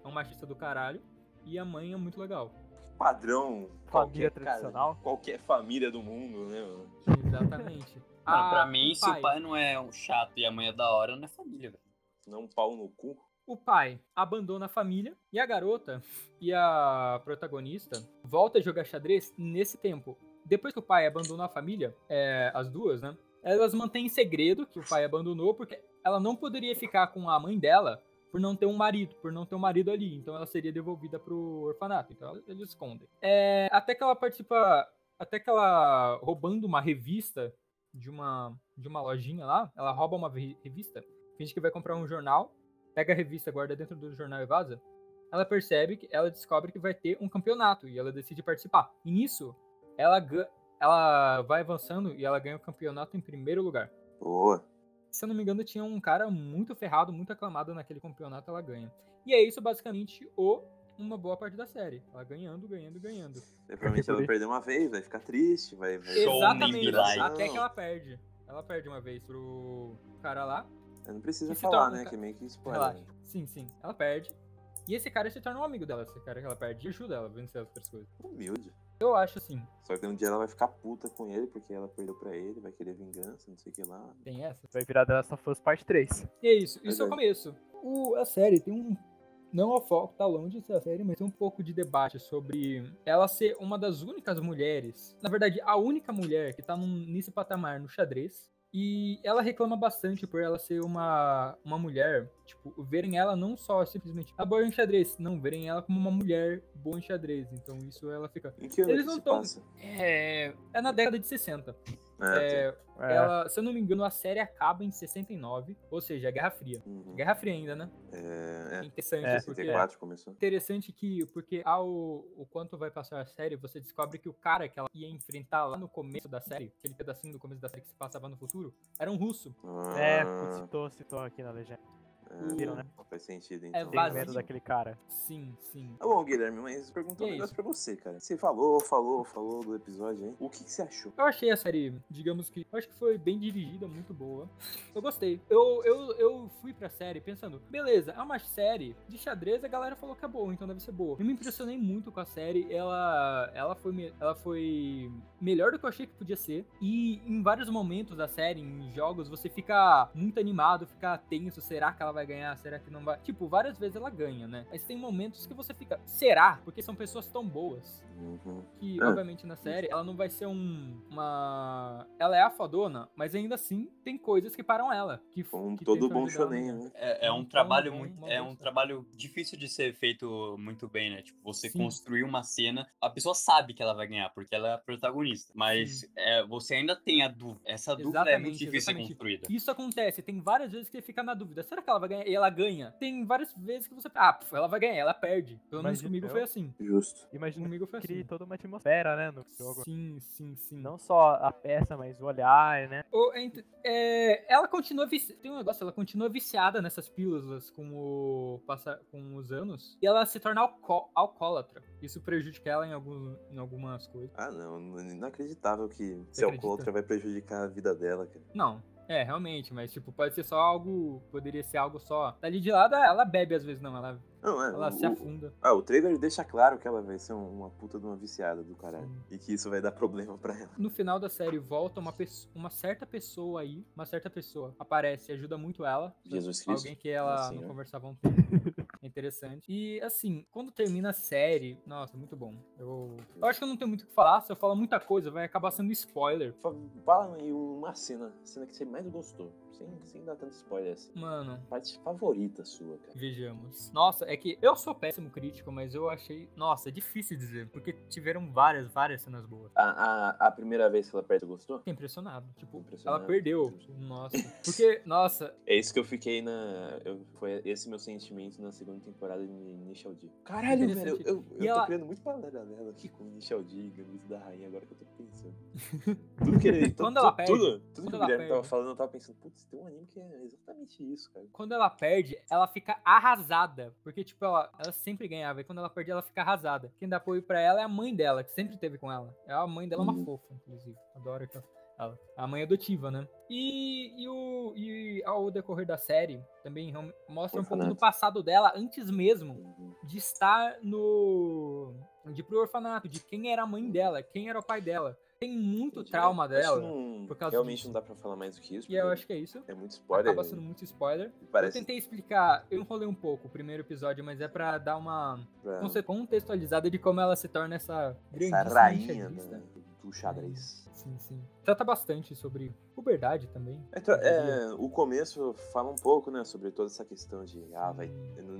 [SPEAKER 4] é um machista do caralho e a mãe é muito legal.
[SPEAKER 2] Padrão.
[SPEAKER 5] Família
[SPEAKER 2] qualquer cara-
[SPEAKER 5] tradicional.
[SPEAKER 2] qualquer família do mundo, né, mano?
[SPEAKER 4] Exatamente.
[SPEAKER 1] Mano,
[SPEAKER 4] Ah,
[SPEAKER 1] pra mim,
[SPEAKER 4] o
[SPEAKER 1] se o pai não é um chato e a mãe é da hora, não é família, velho.
[SPEAKER 2] Não um pau no cu.
[SPEAKER 4] O pai abandona a família e a garota [laughs] e a protagonista volta a jogar xadrez nesse tempo. Depois que o pai abandonou a família, é, as duas, né? Elas mantêm em segredo que o pai abandonou, porque ela não poderia ficar com a mãe dela por não ter um marido, por não ter um marido ali. Então ela seria devolvida pro orfanato. Então ela- eles escondem. É, até que ela participa. Até que ela, roubando uma revista de uma, de uma lojinha lá, ela rouba uma re- revista, finge que vai comprar um jornal, pega a revista, guarda dentro do jornal e vaza. Ela percebe que ela descobre que vai ter um campeonato e ela decide participar. E nisso, ela, ga- ela vai avançando e ela ganha o campeonato em primeiro lugar.
[SPEAKER 2] Boa.
[SPEAKER 4] Se eu não me engano, tinha um cara muito ferrado, muito aclamado naquele campeonato, ela ganha. E é isso basicamente o uma boa parte da série. Ela ganhando, ganhando, ganhando.
[SPEAKER 2] Daí,
[SPEAKER 5] [laughs]
[SPEAKER 2] provavelmente ela vai perder uma vez, vai ficar triste, vai. vai...
[SPEAKER 1] Show me
[SPEAKER 4] Exatamente.
[SPEAKER 1] like.
[SPEAKER 4] Até que ela perde. Ela perde uma vez pro cara lá.
[SPEAKER 2] Eu não precisa
[SPEAKER 4] E se
[SPEAKER 2] falar,
[SPEAKER 4] torna,
[SPEAKER 2] né?
[SPEAKER 4] cara?
[SPEAKER 2] Que é meio que spoiler.
[SPEAKER 4] Relaxa. Sim, sim. Ela perde. E esse cara se torna um amigo dela. Esse cara que ela perde e ajuda ela a vencer as outras coisas.
[SPEAKER 2] é, Humilde.
[SPEAKER 4] Eu acho assim.
[SPEAKER 2] Só que um dia ela vai ficar puta com ele, porque ela perdeu pra ele, vai querer vingança, não sei o que lá.
[SPEAKER 4] Tem essa.
[SPEAKER 5] Vai virar The Last of Us Parte 3.
[SPEAKER 4] E é isso. Isso
[SPEAKER 2] Verdade.
[SPEAKER 4] é o começo. O- a série tem um. Não é o foco, tá longe de ser a série, mas tem um pouco de debate sobre ela ser uma das únicas mulheres. Na verdade, a única mulher que tá num- nesse patamar no xadrez. E ela reclama bastante por ela ser uma, uma mulher. Tipo, verem ela não só simplesmente a boa em xadrez, não, verem ela como uma mulher boa em xadrez. Então isso ela fica.
[SPEAKER 2] Em que ano
[SPEAKER 4] Eles
[SPEAKER 2] que
[SPEAKER 4] não
[SPEAKER 2] se
[SPEAKER 4] tão-
[SPEAKER 2] passa?
[SPEAKER 4] É. É na década de 60.
[SPEAKER 2] É,
[SPEAKER 4] É,
[SPEAKER 5] É,
[SPEAKER 4] ela, se eu não me engano, a série acaba em 69, ou seja, a Guerra Fria.
[SPEAKER 2] uhum.
[SPEAKER 4] Guerra Fria ainda, né?
[SPEAKER 2] é, é,
[SPEAKER 4] Interessante,
[SPEAKER 5] É.
[SPEAKER 4] porque
[SPEAKER 2] 64 começou.
[SPEAKER 4] interessante que porque ao o quanto vai passar a série, você descobre que o cara que ela ia enfrentar lá no começo da série, aquele pedacinho do começo da série que se passava no futuro, era um russo.
[SPEAKER 5] é putz,
[SPEAKER 2] Ah,
[SPEAKER 5] citou, citou aqui na legenda.
[SPEAKER 2] é,
[SPEAKER 5] viram, né?
[SPEAKER 2] não Faz sentido, então.
[SPEAKER 5] Tem
[SPEAKER 4] vazio.
[SPEAKER 5] medo daquele cara.
[SPEAKER 4] Sim, sim.
[SPEAKER 2] Tá bom, Guilherme, mas perguntou um
[SPEAKER 4] E é
[SPEAKER 2] negócio pra você, cara. Você falou, falou, falou do episódio aí. O que, que você achou?
[SPEAKER 4] Eu achei a série, digamos que, eu acho que foi bem dirigida, muito boa. Eu gostei. Eu, eu, eu fui pra série pensando, beleza, é uma série de xadrez, a galera falou que é boa, então deve ser boa. Eu me impressionei muito com a série, ela, ela, foi, me- ela foi melhor do que eu achei que podia ser. E em vários momentos da série, em jogos, você fica muito animado, fica tenso, será que ela vai ganhar, será que não vai? Tipo, várias vezes ela ganha, né? Mas tem momentos que você fica, será? Porque são pessoas tão boas
[SPEAKER 2] Uhum.
[SPEAKER 4] que,
[SPEAKER 2] É.
[SPEAKER 4] obviamente, na série, ela não vai ser um, uma. Ela é a fodona, mas ainda assim tem coisas que param ela. Que,
[SPEAKER 2] Com
[SPEAKER 4] que
[SPEAKER 2] todo
[SPEAKER 4] tentam
[SPEAKER 2] bom
[SPEAKER 4] ajudar ela.
[SPEAKER 2] shonen, né?
[SPEAKER 1] É, é um
[SPEAKER 4] Então,
[SPEAKER 1] trabalho
[SPEAKER 4] é
[SPEAKER 1] muito,
[SPEAKER 4] uma
[SPEAKER 1] é
[SPEAKER 4] boa
[SPEAKER 1] um
[SPEAKER 4] série.
[SPEAKER 1] trabalho difícil de ser feito muito bem, né? Tipo, você
[SPEAKER 4] Sim.
[SPEAKER 1] construir uma cena, a pessoa sabe que ela vai ganhar porque ela é a protagonista, mas é, você ainda tem a dúvida. Essa dúvida é muito
[SPEAKER 4] Exatamente,
[SPEAKER 1] difícil de ser
[SPEAKER 4] exatamente.
[SPEAKER 1] construída.
[SPEAKER 4] Isso acontece, tem várias vezes que você fica na dúvida, será que ela vai ganhar? E ela ganha. Tem várias vezes que você. Ah, pff, ela vai ganhar, ela perde. Pelo menos
[SPEAKER 5] Imagina
[SPEAKER 4] comigo
[SPEAKER 5] eu.
[SPEAKER 4] foi assim.
[SPEAKER 2] Justo.
[SPEAKER 5] Imagina
[SPEAKER 4] Comigo foi
[SPEAKER 5] que cria
[SPEAKER 4] assim.
[SPEAKER 5] toda uma atmosfera, né, no jogo.
[SPEAKER 4] Sim, sim, sim.
[SPEAKER 5] Não só a peça, mas o olhar, né?
[SPEAKER 4] Ou ent- é, ela continua vici- tem um negócio, ela continua viciada nessas pílulas com o passa- com os anos e ela se torna alco- alcoólatra. Isso prejudica ela em, algum- em algumas coisas.
[SPEAKER 2] Ah, não. Inacreditável que
[SPEAKER 4] Você
[SPEAKER 2] ser
[SPEAKER 4] acredita?
[SPEAKER 2] alcoólatra vai prejudicar a vida dela, cara.
[SPEAKER 4] Não, é realmente, mas tipo pode ser só algo, poderia ser algo só. Dali de lado ela bebe às vezes não, ela,
[SPEAKER 2] Não, é.
[SPEAKER 4] ela
[SPEAKER 2] o-
[SPEAKER 4] se afunda.
[SPEAKER 2] Ah, o trailer deixa claro que ela vai ser um- uma puta de uma viciada do caralho. E que isso vai dar problema pra ela.
[SPEAKER 4] No final da série volta uma pesso- uma certa pessoa aí, uma certa pessoa aparece, ajuda muito ela.
[SPEAKER 2] Jesus Cristo.
[SPEAKER 4] Alguém que ela
[SPEAKER 2] Assim,
[SPEAKER 4] não
[SPEAKER 2] né?
[SPEAKER 4] conversava há um tempo. É Interessante. E assim, quando termina a série, nossa, muito bom. Eu, eu acho que eu não tenho muito o que falar, se eu falar muita coisa, vai acabar sendo spoiler.
[SPEAKER 2] Fa- Fala aí uma cena, cena que você mais gostou. Sem, sem dar tanto spoiler assim.
[SPEAKER 4] Mano,
[SPEAKER 2] Parte favorita sua, cara.
[SPEAKER 4] vejamos. Nossa, é que eu sou péssimo crítico, mas eu achei. Nossa, é difícil dizer. Porque tiveram várias, várias cenas boas.
[SPEAKER 2] A, a, a primeira vez que ela perde, você gostou?
[SPEAKER 4] Fiquei impressionado. Tipo,
[SPEAKER 2] Impressionado.
[SPEAKER 4] ela perdeu. Nossa. Porque, nossa,
[SPEAKER 2] É isso que eu fiquei na. eu- foi esse meu sentimento na segunda temporada de Initial D. Caralho, velho, eu,
[SPEAKER 4] Interessante.
[SPEAKER 2] eu, eu
[SPEAKER 4] E
[SPEAKER 2] tô
[SPEAKER 4] ela-
[SPEAKER 2] criando muito palavra dela aqui com Initial D e Gambito da Rainha agora que eu tô
[SPEAKER 4] [laughs]
[SPEAKER 2] pensando. Tudo que ele.
[SPEAKER 4] Quando
[SPEAKER 2] tu-
[SPEAKER 4] ela
[SPEAKER 2] tu-
[SPEAKER 4] perde,
[SPEAKER 2] Tudo, tudo
[SPEAKER 4] quando
[SPEAKER 2] que o
[SPEAKER 4] ela
[SPEAKER 2] Guilherme tava
[SPEAKER 4] perde.
[SPEAKER 2] falando, eu tava pensando, putz, tem um anime que é exatamente isso, cara.
[SPEAKER 4] quando ela perde, ela fica arrasada. Porque, tipo, ela, ela sempre ganhava. E quando ela perde, ela fica arrasada. Quem dá apoio pra ela é a mãe dela, que sempre teve com ela. É A mãe dela é uma
[SPEAKER 2] Uhum.
[SPEAKER 4] fofa, inclusive. Adoro que ela- ela. A mãe adotiva, né? E, e, o, e ao decorrer da série, também real- mostra um pouco do
[SPEAKER 2] Orfanato.
[SPEAKER 4] passado dela antes mesmo
[SPEAKER 2] Uhum.
[SPEAKER 4] de estar no. de ir pro orfanato, de quem era a mãe dela, quem era o pai dela. Tem muito
[SPEAKER 2] Entendi.
[SPEAKER 4] trauma
[SPEAKER 2] Acho que
[SPEAKER 4] dela.
[SPEAKER 2] não-
[SPEAKER 4] por causa
[SPEAKER 2] realmente
[SPEAKER 4] disso.
[SPEAKER 2] não dá pra falar mais do que isso.
[SPEAKER 4] E eu
[SPEAKER 2] porque
[SPEAKER 4] acho que é isso.
[SPEAKER 2] É muito spoiler.
[SPEAKER 4] Acaba sendo muito spoiler. Eu
[SPEAKER 2] Parece
[SPEAKER 4] tentei explicar, eu enrolei um pouco o primeiro episódio, mas é pra dar uma um
[SPEAKER 2] pra-
[SPEAKER 4] conce- contextualizada de como ela se torna essa grande
[SPEAKER 2] essa rainha né? da- do do um xadrez.
[SPEAKER 4] Sim, sim. Trata bastante sobre puberdade também.
[SPEAKER 2] É, tra- é,
[SPEAKER 4] Uhum.
[SPEAKER 2] o começo fala um pouco, né, sobre toda essa questão de, ah, vai,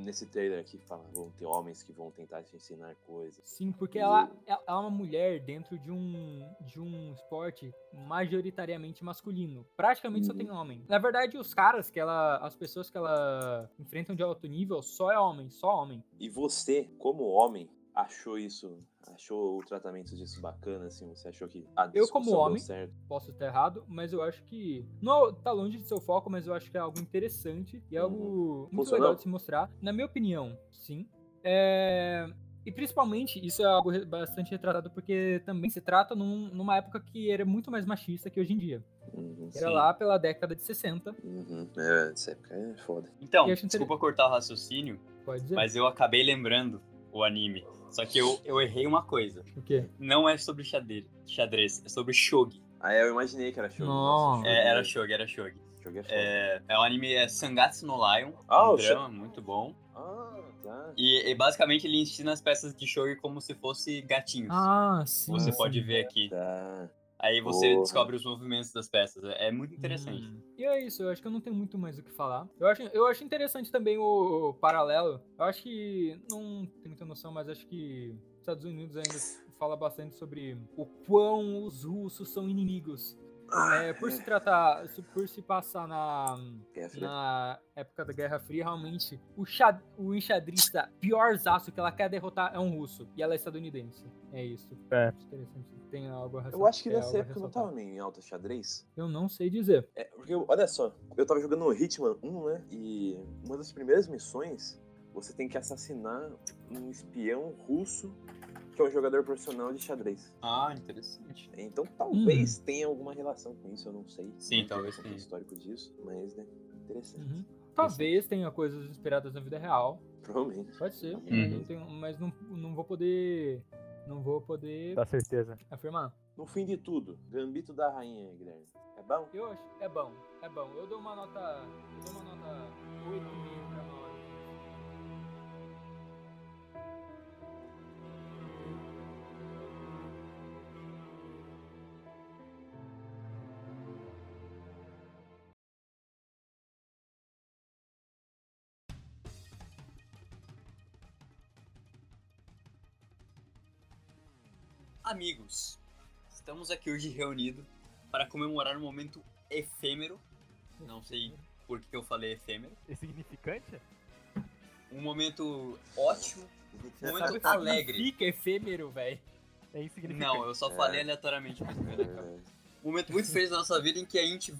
[SPEAKER 2] nesse trailer aqui fala, vão ter homens que vão tentar te ensinar coisas.
[SPEAKER 4] Sim, porque ela, ela é uma mulher dentro de um, de um esporte majoritariamente masculino. Praticamente só
[SPEAKER 2] Uhum.
[SPEAKER 4] tem homem. Na verdade, os caras que ela. As pessoas que ela enfrentam de alto nível só é homem, só homem.
[SPEAKER 2] E você, como homem, achou isso, achou o tratamento disso bacana, assim, você achou que a
[SPEAKER 4] Eu,
[SPEAKER 2] discussão
[SPEAKER 4] como
[SPEAKER 2] deu
[SPEAKER 4] homem,
[SPEAKER 2] certo?
[SPEAKER 4] Posso estar errado, mas eu acho que. Não, tá longe de seu foco, mas eu acho que é algo interessante e é
[SPEAKER 2] Uhum.
[SPEAKER 4] algo muito
[SPEAKER 2] Funcionou?
[SPEAKER 4] legal de se mostrar. Na minha opinião, sim. É, E principalmente, isso é algo re- bastante retratado porque também se trata num- numa época que era muito mais machista que hoje em dia.
[SPEAKER 2] Uhum,
[SPEAKER 4] Era
[SPEAKER 2] sim.
[SPEAKER 4] lá pela década de 60,
[SPEAKER 2] Uhum. É, essa época é foda.
[SPEAKER 1] Então,
[SPEAKER 4] Eu acho
[SPEAKER 1] desculpa cortar o raciocínio,
[SPEAKER 4] pode dizer.
[SPEAKER 1] mas eu acabei lembrando o anime. Só que eu, eu errei uma coisa.
[SPEAKER 4] O quê?
[SPEAKER 1] Não é sobre xadrez, xadrez é sobre shogi.
[SPEAKER 2] Aí eu imaginei que era show.
[SPEAKER 4] Nossa.
[SPEAKER 1] É, era shogi, era shogi.
[SPEAKER 2] Shogi é foda.
[SPEAKER 1] É, é o anime é Sangatsu no Lion,
[SPEAKER 2] Ah,
[SPEAKER 1] um
[SPEAKER 2] o
[SPEAKER 1] drama muito bom.
[SPEAKER 2] Ah, tá.
[SPEAKER 1] E, e basicamente ele ensina as peças de shogi como se fosse gatinhos.
[SPEAKER 4] Ah, sim.
[SPEAKER 1] Você
[SPEAKER 4] sim.
[SPEAKER 1] pode ver aqui.
[SPEAKER 2] Tá.
[SPEAKER 1] Aí você
[SPEAKER 2] Porra.
[SPEAKER 1] descobre os movimentos das peças. É é muito interessante.
[SPEAKER 4] Hum. E é isso, eu acho que eu não tenho muito mais o que falar. Eu acho, eu acho interessante também o, o paralelo. Eu acho que não tenho muita noção, mas acho que os Estados Unidos ainda fala bastante sobre o quão os russos são inimigos. É,
[SPEAKER 2] Ah,
[SPEAKER 4] por se tratar, por se passar na,
[SPEAKER 2] É, filha.
[SPEAKER 4] na época da Guerra Fria, realmente o, xa- o enxadrista pior zaço que ela quer derrotar é um russo. E ela é estadunidense. É isso.
[SPEAKER 5] É.
[SPEAKER 4] Acho Interessante. Tem algo a
[SPEAKER 2] Eu acho que
[SPEAKER 4] é
[SPEAKER 2] nessa
[SPEAKER 4] algo a
[SPEAKER 2] época não
[SPEAKER 4] ressaltar.
[SPEAKER 2] tava meio em alta xadrez.
[SPEAKER 4] Eu não sei dizer.
[SPEAKER 2] É, porque, eu- olha só, eu tava jogando o Hitman 1, né? E uma das primeiras missões, você tem que assassinar um espião russo que é um jogador profissional de xadrez.
[SPEAKER 1] Ah, interessante.
[SPEAKER 2] Então talvez tenha alguma relação com isso, eu não sei.
[SPEAKER 1] Hum. Sim,
[SPEAKER 2] Não
[SPEAKER 1] talvez
[SPEAKER 2] sei o
[SPEAKER 1] tenha.
[SPEAKER 2] histórico disso, mas, né, interessante.
[SPEAKER 4] Uhum. Talvez tenha coisas inspiradas na vida real.
[SPEAKER 2] [laughs] Provavelmente.
[SPEAKER 4] Pode ser.
[SPEAKER 2] Uhum.
[SPEAKER 4] Não tenho- mas não, não vou poder. Não vou poder
[SPEAKER 5] Dá certeza.
[SPEAKER 4] afirmar.
[SPEAKER 2] No fim de tudo, Gambito da Rainha, Guilherme. É bom?
[SPEAKER 4] Eu acho. É bom, é bom. Eu dou uma nota. Eu dou uma nota 8,5 pra nós.
[SPEAKER 1] Amigos, estamos aqui hoje reunidos para comemorar um momento efêmero. Não sei por que eu falei efêmero.
[SPEAKER 5] É significante?
[SPEAKER 1] Um momento
[SPEAKER 4] [laughs]
[SPEAKER 1] ótimo, um
[SPEAKER 4] Sabe
[SPEAKER 1] momento
[SPEAKER 2] tá
[SPEAKER 4] falar
[SPEAKER 1] alegre.
[SPEAKER 4] Fica efêmero, velho.
[SPEAKER 5] É insignificante.
[SPEAKER 1] Não, eu só
[SPEAKER 2] É.
[SPEAKER 1] falei aleatoriamente. mas foi legal.
[SPEAKER 2] É,
[SPEAKER 1] Um momento muito feliz da nossa vida em que a gente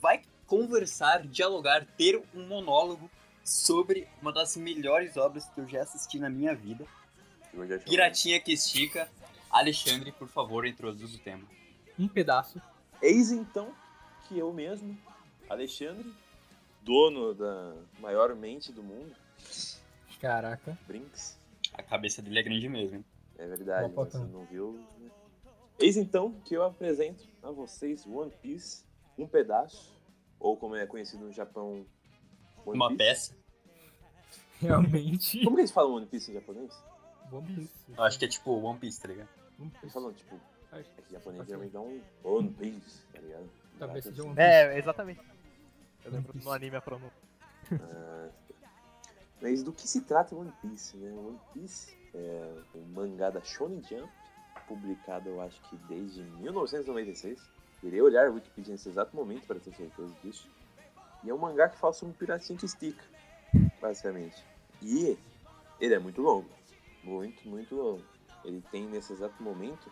[SPEAKER 1] vai conversar, dialogar, ter um monólogo sobre uma das melhores obras que eu já assisti na minha vida.
[SPEAKER 2] eu já chamo.
[SPEAKER 1] Piratinha que estica. Alexandre, por favor, introduza o tema.
[SPEAKER 4] Um pedaço.
[SPEAKER 2] Eis então que eu mesmo, Alexandre, dono da maior mente do mundo,
[SPEAKER 4] Caraca. [laughs]
[SPEAKER 2] Brinks,
[SPEAKER 1] A cabeça dele é grande mesmo, hein?
[SPEAKER 2] é verdade,
[SPEAKER 4] Boa
[SPEAKER 2] você
[SPEAKER 4] potão.
[SPEAKER 2] não viu. né? Eis então que eu apresento a vocês One Piece, um pedaço, ou como é conhecido no Japão, One
[SPEAKER 1] Uma
[SPEAKER 2] Piece.
[SPEAKER 1] peça.
[SPEAKER 4] Realmente.
[SPEAKER 2] Como que eles falam One Piece em japonês?
[SPEAKER 4] One Piece.
[SPEAKER 1] Eu acho que é tipo One Piece, tá ligado?
[SPEAKER 4] One
[SPEAKER 2] Eles
[SPEAKER 4] Piece.
[SPEAKER 2] falam, tipo,
[SPEAKER 4] Acho-
[SPEAKER 2] é que japonês
[SPEAKER 4] Assim.
[SPEAKER 2] geralmente dá um One Piece, tá ligado?
[SPEAKER 4] Talvez seja One Piece.
[SPEAKER 5] É, exatamente. Eu lembro no anime a pronúncia.
[SPEAKER 2] Ah, Mas do que se trata One Piece, né? One Piece é um mangá da Shonen Jump, publicado eu acho que desde 1996. Irei olhar o Wikipedia nesse exato momento para ter certeza disso. E é um mangá que fala sobre um piratinho que estica, basicamente. E ele é muito longo. Muito, muito longo. Ele tem nesse exato momento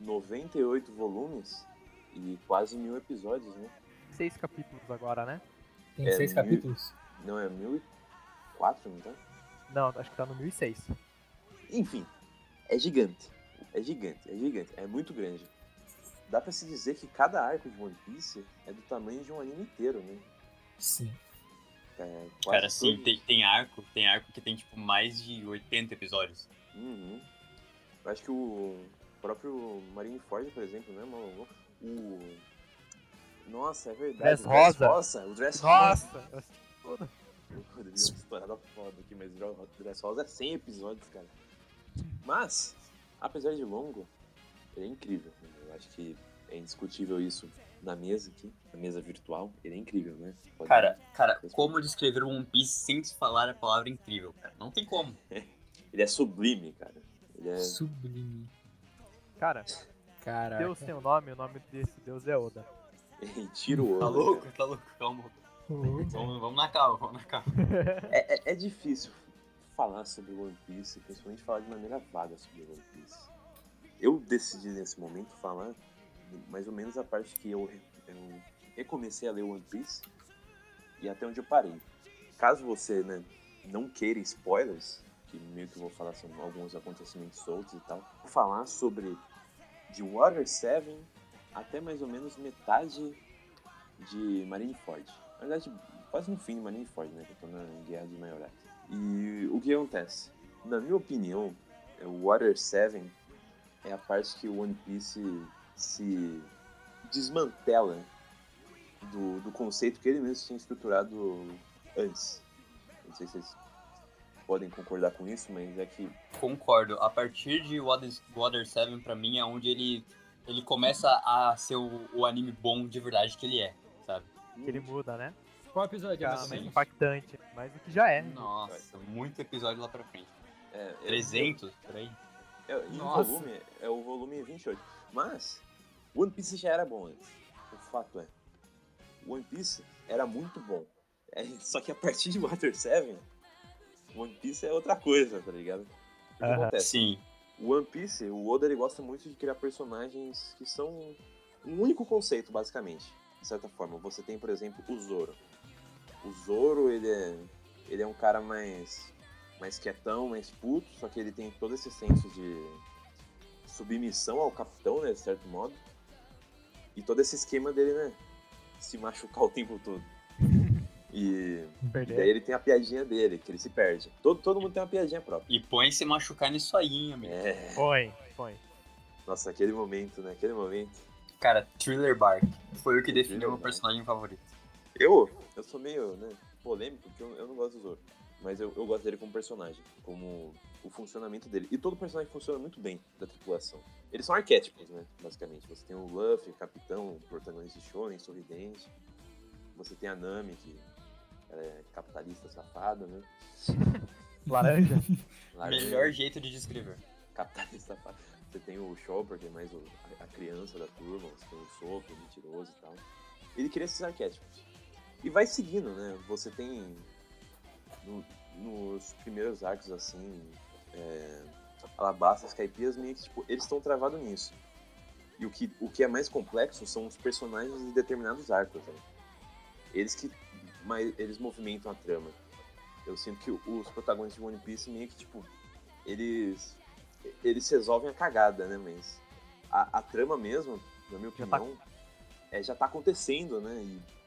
[SPEAKER 2] 98 volumes e quase mil episódios, né?
[SPEAKER 5] Seis capítulos agora, né?
[SPEAKER 4] Tem
[SPEAKER 2] É
[SPEAKER 4] seis
[SPEAKER 2] mil-
[SPEAKER 4] capítulos.
[SPEAKER 2] Não é mil e quatro, não tá?
[SPEAKER 5] Não, acho que tá no 1006.
[SPEAKER 2] Enfim, é gigante. É gigante, é gigante. É muito grande. Dá pra se dizer que cada arco de One Piece é do tamanho de um anime inteiro, né?
[SPEAKER 4] Sim.
[SPEAKER 2] É, quase
[SPEAKER 1] Cara, sim,
[SPEAKER 2] todo-
[SPEAKER 1] tem, tem arco, tem arco que tem tipo mais de 80 episódios.
[SPEAKER 2] Uhum. Eu acho que o próprio Marineford, por exemplo, né, mano? O. Nossa, é verdade.
[SPEAKER 5] Dress
[SPEAKER 2] o Dress
[SPEAKER 5] Rosa.
[SPEAKER 2] Rosa. O Dress Rosa.
[SPEAKER 5] Nossa! Eu assisti tudo.
[SPEAKER 2] Eu devia uma estourada foda aqui, mas Dress Rosa é 100 episódios, cara. Mas, apesar de longo, Ele é incrível. Eu acho que é indiscutível isso na mesa aqui, na mesa virtual. Ele é incrível, né? Pode-
[SPEAKER 1] Cara, cara, como descrever One Piece sem se falar a palavra incrível, cara? Não tem como.
[SPEAKER 2] Ele é sublime, cara. Ele é... [laughs]
[SPEAKER 4] Sublime.
[SPEAKER 5] Cara,
[SPEAKER 4] Caraca.
[SPEAKER 5] Deus tem um nome, o nome desse Deus é Oda.
[SPEAKER 2] Ele tira o olho.
[SPEAKER 1] Tá louco? Tá louco? Calma. Vamos, vamos na calma, vamos na calma.
[SPEAKER 2] É, é- é difícil falar sobre One Piece, principalmente falar de maneira vaga sobre One Piece. Eu decidi nesse momento falar mais ou menos a parte que eu, re- eu recomecei a ler One Piece e até onde eu parei. Caso você né, não queira spoilers, que meio que eu vou falar sobre alguns acontecimentos soltos e tal, vou falar sobre de Water 7 até mais ou menos metade de Marineford. Na verdade, quase no fim de Marineford, né? Que eu tô na Guerra de Maiorais. E o que acontece? Na minha opinião, é, o Water 7 é a parte que o One Piece se desmantela do, do conceito que ele mesmo tinha estruturado antes. Não sei se vocês podem concordar com isso, mas é que
[SPEAKER 1] Concordo. A partir de Water, Water 7, pra mim, é onde ele, ele começa a ser o, o anime bom de verdade que ele é, sabe?
[SPEAKER 5] Que ele muda, né?
[SPEAKER 4] Qual episódio é
[SPEAKER 5] Fica
[SPEAKER 4] mais
[SPEAKER 5] mais
[SPEAKER 4] ou
[SPEAKER 1] sim.
[SPEAKER 4] menos?
[SPEAKER 5] impactante. Mas o que já é.
[SPEAKER 1] Nossa, muito episódio lá pra frente.
[SPEAKER 2] é, é-
[SPEAKER 1] 300, por aí.
[SPEAKER 2] É, e o
[SPEAKER 4] Nossa.
[SPEAKER 2] volume é o volume 28. Mas One Piece já era bom antes. O fato é. One Piece era muito bom. É, só que a partir de Water 7, One Piece é outra coisa, tá ligado? O que
[SPEAKER 5] Aham.
[SPEAKER 2] acontece?
[SPEAKER 1] Sim,
[SPEAKER 2] O One Piece, o Oda ele gosta muito de criar personagens que são um único conceito, basicamente. De certa forma, você tem, por exemplo, o Zoro. O Zoro, ele é, ele é um cara mais, mais quietão, mais puto, só que ele tem todo esse senso de submissão ao capitão, né, de certo modo. E todo esse esquema dele, né, se machucar o tempo todo. E, e daí
[SPEAKER 5] Perder.
[SPEAKER 2] ele tem a piadinha dele, que ele se perde. Todo, todo mundo tem uma piadinha própria.
[SPEAKER 1] e põe se machucar nisso aí, hein, amigo.
[SPEAKER 2] É...
[SPEAKER 5] Põe, põe.
[SPEAKER 2] Nossa, aquele momento, né? Aquele momento.
[SPEAKER 1] Cara, Thriller Bark foi o que
[SPEAKER 2] Thriller
[SPEAKER 1] definiu meu
[SPEAKER 2] Bark.
[SPEAKER 1] personagem favorito.
[SPEAKER 2] Eu? Eu sou meio, né, polêmico, porque eu, eu não gosto do Zoro. Mas eu, eu gosto dele como personagem, como o funcionamento dele. E todo personagem funciona muito bem da tripulação. Eles são arquétipos, né, basicamente. Você tem o Luffy, o capitão, o protagonista de Shonen, sorridente. Você tem a Nami, que ela é capitalista safada, né?
[SPEAKER 5] Laranja.
[SPEAKER 2] Laranja,
[SPEAKER 1] Melhor jeito de descrever.
[SPEAKER 2] [laughs] Capitalista safada. Você tem o Chopper, que é mais o- a, a criança da turma. Você tem o Sopro, mentiroso e tal. ele cria esses arquétipos. E vai seguindo, né? Você tem no- nos primeiros arcos, assim, é, alabastras, caipias, meio que, tipo, eles estão travados nisso. E o que, o que é mais complexo são os personagens de determinados arcos, né? Eles que mais, eles movimentam a trama. Eu sinto que os protagonistas de One Piece meio que, tipo, eles eles resolvem a cagada, né? Mas a, a trama mesmo, na minha
[SPEAKER 5] Já
[SPEAKER 2] opinião,
[SPEAKER 5] tá
[SPEAKER 2] é, já tá acontecendo, né?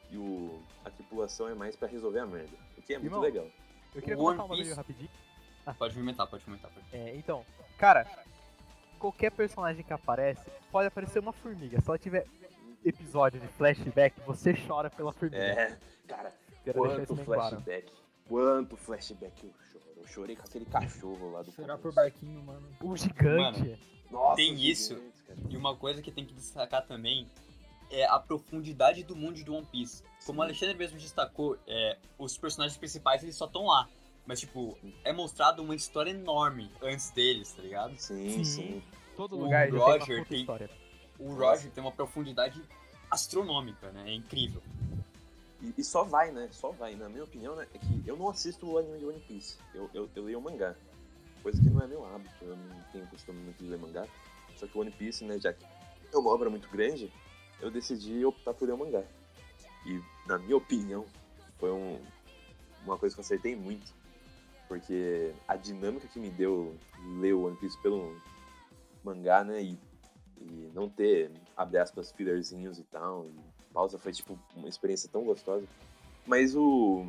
[SPEAKER 2] E, e o, a tripulação é mais pra resolver a merda. O que é muito
[SPEAKER 5] Irmão.
[SPEAKER 2] legal.
[SPEAKER 5] Eu queria
[SPEAKER 1] One
[SPEAKER 5] colocar uma
[SPEAKER 1] Piece.
[SPEAKER 5] coisa rapidinho.
[SPEAKER 1] Pode comentar, pode comentar. Pode.
[SPEAKER 5] É, então, cara, qualquer personagem que aparece, pode aparecer uma formiga. Se ela tiver episódio de flashback, você chora pela formiga.
[SPEAKER 2] É, cara,
[SPEAKER 5] Quero deixar
[SPEAKER 2] quanto
[SPEAKER 5] isso bem claro.
[SPEAKER 2] flashback. Quanto flashback eu choro. Eu chorei com aquele cachorro lá do
[SPEAKER 4] Chorar por
[SPEAKER 2] começo.
[SPEAKER 4] barquinho, mano.
[SPEAKER 5] O gigante.
[SPEAKER 2] Nossa,
[SPEAKER 1] Tem
[SPEAKER 2] que
[SPEAKER 1] isso.
[SPEAKER 2] gigante, cara.
[SPEAKER 1] E uma coisa que tem que destacar também é a profundidade do mundo de One Piece. Como o Alexandre mesmo destacou, é, os personagens principais eles só estão lá. Mas, tipo, é mostrado uma história enorme antes deles, tá ligado?
[SPEAKER 2] Sim, sim.
[SPEAKER 5] Sim. Todo
[SPEAKER 1] O
[SPEAKER 5] lugar já tem
[SPEAKER 1] Roger
[SPEAKER 5] uma puta
[SPEAKER 1] tem-
[SPEAKER 5] história.
[SPEAKER 1] O Roger tem uma profundidade astronômica, né? É incrível.
[SPEAKER 2] E, e só vai, né? Só vai. Na minha opinião, né? É que eu não assisto o anime de One Piece. Eu, eu, eu leio o mangá. Coisa que não é meu hábito. Eu não tenho costume muito de ler mangá. Só que o One Piece, né, já que é uma obra muito grande, eu decidi optar por ler o mangá. E, na minha opinião, foi um, uma coisa que eu acertei muito. Porque a dinâmica que me deu ler o One Piece pelo mangá, né? E, e não ter, abre aspas, fillerzinhos e tal. E pausa foi, tipo, uma experiência tão gostosa. Mas o.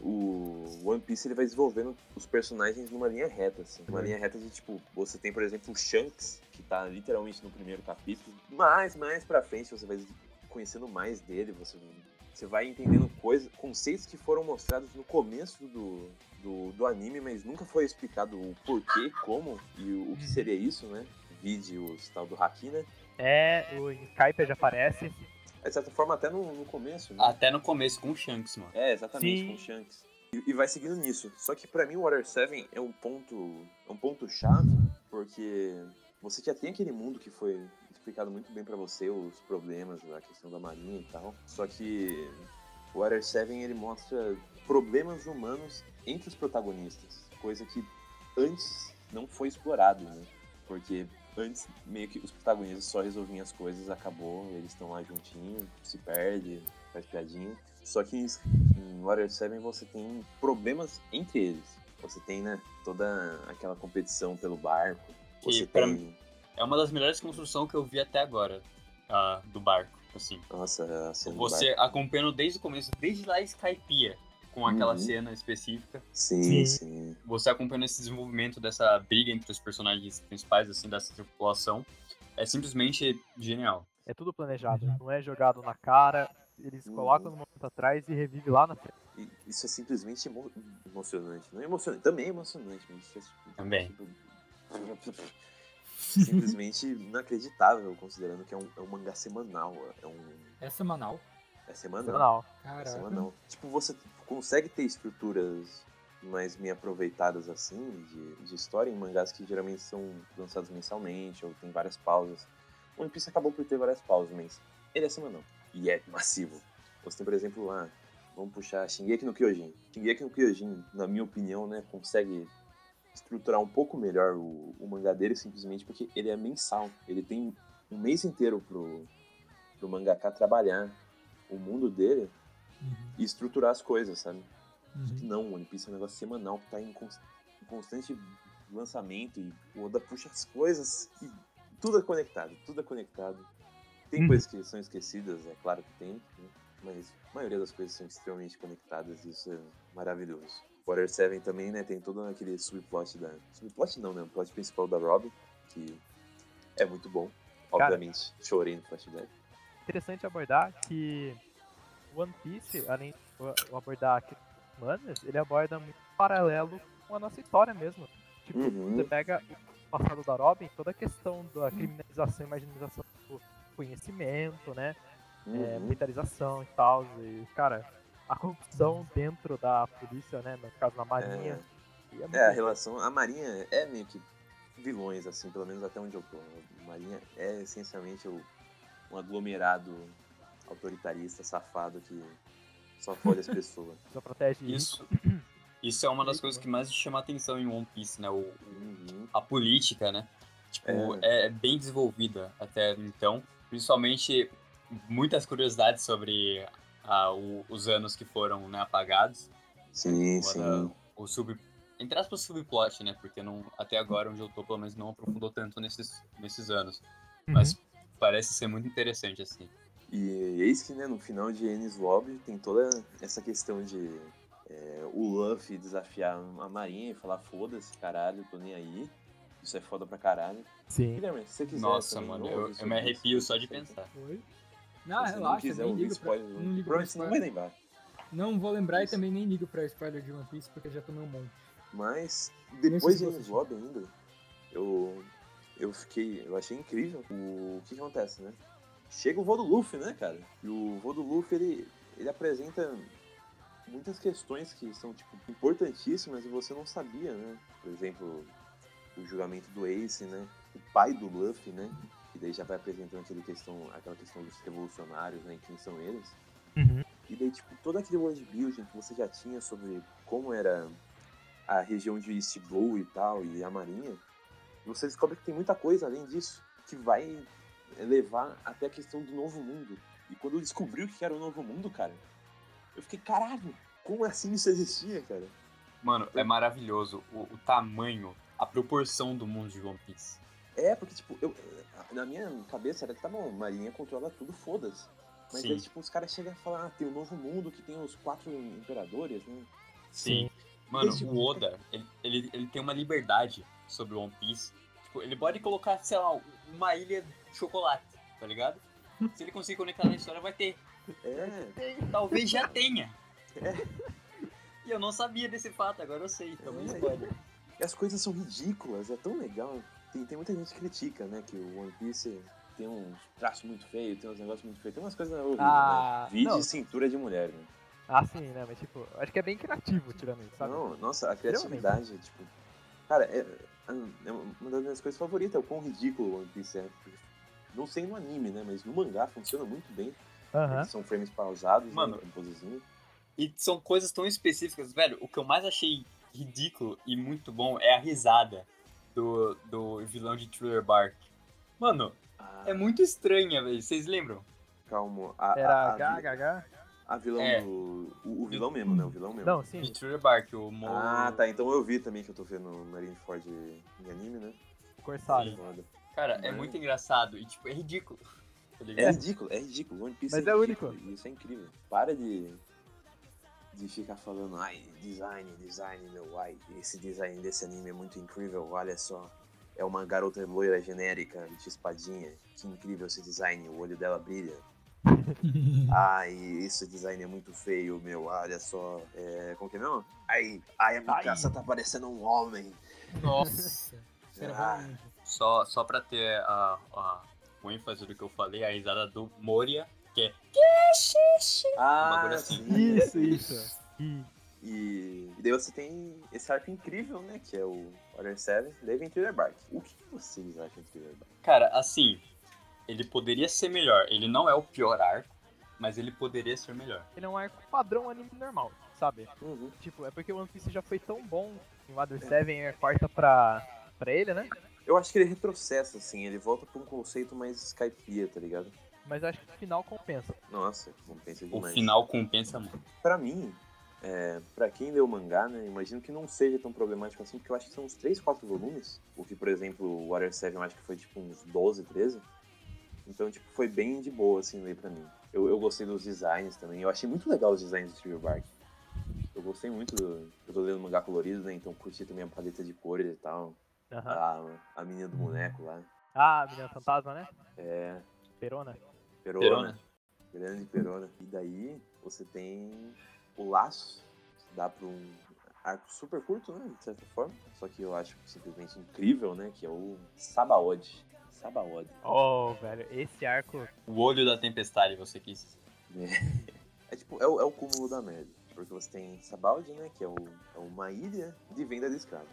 [SPEAKER 2] O One Piece ele vai desenvolvendo os personagens numa linha reta, assim. Uma linha reta de tipo, você tem, por exemplo, o Shanks, que tá literalmente no primeiro capítulo. Mas mais pra frente você vai conhecendo mais dele, você, você vai entendendo coisas, conceitos que foram mostrados no começo do, do, do anime, mas nunca foi explicado o porquê, como e o, o que seria isso, né? vide os tal do Haki, né?
[SPEAKER 5] É, o Skype já aparece.
[SPEAKER 2] De certa forma, até no, no começo, né?
[SPEAKER 1] Até no começo com o Shanks, mano.
[SPEAKER 2] É, exatamente,
[SPEAKER 5] Sim.
[SPEAKER 2] com o Shanks. E, e vai seguindo nisso. Só que pra mim o Water 7 é um ponto. é um ponto chave, porque você já tem aquele mundo que foi explicado muito bem pra você, os problemas, a questão da marinha e tal. Só que o Water 7 ele mostra problemas humanos entre os protagonistas. Coisa que antes não foi explorado, né? Porque antes meio que os protagonistas só resolviam as coisas, acabou, eles estão lá juntinho, se perde, faz piadinha. Só que em Warrior 7 você tem problemas entre eles. Você tem, né, toda aquela competição pelo barco.
[SPEAKER 1] Que
[SPEAKER 2] Você
[SPEAKER 1] pra
[SPEAKER 2] tem.
[SPEAKER 1] É uma das melhores construções que eu vi até agora ah, do barco, assim.
[SPEAKER 2] Nossa, a cena do
[SPEAKER 1] Você
[SPEAKER 2] barco.
[SPEAKER 1] acompanhando desde o começo, desde lá Skypeia, com aquela
[SPEAKER 2] Uhum.
[SPEAKER 1] cena específica.
[SPEAKER 2] Sim, sim.
[SPEAKER 1] Você acompanhando esse desenvolvimento dessa briga entre os personagens principais, assim, dessa tripulação. É simplesmente genial.
[SPEAKER 5] É tudo planejado, não é jogado na cara. Eles
[SPEAKER 2] Uhum.
[SPEAKER 5] colocam no momento atrás e revive lá na frente.
[SPEAKER 2] E Isso é simplesmente emo- emocionante. Não é emocionante, também é emocionante, mas isso é tipo-
[SPEAKER 1] Também.
[SPEAKER 2] tipo- simplesmente inacreditável, considerando que é um, é um mangá semanal. É, um,
[SPEAKER 4] É semanal.
[SPEAKER 2] é semanal.
[SPEAKER 5] Não,
[SPEAKER 2] Essa
[SPEAKER 4] Caraca.
[SPEAKER 2] não. Tipo, você consegue ter estruturas mais bem aproveitadas assim, de, de história, em mangás que geralmente são lançados mensalmente, ou tem várias pausas. One Piece acabou por ter várias pausas, mas ele é semanal. E é massivo. Você tem, por exemplo, lá, vamos puxar Shingeki no Kyojin. Shingeki no Kyojin, na minha opinião, né, consegue estruturar um pouco melhor o, o mangá dele, simplesmente porque ele é mensal. Ele tem um mês inteiro pro, pro mangaka trabalhar o mundo dele
[SPEAKER 4] Uhum,
[SPEAKER 2] e estruturar as coisas, sabe? Só que
[SPEAKER 4] uhum.
[SPEAKER 2] não, One Piece é um negócio semanal que tá em cons- em constante lançamento e o Oda puxa as coisas e tudo é conectado, tudo é conectado. Tem
[SPEAKER 5] Hum.
[SPEAKER 2] coisas que são esquecidas, é claro que tem, né? mas a maioria das coisas são extremamente conectadas e isso é maravilhoso. Water 7 também, né, tem todo aquele subplot da... Subplot não, né, o plot principal da Robin, que é muito bom.
[SPEAKER 5] Cara.
[SPEAKER 2] Obviamente, chorei no flashback.
[SPEAKER 5] interessante abordar que One Piece, além de o- o abordar aqui humanas, ele aborda muito paralelo com a nossa história mesmo. Tipo,
[SPEAKER 2] Uhum.
[SPEAKER 5] você pega o passado da Robin, toda a questão da criminalização e marginalização do conhecimento, né? é,
[SPEAKER 2] Uhum.
[SPEAKER 5] militarização e tal. E, cara, a corrupção dentro da polícia, né? No caso, na
[SPEAKER 2] É.
[SPEAKER 5] marinha. e muito
[SPEAKER 2] É, a relação. A Marinha é meio que vilões, assim, pelo menos até onde eu tô. A Marinha é essencialmente o- um aglomerado autoritarista, safado que só fode as
[SPEAKER 1] [laughs]
[SPEAKER 2] pessoas.
[SPEAKER 5] só
[SPEAKER 2] Uhum.
[SPEAKER 5] protege isso.
[SPEAKER 2] [clears throat]
[SPEAKER 1] Isso, isso é uma das coisas que mais chama atenção em One Piece, né? O,
[SPEAKER 2] Uhum.
[SPEAKER 1] a política, né? Tipo, é. é bem desenvolvida até então. Principalmente muitas curiosidades sobre ah, o- os anos que foram né, apagados. é
[SPEAKER 2] Sim,
[SPEAKER 1] Agora,
[SPEAKER 2] sim.
[SPEAKER 1] O sub. Entre aspas, subplot, né? Porque não, até agora, onde eu tô, pelo menos não aprofundou tanto nesses, nesses anos.
[SPEAKER 2] Uhum.
[SPEAKER 5] [laughs]
[SPEAKER 1] Mas parece ser muito interessante, assim.
[SPEAKER 2] E eis que, né, no final de Ennis Lobby tem toda essa questão de é, o Luffy desafiar a Marinha e falar foda-se, caralho, tô nem aí. Isso é foda pra caralho.
[SPEAKER 5] Sim.
[SPEAKER 2] Guilherme, se você quiser.
[SPEAKER 1] Nossa,
[SPEAKER 2] também,
[SPEAKER 1] mano,
[SPEAKER 2] ouve
[SPEAKER 1] eu, eu
[SPEAKER 2] sobre
[SPEAKER 1] me
[SPEAKER 2] isso,
[SPEAKER 1] arrepio só de
[SPEAKER 2] aceita.
[SPEAKER 1] pensar.
[SPEAKER 4] Oi?
[SPEAKER 2] Se
[SPEAKER 4] Não,
[SPEAKER 2] você não
[SPEAKER 4] Ah, relaxa,
[SPEAKER 2] quiser
[SPEAKER 4] nem
[SPEAKER 2] ouvir
[SPEAKER 4] ligo pra,
[SPEAKER 2] spoiler,
[SPEAKER 4] não ligo pra
[SPEAKER 2] provavelmente você não vai
[SPEAKER 4] spoiler.
[SPEAKER 2] lembrar.
[SPEAKER 4] Não vou lembrar
[SPEAKER 2] Isso.
[SPEAKER 4] e também nem ligo pra spoiler de One Piece, porque eu já tomei um monte.
[SPEAKER 2] Mas
[SPEAKER 4] sei
[SPEAKER 2] depois de
[SPEAKER 4] se você
[SPEAKER 2] James
[SPEAKER 4] chegou.
[SPEAKER 2] Bob é, ainda, eu eu fiquei, eu achei incrível o, o que, que acontece, né? Chega o voo do Luffy, né, cara? E o voo do Luffy ele ele apresenta muitas questões que são tipo importantíssimas e você não sabia, né? Por exemplo, o julgamento do Ace, né? O pai do Luffy, né? E daí já vai apresentando aquele questão, aquela questão dos revolucionários, né? E quem são eles.
[SPEAKER 5] Uhum.
[SPEAKER 2] E daí, tipo, todo aquele world building que você já tinha sobre como era a região de East Blue e tal, e a marinha, você descobre que tem muita coisa além disso que vai levar até a questão do novo mundo. E quando eu descobri o que era o novo mundo, cara, eu fiquei, caralho, como assim isso existia, cara?
[SPEAKER 1] Mano, é maravilhoso o, o tamanho, a proporção do mundo de One Piece.
[SPEAKER 2] É, porque, tipo, eu, na minha cabeça era que tá bom, marinha controla tudo, foda-se. Mas
[SPEAKER 1] Sim,
[SPEAKER 2] aí, tipo, os caras chegam a falar, ah, tem um novo mundo que tem os quatro imperadores, né?
[SPEAKER 1] sim. Mano,
[SPEAKER 2] Desde-
[SPEAKER 1] o Oda, ele, ele, ele tem uma liberdade sobre One Piece. Tipo, ele pode colocar, sei lá, uma ilha de chocolate, tá ligado? Se ele conseguir conectar na história, vai ter.
[SPEAKER 2] É,
[SPEAKER 1] Talvez já tenha. E então eu não sabia desse fato, agora eu sei. Também
[SPEAKER 2] É. E as coisas são ridículas, é tão legal. Tem, tem muita gente que critica, né? Que o One Piece tem uns traços muito feios, tem uns negócios muito feios, tem umas coisas horríveis,
[SPEAKER 5] Ah,
[SPEAKER 2] né? Vídeo
[SPEAKER 5] não.
[SPEAKER 2] de cintura de mulher, né?
[SPEAKER 5] Ah, sim, né? Mas tipo, eu acho que é bem criativo, tirando isso, sabe?
[SPEAKER 2] Não, nossa, a criatividade, tipo. Cara, é, é uma das minhas coisas favoritas, é o quão ridículo o One Piece é. Porque, Não sei no anime, né? Mas no mangá funciona muito bem.
[SPEAKER 5] Aham.
[SPEAKER 2] porque São frames pausados,
[SPEAKER 1] Mano.
[SPEAKER 2] né? com posezinha.
[SPEAKER 1] E são coisas tão específicas, velho. O que eu mais achei ridículo e muito bom é a risada do, do vilão de Thriller Bark. Mano,
[SPEAKER 2] Ah,
[SPEAKER 1] é muito estranha, velho. Vocês lembram?
[SPEAKER 2] calmo. A,
[SPEAKER 5] Era
[SPEAKER 2] a, a, vi-
[SPEAKER 5] HHH?
[SPEAKER 2] a vilão
[SPEAKER 1] É.
[SPEAKER 2] do. O, o vilão mesmo, né? O vilão mesmo.
[SPEAKER 5] Não, sim.
[SPEAKER 1] De Thriller Bark, o Mo.
[SPEAKER 2] Ah, tá. Então eu vi também que eu tô vendo o Marineford em anime, né?
[SPEAKER 5] O Corsário.
[SPEAKER 2] Foda.
[SPEAKER 1] Cara, é
[SPEAKER 2] Mano.
[SPEAKER 1] muito engraçado e, tipo, é ridículo. [laughs] Tá
[SPEAKER 2] É
[SPEAKER 1] ligado?
[SPEAKER 2] ridículo, é ridículo. One Piece
[SPEAKER 5] Mas é
[SPEAKER 2] é
[SPEAKER 5] o
[SPEAKER 2] ridículo, e Isso é incrível. Para de, de ficar falando, ai, design, design, meu, ai, esse design desse anime é muito incrível, olha só. É uma garota loira genérica de espadinha. Que incrível esse design, o olho dela brilha. Ai, esse design é muito feio, meu, olha só. É, como que é mesmo? Ai, ai, a Mikasa tá parecendo um homem.
[SPEAKER 4] Nossa. Era
[SPEAKER 2] Ah.
[SPEAKER 4] ruim.
[SPEAKER 1] Só, só pra ter a, a- o ênfase do que eu falei, a risada do Moria, que é.
[SPEAKER 2] Ah,
[SPEAKER 1] bagulho assim.
[SPEAKER 2] sim.
[SPEAKER 5] Isso, isso. Ih,
[SPEAKER 2] E, e daí você tem esse arco incrível, né? Que é o Order 7, Dave em Thriller Bark. O que vocês acham de Thriller Bark?
[SPEAKER 1] Cara, assim, ele poderia ser melhor. Ele não é o pior arco, mas ele poderia ser melhor.
[SPEAKER 5] ele é um arco padrão anime normal, sabe?
[SPEAKER 2] Uhum.
[SPEAKER 5] Tipo, é porque o One Piece já foi tão bom em Water 7 é quarta pra, pra ele, né?
[SPEAKER 2] Eu acho que ele retrocessa, assim. Ele volta pra um conceito mais caipira, tá ligado?
[SPEAKER 5] Mas acho que no final compensa.
[SPEAKER 2] Nossa, compensa
[SPEAKER 1] O
[SPEAKER 2] demais.
[SPEAKER 1] final compensa muito.
[SPEAKER 2] Pra mim, é, pra quem leu o mangá, né? Imagino que não seja tão problemático assim, porque eu acho que são uns 3, 4 volumes. O que, por exemplo, o Water 7 eu acho que foi tipo uns 12, 13. Então, tipo, foi bem de boa, assim, ler pra mim. Eu, eu gostei dos designs também. Eu achei muito legal os designs do Steve Bark. Eu gostei muito do. Eu tô lendo mangá colorido, né? Então curti também a paleta de cores e tal.
[SPEAKER 5] Aham.
[SPEAKER 2] A, a menina do boneco lá.
[SPEAKER 5] Ah, menina fantasma, né?
[SPEAKER 2] É.
[SPEAKER 5] Perona.
[SPEAKER 2] Perona.
[SPEAKER 1] Perona.
[SPEAKER 2] né? Grande Perona. E daí você tem o laço, que dá pra um arco super curto, né? De certa forma. Só que eu acho simplesmente incrível, né? Que é o Sabaody. Sabaody.
[SPEAKER 5] Oh, velho, esse arco.
[SPEAKER 1] O olho da tempestade, você quis. dizer.
[SPEAKER 2] É tipo, é o, é o cúmulo da merda. Porque você tem Sabaody, né? Que é, o, é uma ilha de venda de escravo.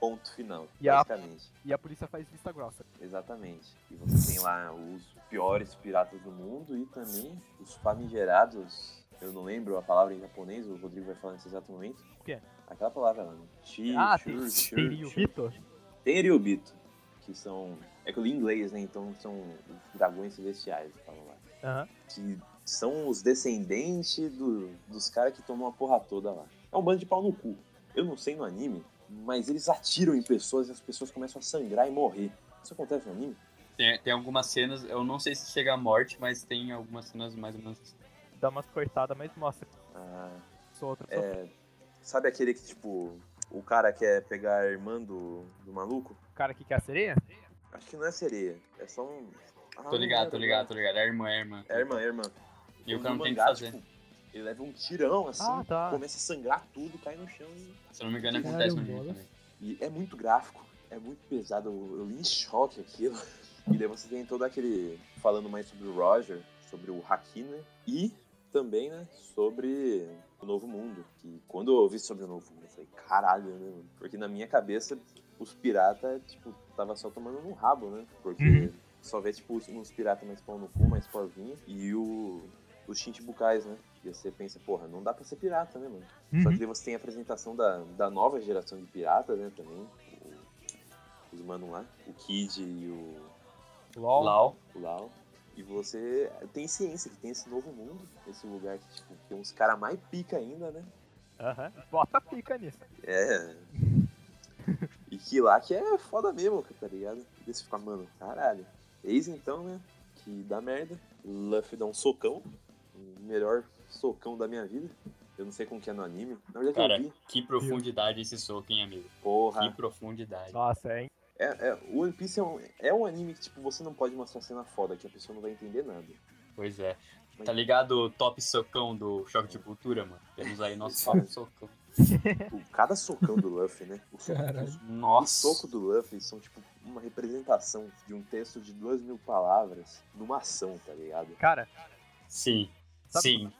[SPEAKER 2] Ponto final,
[SPEAKER 5] E a-
[SPEAKER 2] basicamente.
[SPEAKER 5] E a polícia faz vista grossa.
[SPEAKER 2] Exatamente. E você tem lá os piores piratas do mundo e também os famigerados. Eu não lembro a palavra em japonês, o Rodrigo vai falar nesse exato momento.
[SPEAKER 5] O quê?
[SPEAKER 2] Aquela palavra lá. né? Chi,
[SPEAKER 5] ah,
[SPEAKER 2] shur,
[SPEAKER 5] tem,
[SPEAKER 2] shur,
[SPEAKER 5] tem Ryu
[SPEAKER 2] shur.
[SPEAKER 5] Hito?
[SPEAKER 2] Teriobito. Que são. É que eu li em inglês, né? Então são os dragões celestiais, falam lá.
[SPEAKER 5] Aham.
[SPEAKER 2] Que são os descendentes do- dos caras que tomam a porra toda lá. É um bando de pau no cu. Eu não sei no anime, mas eles atiram em pessoas e as pessoas começam a sangrar e morrer. Isso acontece no anime?
[SPEAKER 1] Tem, tem algumas cenas, eu não sei se chega à morte, mas tem algumas cenas mais ou menos.
[SPEAKER 5] Dá umas cortadas, mas mostra.
[SPEAKER 2] Ah,
[SPEAKER 5] Sou outra pessoa.
[SPEAKER 2] É, sabe aquele que, tipo, o cara quer pegar a irmã do, do maluco?
[SPEAKER 5] O cara que quer a sereia?
[SPEAKER 2] Acho que não é sereia, é só um. Ah,
[SPEAKER 1] Tô
[SPEAKER 2] não
[SPEAKER 1] ligado,
[SPEAKER 2] lembro
[SPEAKER 1] tô ligado, tô
[SPEAKER 2] agora.
[SPEAKER 1] ligado. É a irmã, é a irmã.
[SPEAKER 2] É a irmã, é a irmã.
[SPEAKER 1] E o
[SPEAKER 2] No
[SPEAKER 1] cara não tem o que
[SPEAKER 2] mangá,
[SPEAKER 1] fazer.
[SPEAKER 2] tipo, ele leva um tirão assim,
[SPEAKER 5] Ah, tá.
[SPEAKER 2] começa a sangrar tudo, cai no chão. E,
[SPEAKER 1] Se eu não me engano,
[SPEAKER 4] Caralho,
[SPEAKER 1] acontece no anime
[SPEAKER 4] bola.
[SPEAKER 1] também.
[SPEAKER 2] e é muito gráfico, é muito pesado. Eu, eu li em choque aquilo. E daí você tem todo aquele. falando mais sobre o Roger, sobre o Haki, né? E também, né, sobre o Novo Mundo. Que quando eu ouvi sobre o Novo Mundo, eu falei, caralho, né? mano? Porque na minha cabeça, os piratas, tipo, tava só tomando no rabo, né? Porque só vê, tipo, os- uns piratas mais pau no cu, mais povinho. E o, os Shinchibukais, né? E você pensa, porra, não dá pra ser pirata, né, mano? Só
[SPEAKER 1] Uhum.
[SPEAKER 2] que daí você tem a apresentação da, da nova geração de piratas, né, também. O- os manos lá. O Kid e o,
[SPEAKER 5] LOL.
[SPEAKER 1] Lau.
[SPEAKER 2] o Lau. E você tem ciência que tem esse novo mundo, esse lugar que tipo, tem uns caras mais pica ainda, né?
[SPEAKER 5] Aham. Bota a pica nisso.
[SPEAKER 1] [laughs]
[SPEAKER 2] É. e que lá que é foda mesmo, tá ligado? E você fica, mano, caralho. Eis então, né? Que dá merda. Luffy dá um socão. O melhor socão da minha vida. Eu não sei como que é no anime. Na verdade
[SPEAKER 1] Cara,
[SPEAKER 2] eu vi.
[SPEAKER 1] Que profundidade esse soco, hein, amigo? Que
[SPEAKER 2] Porra.
[SPEAKER 1] profundidade.
[SPEAKER 5] Nossa, hein?
[SPEAKER 2] É, é, o One Piece é um, é um anime que, tipo, você não pode mostrar cena foda, que a pessoa não vai entender nada.
[SPEAKER 1] Pois é. Tá ligado o top socão do Choque de Cultura, mano? Temos aí nosso top socão.
[SPEAKER 2] O- Tipo, Cada socão do Luffy, né? O soco,
[SPEAKER 4] Caralho.
[SPEAKER 2] o
[SPEAKER 1] Nossa.
[SPEAKER 2] soco do Luffy são, tipo, uma representação de um texto de duas mil palavras numa ação, tá ligado?
[SPEAKER 5] Cara,
[SPEAKER 1] Sim.
[SPEAKER 5] Sabe-
[SPEAKER 1] Sim.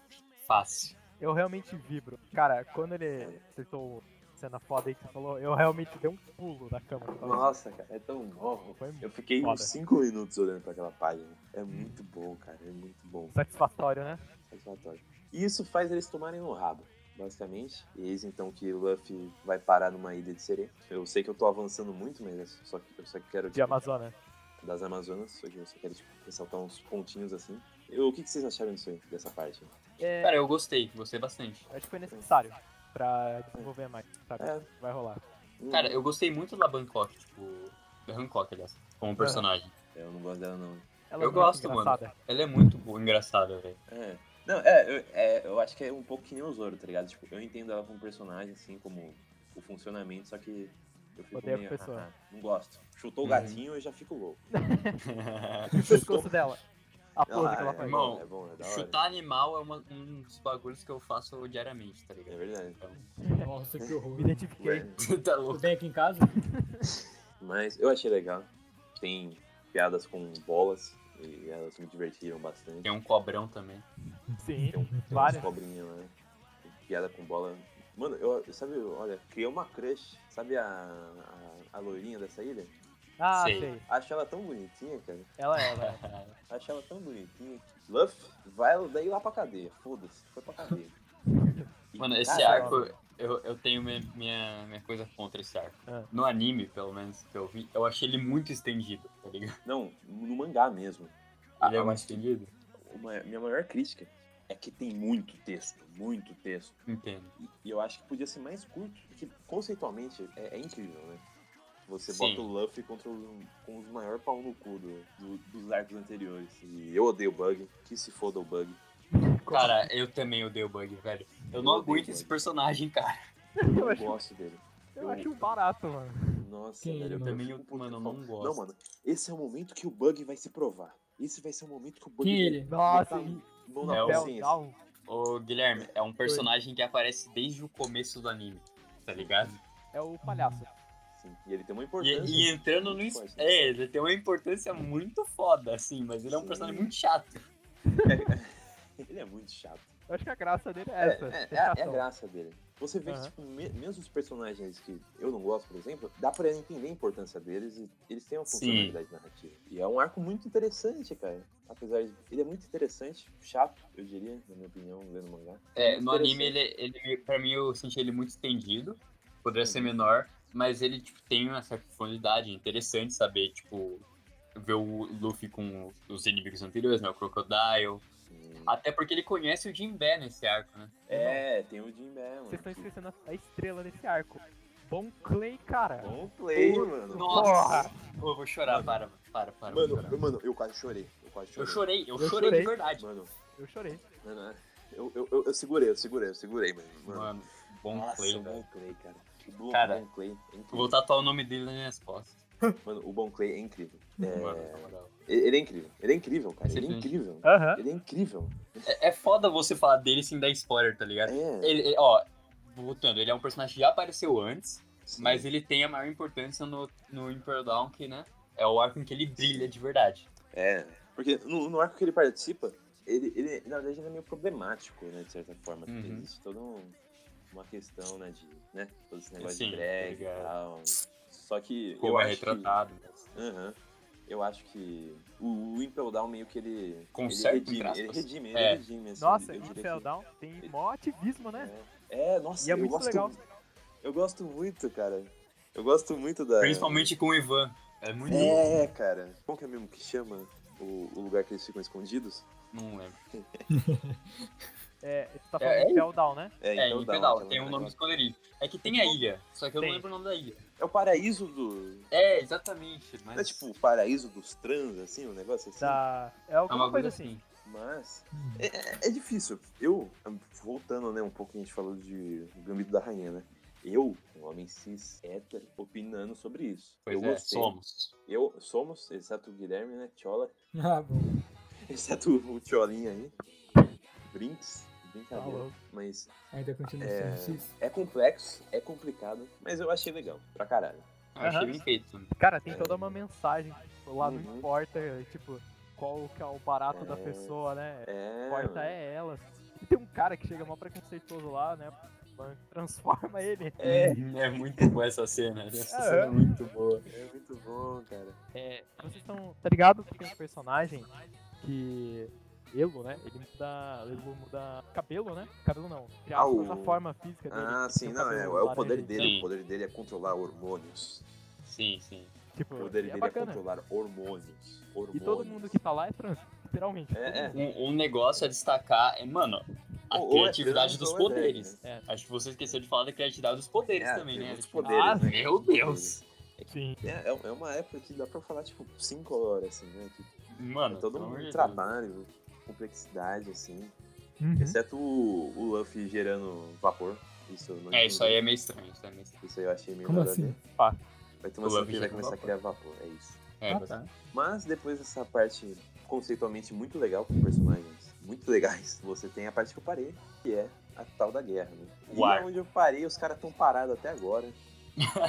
[SPEAKER 1] Fácil.
[SPEAKER 5] eu realmente vibro. Cara, quando ele acertou cena foda aí que você falou, eu realmente dei um pulo na cama.
[SPEAKER 2] Nossa, cara, é tão bom.
[SPEAKER 5] Foi
[SPEAKER 2] Eu fiquei
[SPEAKER 5] Foda.
[SPEAKER 2] uns 5 minutos olhando pra aquela página. É muito bom, cara. É muito bom.
[SPEAKER 5] satisfatório, né?
[SPEAKER 2] Satisfatório. E isso faz eles tomarem no rabo, basicamente. E eis então que o Luffy vai parar numa ilha de sereia. Eu sei que eu tô avançando muito, mas é só que eu só quero.
[SPEAKER 5] De Amazonas.
[SPEAKER 2] das Amazonas, só que eu só quero tipo, ressaltar uns pontinhos assim. Eu- o que, que vocês acharam disso aí, dessa parte?
[SPEAKER 5] É,
[SPEAKER 1] Cara, eu gostei. Gostei bastante.
[SPEAKER 5] acho que foi necessário pra desenvolver mais, sabe?
[SPEAKER 2] É.
[SPEAKER 5] Vai rolar.
[SPEAKER 2] Hum,
[SPEAKER 1] Cara, eu gostei muito da Bangkok, tipo. Da Hancock, aliás,
[SPEAKER 2] É.
[SPEAKER 1] como personagem.
[SPEAKER 2] eu não gosto dela, não.
[SPEAKER 5] Ela
[SPEAKER 1] Eu
[SPEAKER 5] é muito
[SPEAKER 1] gosto, mano.
[SPEAKER 5] engraçada.
[SPEAKER 1] Ela é muito boa, engraçada, velho. [laughs]
[SPEAKER 2] É. Não, é eu, é, eu acho que é um pouco que nem o Zoro, tá ligado? Tipo, eu entendo ela como personagem, assim, como o funcionamento, só que eu fico
[SPEAKER 5] Odeia a
[SPEAKER 2] meio...
[SPEAKER 5] pessoa.
[SPEAKER 2] "Ah, ah, não gosto. Chutou o
[SPEAKER 1] Uhum.
[SPEAKER 2] gatinho, eu já fico louco.
[SPEAKER 5] O pescoço dela. A pose
[SPEAKER 2] Ah,
[SPEAKER 5] que ela
[SPEAKER 2] é,
[SPEAKER 5] faz.
[SPEAKER 1] irmão.
[SPEAKER 2] é bom, é da hora.
[SPEAKER 1] Chutar animal é uma- um dos bagulhos que eu faço diariamente, tá
[SPEAKER 2] É
[SPEAKER 1] ligado?
[SPEAKER 2] verdade.
[SPEAKER 4] [laughs] Nossa, que horror.
[SPEAKER 5] Me identifiquei.
[SPEAKER 2] Ué.
[SPEAKER 1] Você [laughs] tá
[SPEAKER 4] Tudo
[SPEAKER 1] louco.
[SPEAKER 4] bem aqui em casa?
[SPEAKER 2] Mas eu achei legal. Tem piadas com bolas e elas me divertiram bastante.
[SPEAKER 1] Tem um cobrão também.
[SPEAKER 5] Sim.
[SPEAKER 2] Tem, um, tem umas
[SPEAKER 5] Várias.
[SPEAKER 2] cobrinhas lá. né? Tem Piada com bola. Mano, eu, sabe, olha, criei uma crush. Sabe a, a, a loirinha dessa ilha?
[SPEAKER 5] Ah,
[SPEAKER 1] Sei.
[SPEAKER 5] sei.
[SPEAKER 2] Acho ela tão bonitinha, cara.
[SPEAKER 5] Ela é, ela é.
[SPEAKER 2] Acho ela tão bonitinha. Luff, vai daí lá pra cadeia. Foda-se, foi pra cadeia. E,
[SPEAKER 1] [laughs] Mano, esse
[SPEAKER 2] cara,
[SPEAKER 1] arco, eu, eu tenho minha, minha, minha coisa contra esse arco.
[SPEAKER 5] Ah.
[SPEAKER 1] No anime, pelo menos, que eu vi, eu achei ele muito estendido, tá ligado?
[SPEAKER 2] Não, no mangá mesmo.
[SPEAKER 1] Ele é
[SPEAKER 2] Ah,
[SPEAKER 1] mais estendido?
[SPEAKER 2] Uma- minha maior crítica é que tem muito texto, muito texto.
[SPEAKER 1] Entendo.
[SPEAKER 2] E- E eu acho que podia ser mais curto, porque conceitualmente é, é incrível, né? Você
[SPEAKER 1] Sim.
[SPEAKER 2] bota o Luffy contra o, com os maior pau no cu do- do- dos arcos anteriores. E eu odeio o Bug, que se foda o Bug.
[SPEAKER 1] Cara, eu também odeio o Bug, velho. Eu não
[SPEAKER 2] Eu odeio
[SPEAKER 1] aguento
[SPEAKER 2] o
[SPEAKER 1] esse
[SPEAKER 2] Bug.
[SPEAKER 1] personagem, cara.
[SPEAKER 2] Eu não
[SPEAKER 5] acho-
[SPEAKER 2] gosto dele.
[SPEAKER 5] Eu acho um barato, mano.
[SPEAKER 2] Nossa,
[SPEAKER 4] Quem
[SPEAKER 2] velho.
[SPEAKER 4] não?
[SPEAKER 2] fico
[SPEAKER 1] Também eu-
[SPEAKER 2] puto,
[SPEAKER 1] mano, eu
[SPEAKER 2] falo,
[SPEAKER 1] não gosto.
[SPEAKER 2] Não, mano, esse é o momento que o Bug vai se provar. Esse vai ser o momento que o Bug
[SPEAKER 4] Quem é
[SPEAKER 2] vai
[SPEAKER 4] ele?
[SPEAKER 5] Nossa,
[SPEAKER 2] botar
[SPEAKER 5] e
[SPEAKER 2] mão na
[SPEAKER 1] É o-
[SPEAKER 2] consciência.
[SPEAKER 5] Down.
[SPEAKER 1] Ô, Guilherme, é um personagem que aparece desde o começo do anime, tá ligado?
[SPEAKER 5] É o palhaço.
[SPEAKER 2] Sim, E ele tem uma
[SPEAKER 1] E,
[SPEAKER 2] importância.
[SPEAKER 1] e entrando no...
[SPEAKER 2] muito
[SPEAKER 1] es-
[SPEAKER 2] forte.
[SPEAKER 1] É, ele tem uma importância muito foda, assim, mas ele é um
[SPEAKER 2] Sim.
[SPEAKER 1] personagem muito chato.
[SPEAKER 2] Ele é muito chato.
[SPEAKER 5] Eu acho que a graça dele é
[SPEAKER 2] É,
[SPEAKER 5] essa.
[SPEAKER 2] é, é a, é a
[SPEAKER 5] sensação.
[SPEAKER 2] graça dele. Você vê que,
[SPEAKER 5] Aham.
[SPEAKER 2] tipo, me- mesmo os personagens que eu não gosto, por exemplo, dá pra entender a importância deles e eles têm uma
[SPEAKER 1] Sim.
[SPEAKER 2] funcionalidade narrativa. E é um arco muito interessante, cara. Apesar de. Ele é muito interessante, chato, eu diria, na minha opinião, lendo o mangá.
[SPEAKER 1] É,
[SPEAKER 2] Muito
[SPEAKER 1] no anime,
[SPEAKER 2] interessante.
[SPEAKER 1] ele, ele, pra mim, eu senti ele muito estendido. Poderia ser menor, mas ele, tipo, tem uma certa profundidade. É Interessante saber, tipo, ver o Luffy com os inimigos anteriores, né? O Crocodile.
[SPEAKER 2] Sim.
[SPEAKER 1] Até porque ele conhece o Jinbe nesse arco, né?
[SPEAKER 2] É, tem o Jim Bell,
[SPEAKER 5] Vocês estão
[SPEAKER 2] mano.
[SPEAKER 5] esquecendo a- a estrela nesse arco. Bom Clay, cara.
[SPEAKER 2] Bom play,
[SPEAKER 1] Porra.
[SPEAKER 2] mano.
[SPEAKER 1] Nossa! Ô, eu vou chorar, para, mano. para, para. eu vou
[SPEAKER 2] Mano, eu,
[SPEAKER 1] chorar.
[SPEAKER 2] mano, eu quase chorei. Eu quase
[SPEAKER 1] eu
[SPEAKER 2] chorei.
[SPEAKER 1] chorei, eu,
[SPEAKER 5] Eu
[SPEAKER 1] chorei,
[SPEAKER 5] chorei.
[SPEAKER 1] de verdade.
[SPEAKER 2] Mano,
[SPEAKER 5] Eu chorei.
[SPEAKER 2] mano, eu, eu, eu, eu segurei, eu segurei, eu segurei, mas, mano.
[SPEAKER 1] Mano, bom
[SPEAKER 2] Nossa,
[SPEAKER 1] play,
[SPEAKER 2] o Bon
[SPEAKER 1] velho.
[SPEAKER 2] Clay, cara. O Bon,
[SPEAKER 1] Cara,
[SPEAKER 2] Bon Clay. é incrível.
[SPEAKER 1] Vou tatuar o nome dele nas minhas costas.
[SPEAKER 2] Mano, o Bon Clay é incrível. É,
[SPEAKER 1] Uhum. Mano, na moral.
[SPEAKER 2] Ele é incrível. Ele é incrível, cara. Ele é
[SPEAKER 1] Excelente.
[SPEAKER 2] incrível.
[SPEAKER 5] Aham.
[SPEAKER 2] Ele é incrível.
[SPEAKER 1] É, é foda você falar dele sem dar spoiler, tá ligado?
[SPEAKER 2] É.
[SPEAKER 1] Ele, ele- ó, voltando, ele é um personagem que já apareceu antes.
[SPEAKER 2] sim.
[SPEAKER 1] Mas ele tem a maior importância no, no Impel Down, que, né? É o arco em que ele brilha de verdade.
[SPEAKER 2] É. Porque no, no arco que ele participa, ele, ele, na verdade, ele é meio problemático, né? De certa forma. Porque
[SPEAKER 1] Uhum.
[SPEAKER 2] existe toda um- uma questão, né? De, né? Todo esse negócio
[SPEAKER 1] Sim, tá
[SPEAKER 2] de drag e
[SPEAKER 1] ligado.
[SPEAKER 2] tal. Só que. eu
[SPEAKER 1] Como é
[SPEAKER 2] acho
[SPEAKER 1] retratado.
[SPEAKER 2] Que, Aham. Eu acho que o, o Impel Down meio que ele.
[SPEAKER 1] Conserta,
[SPEAKER 2] ele redime,
[SPEAKER 1] entre
[SPEAKER 2] ele
[SPEAKER 1] aspas.
[SPEAKER 2] redime, ele
[SPEAKER 1] É.
[SPEAKER 2] redime. Assim,
[SPEAKER 5] Nossa,
[SPEAKER 2] eu
[SPEAKER 5] e
[SPEAKER 2] diria que-
[SPEAKER 5] Fell Down tem mó ativismo, né?
[SPEAKER 2] É, nossa,
[SPEAKER 5] E é
[SPEAKER 2] eu
[SPEAKER 5] muito
[SPEAKER 2] gosto.
[SPEAKER 5] legal.
[SPEAKER 2] Eu gosto muito, cara. Eu gosto muito da.
[SPEAKER 1] Principalmente com o Ivan. É muito.
[SPEAKER 2] É, cara. Como que é mesmo que chama o, o lugar que eles ficam escondidos?
[SPEAKER 1] Não lembro.
[SPEAKER 5] É, você tá
[SPEAKER 1] É, é
[SPEAKER 5] falando de Fell Down, né?
[SPEAKER 1] É,
[SPEAKER 2] então
[SPEAKER 1] em
[SPEAKER 2] dá
[SPEAKER 1] Pedal,
[SPEAKER 2] uma-
[SPEAKER 1] tem um nome
[SPEAKER 2] aquela-
[SPEAKER 1] escolherido. É que tem a ilha, só que eu
[SPEAKER 5] Tem.
[SPEAKER 1] não lembro o nome da ilha.
[SPEAKER 2] É o paraíso do.
[SPEAKER 1] É, exatamente. Mas
[SPEAKER 2] É tipo o paraíso dos trans, assim, um negócio assim.
[SPEAKER 5] Da... É
[SPEAKER 1] é
[SPEAKER 5] alguma
[SPEAKER 1] uma
[SPEAKER 5] coisa
[SPEAKER 1] coisa
[SPEAKER 5] assim.
[SPEAKER 1] assim.
[SPEAKER 2] Mas. É, é- é difícil. Eu, voltando, né, um pouco que a gente falou de Gambito da Rainha, né? Eu, um homem cis hétero, opinando sobre isso.
[SPEAKER 1] Pois
[SPEAKER 2] eu
[SPEAKER 1] é,
[SPEAKER 2] gostei.
[SPEAKER 1] somos.
[SPEAKER 2] Eu somos, exceto o Guilherme, né? Tchola.
[SPEAKER 4] Ah, bom.
[SPEAKER 2] Exceto o Tcholinha aí. brinks,
[SPEAKER 5] Tá
[SPEAKER 2] brincadeira.
[SPEAKER 5] louco.
[SPEAKER 2] Mas
[SPEAKER 4] Ainda continua
[SPEAKER 2] É.
[SPEAKER 4] sendo isso.
[SPEAKER 2] é complexo, é complicado, mas eu achei legal, pra caralho.
[SPEAKER 1] Eu achei
[SPEAKER 5] Aham.
[SPEAKER 1] bem feito.
[SPEAKER 5] Cara, tem toda uma mensagem tipo, lá, não
[SPEAKER 2] Uhum.
[SPEAKER 5] importa, tipo, qual que é o barato da
[SPEAKER 2] É.
[SPEAKER 5] pessoa, né?
[SPEAKER 2] É.
[SPEAKER 5] importa
[SPEAKER 2] mano.
[SPEAKER 5] é ela. E tem um cara que chega mó preconceituoso lá, né? banco, Transforma ele.
[SPEAKER 2] É,
[SPEAKER 1] [laughs] É muito boa essa cena. Essa
[SPEAKER 5] Ah,
[SPEAKER 1] cena
[SPEAKER 5] é?
[SPEAKER 1] é muito boa.
[SPEAKER 2] é muito bom, cara.
[SPEAKER 5] É, vocês estão. Tá ligado? que Tem um personagem que. Elo, né? Ele muda. Elo muda. Cabelo, né? Cabelo não. Criar
[SPEAKER 2] Ah, o-
[SPEAKER 5] a forma física dele.
[SPEAKER 2] Ah,
[SPEAKER 5] Tem
[SPEAKER 2] sim,
[SPEAKER 5] um
[SPEAKER 2] não, é, é
[SPEAKER 5] cabelo
[SPEAKER 2] o poder
[SPEAKER 5] laranja.
[SPEAKER 2] dele.
[SPEAKER 1] Sim.
[SPEAKER 2] O poder dele é controlar hormônios.
[SPEAKER 1] Sim, sim.
[SPEAKER 5] Tipo,
[SPEAKER 2] O poder
[SPEAKER 5] é
[SPEAKER 2] dele é
[SPEAKER 5] bacana.
[SPEAKER 2] controlar hormônios. hormônios.
[SPEAKER 5] E todo mundo que tá lá é trans, literalmente.
[SPEAKER 2] É, é.
[SPEAKER 1] Um, um negócio a destacar é, mano, a
[SPEAKER 2] Ou- ou é
[SPEAKER 1] criatividade
[SPEAKER 2] trans
[SPEAKER 1] dos
[SPEAKER 2] ou é
[SPEAKER 1] poderes.
[SPEAKER 2] drag,
[SPEAKER 5] né?
[SPEAKER 1] Acho que você esqueceu de falar da criatividade dos poderes
[SPEAKER 2] É,
[SPEAKER 1] também, né?
[SPEAKER 2] dos
[SPEAKER 1] Tipo,
[SPEAKER 2] poderes,
[SPEAKER 1] ah,
[SPEAKER 2] né?
[SPEAKER 1] Meu Deus!
[SPEAKER 5] Sim.
[SPEAKER 2] É, é é uma época que dá pra falar, tipo, 5 horas, assim, né? Que
[SPEAKER 1] Mano,
[SPEAKER 2] todo
[SPEAKER 1] pelo amor de Deus.
[SPEAKER 2] mundo trabalho, complexidade, assim.
[SPEAKER 5] Uhum.
[SPEAKER 2] Exceto o, o Luffy gerando vapor. Isso eu não
[SPEAKER 1] É,
[SPEAKER 2] entendi.
[SPEAKER 1] isso aí é meio estranho. Isso aí é meio estranho.
[SPEAKER 2] Isso aí eu achei meio
[SPEAKER 4] Como
[SPEAKER 2] nada a
[SPEAKER 4] assim?
[SPEAKER 2] ver.
[SPEAKER 5] Pá.
[SPEAKER 2] Vai ter uma
[SPEAKER 1] O
[SPEAKER 2] cena
[SPEAKER 1] Luffy
[SPEAKER 2] que ele vai
[SPEAKER 1] gerando
[SPEAKER 2] começar a
[SPEAKER 1] vapor.
[SPEAKER 2] criar vapor, é isso.
[SPEAKER 1] É,
[SPEAKER 4] Ah,
[SPEAKER 1] mas-
[SPEAKER 4] tá.
[SPEAKER 2] Mas depois dessa parte conceitualmente muito legal com personagens muito legais, você tem a parte que eu parei, que é a tal da guerra, né? E
[SPEAKER 1] Uar.
[SPEAKER 2] é onde eu parei, os caras estão parados até
[SPEAKER 1] [laughs]
[SPEAKER 2] agora.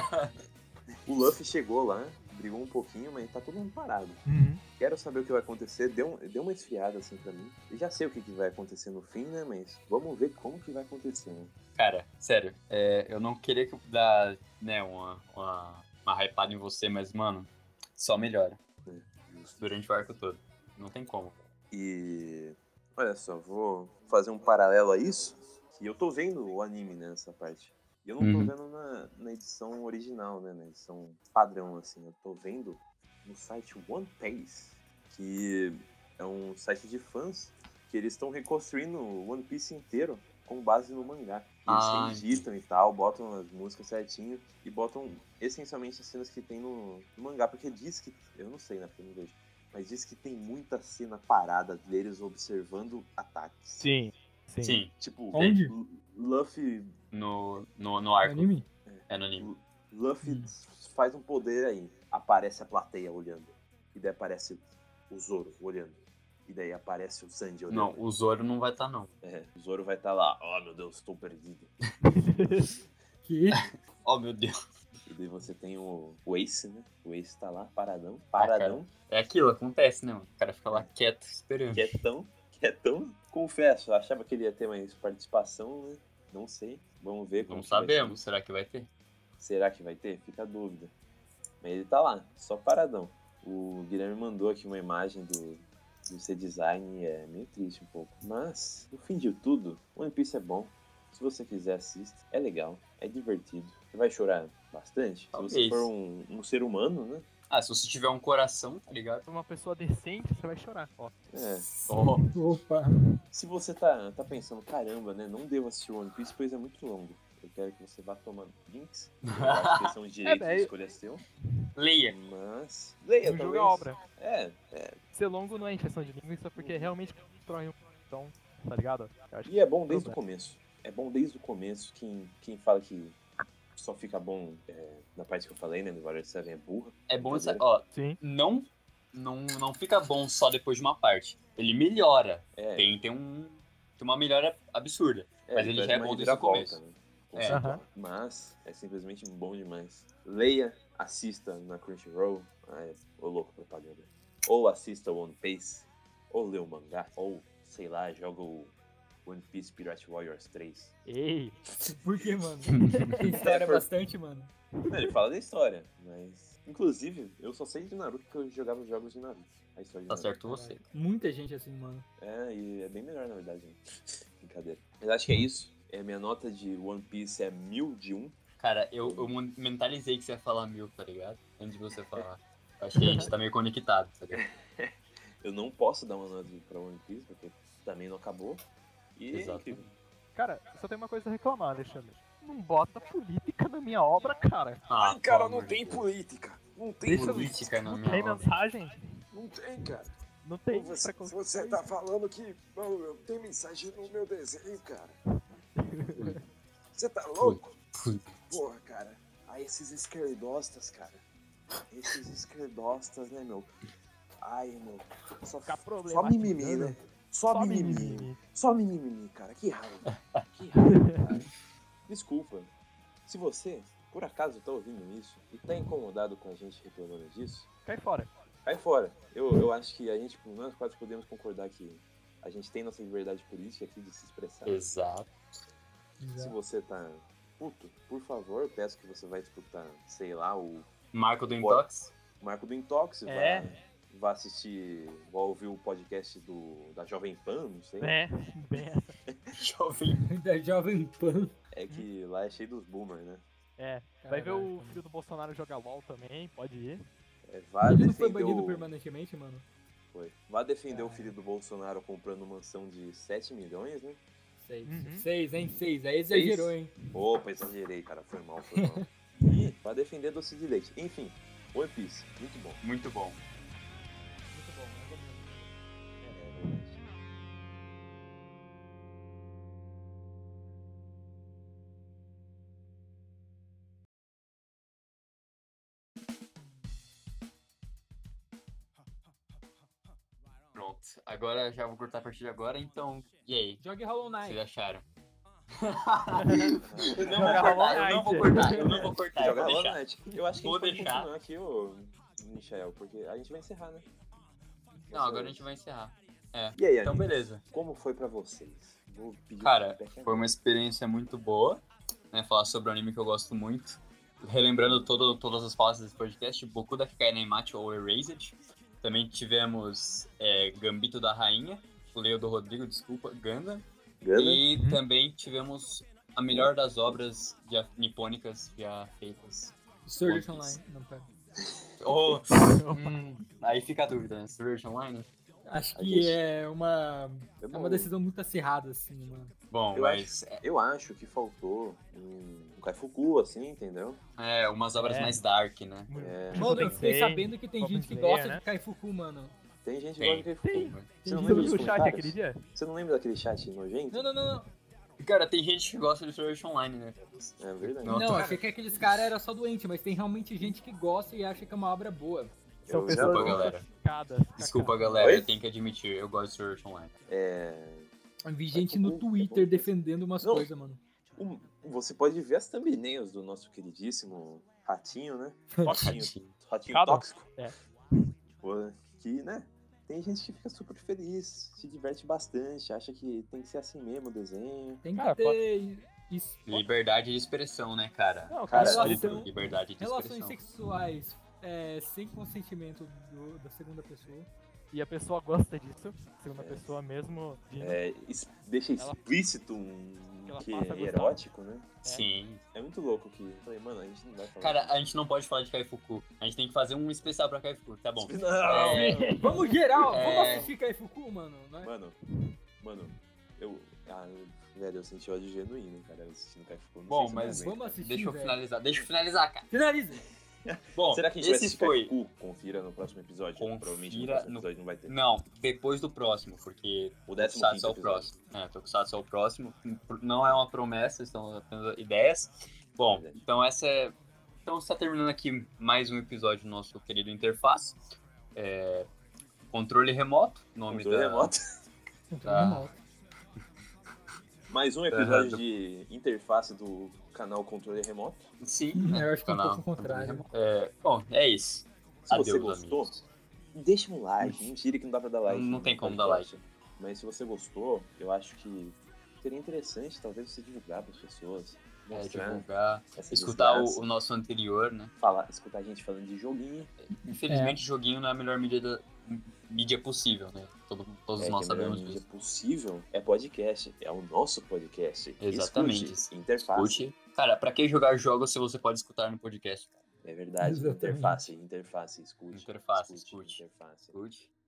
[SPEAKER 2] o Luffy chegou lá, brigou um pouquinho, mas tá todo mundo parado.
[SPEAKER 5] Uhum.
[SPEAKER 2] Quero saber o que vai acontecer, deu, um- deu uma esfriada assim pra mim. Eu já sei o que, que vai acontecer no fim, né? Mas vamos ver como que vai acontecer, né?
[SPEAKER 1] Cara, sério, é, eu não queria que eu dar né, uma, uma, uma hypada em você, mas, mano, só melhora durante o arco todo. Não tem como.
[SPEAKER 2] E olha só, vou fazer um paralelo a isso. Que eu tô vendo o anime né, nessa parte. E eu não
[SPEAKER 1] Uhum.
[SPEAKER 2] tô vendo na, na edição original, né? Na edição padrão, assim. Eu tô vendo no site One Piece, que é um site de fãs que eles estão reconstruindo o One Piece inteiro com base no mangá. Eles
[SPEAKER 1] Ah,
[SPEAKER 2] editam e tal, botam as músicas certinho e botam essencialmente as cenas que tem no, no mangá, porque diz que. Eu não sei, né? Porque eu não vejo. Mas diz que tem muita cena parada deles observando ataques.
[SPEAKER 5] Sim. Sim.
[SPEAKER 1] Sim,
[SPEAKER 2] Tipo,
[SPEAKER 4] Onde?
[SPEAKER 2] L- Luffy.
[SPEAKER 1] no, no, no arco.
[SPEAKER 4] Anime?
[SPEAKER 1] É no anime.
[SPEAKER 2] Luffy
[SPEAKER 1] Hum.
[SPEAKER 2] faz um poder aí. Aparece a plateia olhando. E daí aparece o Zoro olhando. E daí aparece o Sanji olhando.
[SPEAKER 1] Não, o Zoro não vai estar, não.
[SPEAKER 2] É, o Zoro vai estar lá. Oh meu Deus, estou perdido. [laughs]
[SPEAKER 4] Que?
[SPEAKER 1] Oh, meu Deus.
[SPEAKER 2] E daí você tem o, o Ace, né? O Ace tá lá, paradão,
[SPEAKER 1] Ah, cara.
[SPEAKER 2] paradão,
[SPEAKER 1] É aquilo, acontece, né, mano? O cara fica
[SPEAKER 2] É.
[SPEAKER 1] lá quieto, esperando.
[SPEAKER 2] quietão, quietão. Confesso, eu achava que ele ia ter mais participação, né? Não sei. Vamos ver como
[SPEAKER 1] Não
[SPEAKER 2] que vai
[SPEAKER 1] sabemos, será que vai ter?
[SPEAKER 2] ser. Será que vai ter? Fica a dúvida. Mas ele tá lá, só paradão. O Guilherme mandou aqui uma imagem do, do C-Design e é meio triste um pouco. Mas, no fim de tudo, One Piece é bom. Se você quiser, assista. É legal, é divertido. Você vai chorar bastante. Se
[SPEAKER 1] Talvez.
[SPEAKER 2] você for um, um ser humano, né?
[SPEAKER 1] Ah, se você tiver um coração, tá ligado?
[SPEAKER 5] Pra uma pessoa decente, você vai chorar. Ó.
[SPEAKER 2] É.
[SPEAKER 1] Oh,
[SPEAKER 4] Opa.
[SPEAKER 2] Se você tá, tá pensando, caramba, né? Não devo assistir One Piece, pois é muito longo. Eu quero que você vá tomando drinks. Eu acho que são os direitos
[SPEAKER 5] [laughs] É,
[SPEAKER 2] de
[SPEAKER 5] daí-
[SPEAKER 2] escolha seu.
[SPEAKER 1] leia.
[SPEAKER 2] Mas. Leia,
[SPEAKER 5] o jogo é
[SPEAKER 2] talvez.
[SPEAKER 5] obra.
[SPEAKER 2] É, é.
[SPEAKER 5] Ser longo não é injeção de língua, isso é porque realmente constrói um. Então, tá ligado? Eu acho que
[SPEAKER 2] E é bom desde o começo. É bom desde o começo. Quem, quem fala que só fica bom é, na parte que eu falei, né? Do Warrior 7 é burra.
[SPEAKER 1] É bom, essa-
[SPEAKER 2] Brincadeira.
[SPEAKER 1] ó,
[SPEAKER 5] sim.
[SPEAKER 1] não, não, não fica bom só depois de uma parte. Ele melhora.
[SPEAKER 2] É,
[SPEAKER 1] Tem, tem, um, tem uma melhora absurda.
[SPEAKER 2] é,
[SPEAKER 1] mas ele
[SPEAKER 2] faz
[SPEAKER 1] já é
[SPEAKER 2] uma
[SPEAKER 1] bom desde o
[SPEAKER 2] reviravolta,
[SPEAKER 1] começo.
[SPEAKER 2] né?
[SPEAKER 1] É.
[SPEAKER 2] Conceitual.
[SPEAKER 5] Aham.
[SPEAKER 2] Mas é simplesmente bom demais. Leia, assista na Crunchyroll, ai, ô louco propaganda. Ou assista o One Piece, ou lê o mangá, ou sei lá, joga o One Piece Pirate Warriors 3.
[SPEAKER 5] Ei!
[SPEAKER 4] Por que, mano?
[SPEAKER 2] [laughs]
[SPEAKER 4] Tem história
[SPEAKER 2] por-
[SPEAKER 4] bastante, mano.
[SPEAKER 2] Não, ele fala da história, mas. Inclusive, eu só sei de Naruto porque eu jogava os jogos de Naruto. A história de
[SPEAKER 1] Tá
[SPEAKER 2] Naruto.
[SPEAKER 1] certo você.
[SPEAKER 4] Muita gente assim, mano.
[SPEAKER 2] É, e é bem melhor na verdade. né? [laughs] Brincadeira. Mas acho que é isso. É, minha nota de One Piece é mil de um.
[SPEAKER 1] Cara, eu, eu mentalizei que você ia falar mil, tá ligado? Antes de você falar. Eu achei que a gente tá meio conectado, tá [laughs] ligado?
[SPEAKER 2] Eu não posso dar uma nota pra One Piece, porque também não acabou. E é
[SPEAKER 1] Exato.
[SPEAKER 2] incrível.
[SPEAKER 5] Cara, eu só tenho uma coisa a reclamar, Alexandre. Não bota política na minha obra, cara.
[SPEAKER 1] Ah, pelo amor de Deus.
[SPEAKER 2] política. Não
[SPEAKER 5] Deixa eu-
[SPEAKER 1] política na
[SPEAKER 5] Não
[SPEAKER 1] minha
[SPEAKER 5] tem
[SPEAKER 1] obra.
[SPEAKER 5] mensagem?
[SPEAKER 2] Não tem, cara.
[SPEAKER 5] Não tem preconceito.
[SPEAKER 2] você tá falando que eu tenho mensagem no meu desenho, cara. Você tá
[SPEAKER 1] louco? Fui.
[SPEAKER 2] Porra, cara. Ah, esses esquerdostas, cara. Esses esquerdostas, né, meu? Ai, meu. Só,
[SPEAKER 5] Ficar
[SPEAKER 2] só mimimi,
[SPEAKER 5] problematizando.
[SPEAKER 2] né? Só,
[SPEAKER 5] Só
[SPEAKER 2] mimimi.
[SPEAKER 5] mimimi.
[SPEAKER 2] Só mimimi, cara. Que raiva. Que raiva, cara. Desculpa. Se você, por acaso, tá ouvindo isso e tá incomodado com a gente reclamando disso,
[SPEAKER 5] Cai fora.
[SPEAKER 2] Cai fora. Eu, eu acho que a gente, pelo menos, quase podemos concordar que a gente tem nossa liberdade política aqui de se expressar.
[SPEAKER 1] Exato.
[SPEAKER 2] Se você tá puto, por favor, peço que você vai escutar, sei lá, o
[SPEAKER 1] Marco do
[SPEAKER 2] Bora.
[SPEAKER 1] Intox?
[SPEAKER 2] Marco do Intox,
[SPEAKER 5] É.
[SPEAKER 2] vá, vá assistir, vá ouvir o podcast do, da Jovem Pan, não sei.
[SPEAKER 5] É, bem essa.
[SPEAKER 1] Jovem.
[SPEAKER 4] Da Jovem Pan.
[SPEAKER 2] É
[SPEAKER 1] Uhum.
[SPEAKER 2] que lá é cheio dos boomers, né?
[SPEAKER 5] É. Vai ver
[SPEAKER 4] Caralho.
[SPEAKER 5] o filho do Bolsonaro jogar LOL também, pode ir.
[SPEAKER 2] É, vá
[SPEAKER 4] Ele não foi
[SPEAKER 2] defender,
[SPEAKER 4] banido
[SPEAKER 2] o,
[SPEAKER 4] permanentemente, mano?
[SPEAKER 2] foi. Vá defender o filho do Bolsonaro comprando mansão de 7 milhões, né?
[SPEAKER 4] Seis.
[SPEAKER 5] Uhum.
[SPEAKER 4] Seis, hein? Seis. Aí exagerou, hein?
[SPEAKER 2] Opa, exagerei, cara. Foi mal, foi
[SPEAKER 1] [laughs]
[SPEAKER 2] mal. E pra defender doce de leite. Enfim, One Piece, muito bom.
[SPEAKER 1] Muito bom.
[SPEAKER 5] Muito bom, mais ou menos.
[SPEAKER 1] Pronto. Agora já vou cortar a partir de agora, então. E aí?
[SPEAKER 4] Jogue Hollow
[SPEAKER 1] O que vocês
[SPEAKER 4] Knight.
[SPEAKER 1] acharam?
[SPEAKER 2] Eu
[SPEAKER 1] Eu não vou cortar, eu não vou cortar, eu não vou cortar. Tá, Eu
[SPEAKER 2] Joga
[SPEAKER 1] vou
[SPEAKER 2] Hollow
[SPEAKER 1] deixar.
[SPEAKER 2] Knight. Eu acho que
[SPEAKER 1] Vou
[SPEAKER 2] a gente
[SPEAKER 1] deixar.
[SPEAKER 2] pode continuar aqui, ô Michael, porque a gente vai encerrar, né?
[SPEAKER 1] Não, agora a gente vai encerrar.
[SPEAKER 2] E aí,
[SPEAKER 1] Então,
[SPEAKER 2] amigos,
[SPEAKER 1] beleza.
[SPEAKER 2] como foi pra vocês? Vou pedir
[SPEAKER 1] Cara,
[SPEAKER 2] feedback agora.
[SPEAKER 1] Foi uma experiência muito boa, né? Falar sobre um anime que eu gosto muito. Relembrando todo, todas as falas desse podcast, Boku da Kikai Naimachi ou Erased. Também tivemos é, Gambito da Rainha, Leo do Rodrigo, desculpa, Ganda.
[SPEAKER 2] Gana?
[SPEAKER 1] E também tivemos a melhor das obras já nipônicas já feitas.
[SPEAKER 4] Sword Art
[SPEAKER 1] One Piece.
[SPEAKER 4] Online. Não, pera.
[SPEAKER 1] Oh, hum, aí fica a dúvida, né? Sword Art Online?
[SPEAKER 4] Acho
[SPEAKER 2] A
[SPEAKER 4] que
[SPEAKER 2] gente-
[SPEAKER 4] é uma...
[SPEAKER 2] Eu
[SPEAKER 4] É
[SPEAKER 2] não-
[SPEAKER 4] uma decisão muito acirrada, assim, mano.
[SPEAKER 1] Bom,
[SPEAKER 2] Eu
[SPEAKER 1] mas
[SPEAKER 2] É, Eu acho que faltou um, um Kaifuku, assim, entendeu?
[SPEAKER 1] é umas obras
[SPEAKER 5] É.
[SPEAKER 1] mais dark, né?
[SPEAKER 5] Muito
[SPEAKER 2] É.
[SPEAKER 4] Mano, eu fiquei
[SPEAKER 5] Tem-
[SPEAKER 4] sabendo que tem
[SPEAKER 5] Goblin
[SPEAKER 4] gente que
[SPEAKER 5] Slayer,
[SPEAKER 4] gosta
[SPEAKER 5] né?
[SPEAKER 4] de Kaifuku, mano.
[SPEAKER 2] Tem gente que
[SPEAKER 1] Tem.
[SPEAKER 2] gosta de Kaifuku. Você
[SPEAKER 5] Você
[SPEAKER 2] não
[SPEAKER 5] não
[SPEAKER 2] lembra dos
[SPEAKER 5] viu o chat
[SPEAKER 2] comentários?
[SPEAKER 5] aquele dia?
[SPEAKER 2] Você não lembra daquele chat nojento?
[SPEAKER 4] Não, não, não, não.
[SPEAKER 1] Cara, tem gente que gosta de Sword Art Online, né?
[SPEAKER 2] É verdade.
[SPEAKER 1] Não,
[SPEAKER 4] Não,
[SPEAKER 1] tô-
[SPEAKER 4] achei que aqueles caras eram só doente, mas tem realmente gente que gosta e acha que é uma obra boa.
[SPEAKER 5] São
[SPEAKER 2] Eu-
[SPEAKER 5] pessoas
[SPEAKER 1] Desculpa, galera.
[SPEAKER 5] intoxicadas.
[SPEAKER 1] Desculpa,
[SPEAKER 5] Cacá.
[SPEAKER 1] galera,
[SPEAKER 2] Oi?
[SPEAKER 1] eu tenho que admitir, eu gosto de Sword Art Online.
[SPEAKER 2] É,
[SPEAKER 4] Eu vi gente no
[SPEAKER 2] Kaifuku,
[SPEAKER 4] Twitter
[SPEAKER 2] Kaifuku.
[SPEAKER 4] defendendo umas
[SPEAKER 2] Não.
[SPEAKER 4] coisas, mano.
[SPEAKER 2] Um- você pode ver as thumbnails do nosso queridíssimo ratinho, né? Ratinho, ratinho
[SPEAKER 5] Cabo.
[SPEAKER 2] tóxico.
[SPEAKER 5] É.
[SPEAKER 2] Pô, Que, né? Tem gente que fica super feliz, se diverte bastante, acha que tem que ser assim mesmo o desenho.
[SPEAKER 4] Tem que
[SPEAKER 5] Cara,
[SPEAKER 4] ter
[SPEAKER 5] pode-
[SPEAKER 4] isso.
[SPEAKER 1] Relação- Liberdade de expressão, né, cara?
[SPEAKER 5] Não,
[SPEAKER 2] Cara,
[SPEAKER 5] cara,
[SPEAKER 4] relação-
[SPEAKER 1] liberdade de
[SPEAKER 4] Relações
[SPEAKER 1] expressão.
[SPEAKER 4] sexuais é, sem consentimento do- da segunda pessoa.
[SPEAKER 5] e a pessoa gosta disso. Segunda
[SPEAKER 2] É.
[SPEAKER 5] pessoa mesmo. de-
[SPEAKER 2] É, es- deixa
[SPEAKER 5] Ela-
[SPEAKER 2] explícito um
[SPEAKER 5] Ela
[SPEAKER 2] que
[SPEAKER 5] passa a
[SPEAKER 2] é
[SPEAKER 5] gostar.
[SPEAKER 2] erótico, né?
[SPEAKER 1] Sim.
[SPEAKER 2] É muito louco que. eu Falei, mano, a gente não vai falar.
[SPEAKER 1] Cara, a gente não pode falar de Kaifuku. A gente tem que fazer um especial pra Kaifuku, tá bom?
[SPEAKER 2] Não!
[SPEAKER 1] É,
[SPEAKER 4] Vamos geral,
[SPEAKER 1] É.
[SPEAKER 4] vamos assistir Kaifuku, mano.
[SPEAKER 2] [laughs]
[SPEAKER 4] Né?
[SPEAKER 2] Mano, mano, eu. Ah, velho, eu senti ódio genuíno, cara, assistindo Kaifuku. não
[SPEAKER 1] Bom,
[SPEAKER 2] sei se eu
[SPEAKER 1] mas- assim,
[SPEAKER 2] aguento.
[SPEAKER 4] Vamos assistir.
[SPEAKER 1] deixa eu
[SPEAKER 4] velho.
[SPEAKER 1] finalizar, deixa eu finalizar, cara.
[SPEAKER 4] Finaliza.
[SPEAKER 1] Bom,
[SPEAKER 2] Será que a gente vai
[SPEAKER 1] esse
[SPEAKER 2] assistir
[SPEAKER 1] foi...
[SPEAKER 2] Kaifuku? Confira no próximo episódio.
[SPEAKER 1] Confira
[SPEAKER 2] Provavelmente no próximo
[SPEAKER 1] no-
[SPEAKER 2] episódio não vai ter.
[SPEAKER 1] Não, depois do próximo, porque
[SPEAKER 2] O décimo
[SPEAKER 1] Tokusatsu
[SPEAKER 2] quinto
[SPEAKER 1] é o
[SPEAKER 2] episódio.
[SPEAKER 1] próximo. É, Tokusatsu é o próximo. Não é uma promessa, são apenas ideias. Bom,
[SPEAKER 2] Verdade.
[SPEAKER 1] então essa é... Então está terminando aqui mais um episódio do nosso querido Interface. É, Controle remoto, nome
[SPEAKER 2] Controle
[SPEAKER 1] da...
[SPEAKER 2] remoto.
[SPEAKER 1] da-
[SPEAKER 2] Mais um
[SPEAKER 1] Errado. [laughs]
[SPEAKER 2] episódio de interface do canal Controle Remoto.
[SPEAKER 1] Sim,
[SPEAKER 4] É,
[SPEAKER 1] né?
[SPEAKER 4] eu acho que é um
[SPEAKER 1] Canal.
[SPEAKER 4] pouco ao contrário.
[SPEAKER 1] É, bom, é isso.
[SPEAKER 2] Se
[SPEAKER 1] Adeus,
[SPEAKER 2] Ah, você gostou,
[SPEAKER 1] amigos.
[SPEAKER 2] deixa um like. Mentira que não dá pra dar like.
[SPEAKER 1] Não
[SPEAKER 2] no
[SPEAKER 1] tem como dar
[SPEAKER 2] podcast. Mas se você gostou, eu acho que seria interessante talvez você divulgar pras pessoas.
[SPEAKER 1] É,
[SPEAKER 2] Mostrar
[SPEAKER 1] divulgar,
[SPEAKER 2] essa
[SPEAKER 1] escutar o,
[SPEAKER 2] desgraça.
[SPEAKER 1] o nosso anterior, né?
[SPEAKER 2] Falar, escutar a gente falando de joguinho.
[SPEAKER 1] Infelizmente, joguinho não é a melhor mídia, da- mídia possível, né? Todo- todos
[SPEAKER 2] É,
[SPEAKER 1] nós
[SPEAKER 2] que a melhor
[SPEAKER 1] sabemos
[SPEAKER 2] mídia
[SPEAKER 1] disso.
[SPEAKER 2] possível é podcast. É o nosso podcast.
[SPEAKER 1] Exatamente.
[SPEAKER 2] Escute, interface.
[SPEAKER 1] Escute. Cara, pra que jogar jogos se você pode escutar no podcast?
[SPEAKER 2] É verdade.
[SPEAKER 4] Exatamente.
[SPEAKER 2] Interface, interface, escute.
[SPEAKER 1] Interface, escute.
[SPEAKER 2] Interface.
[SPEAKER 1] Escute.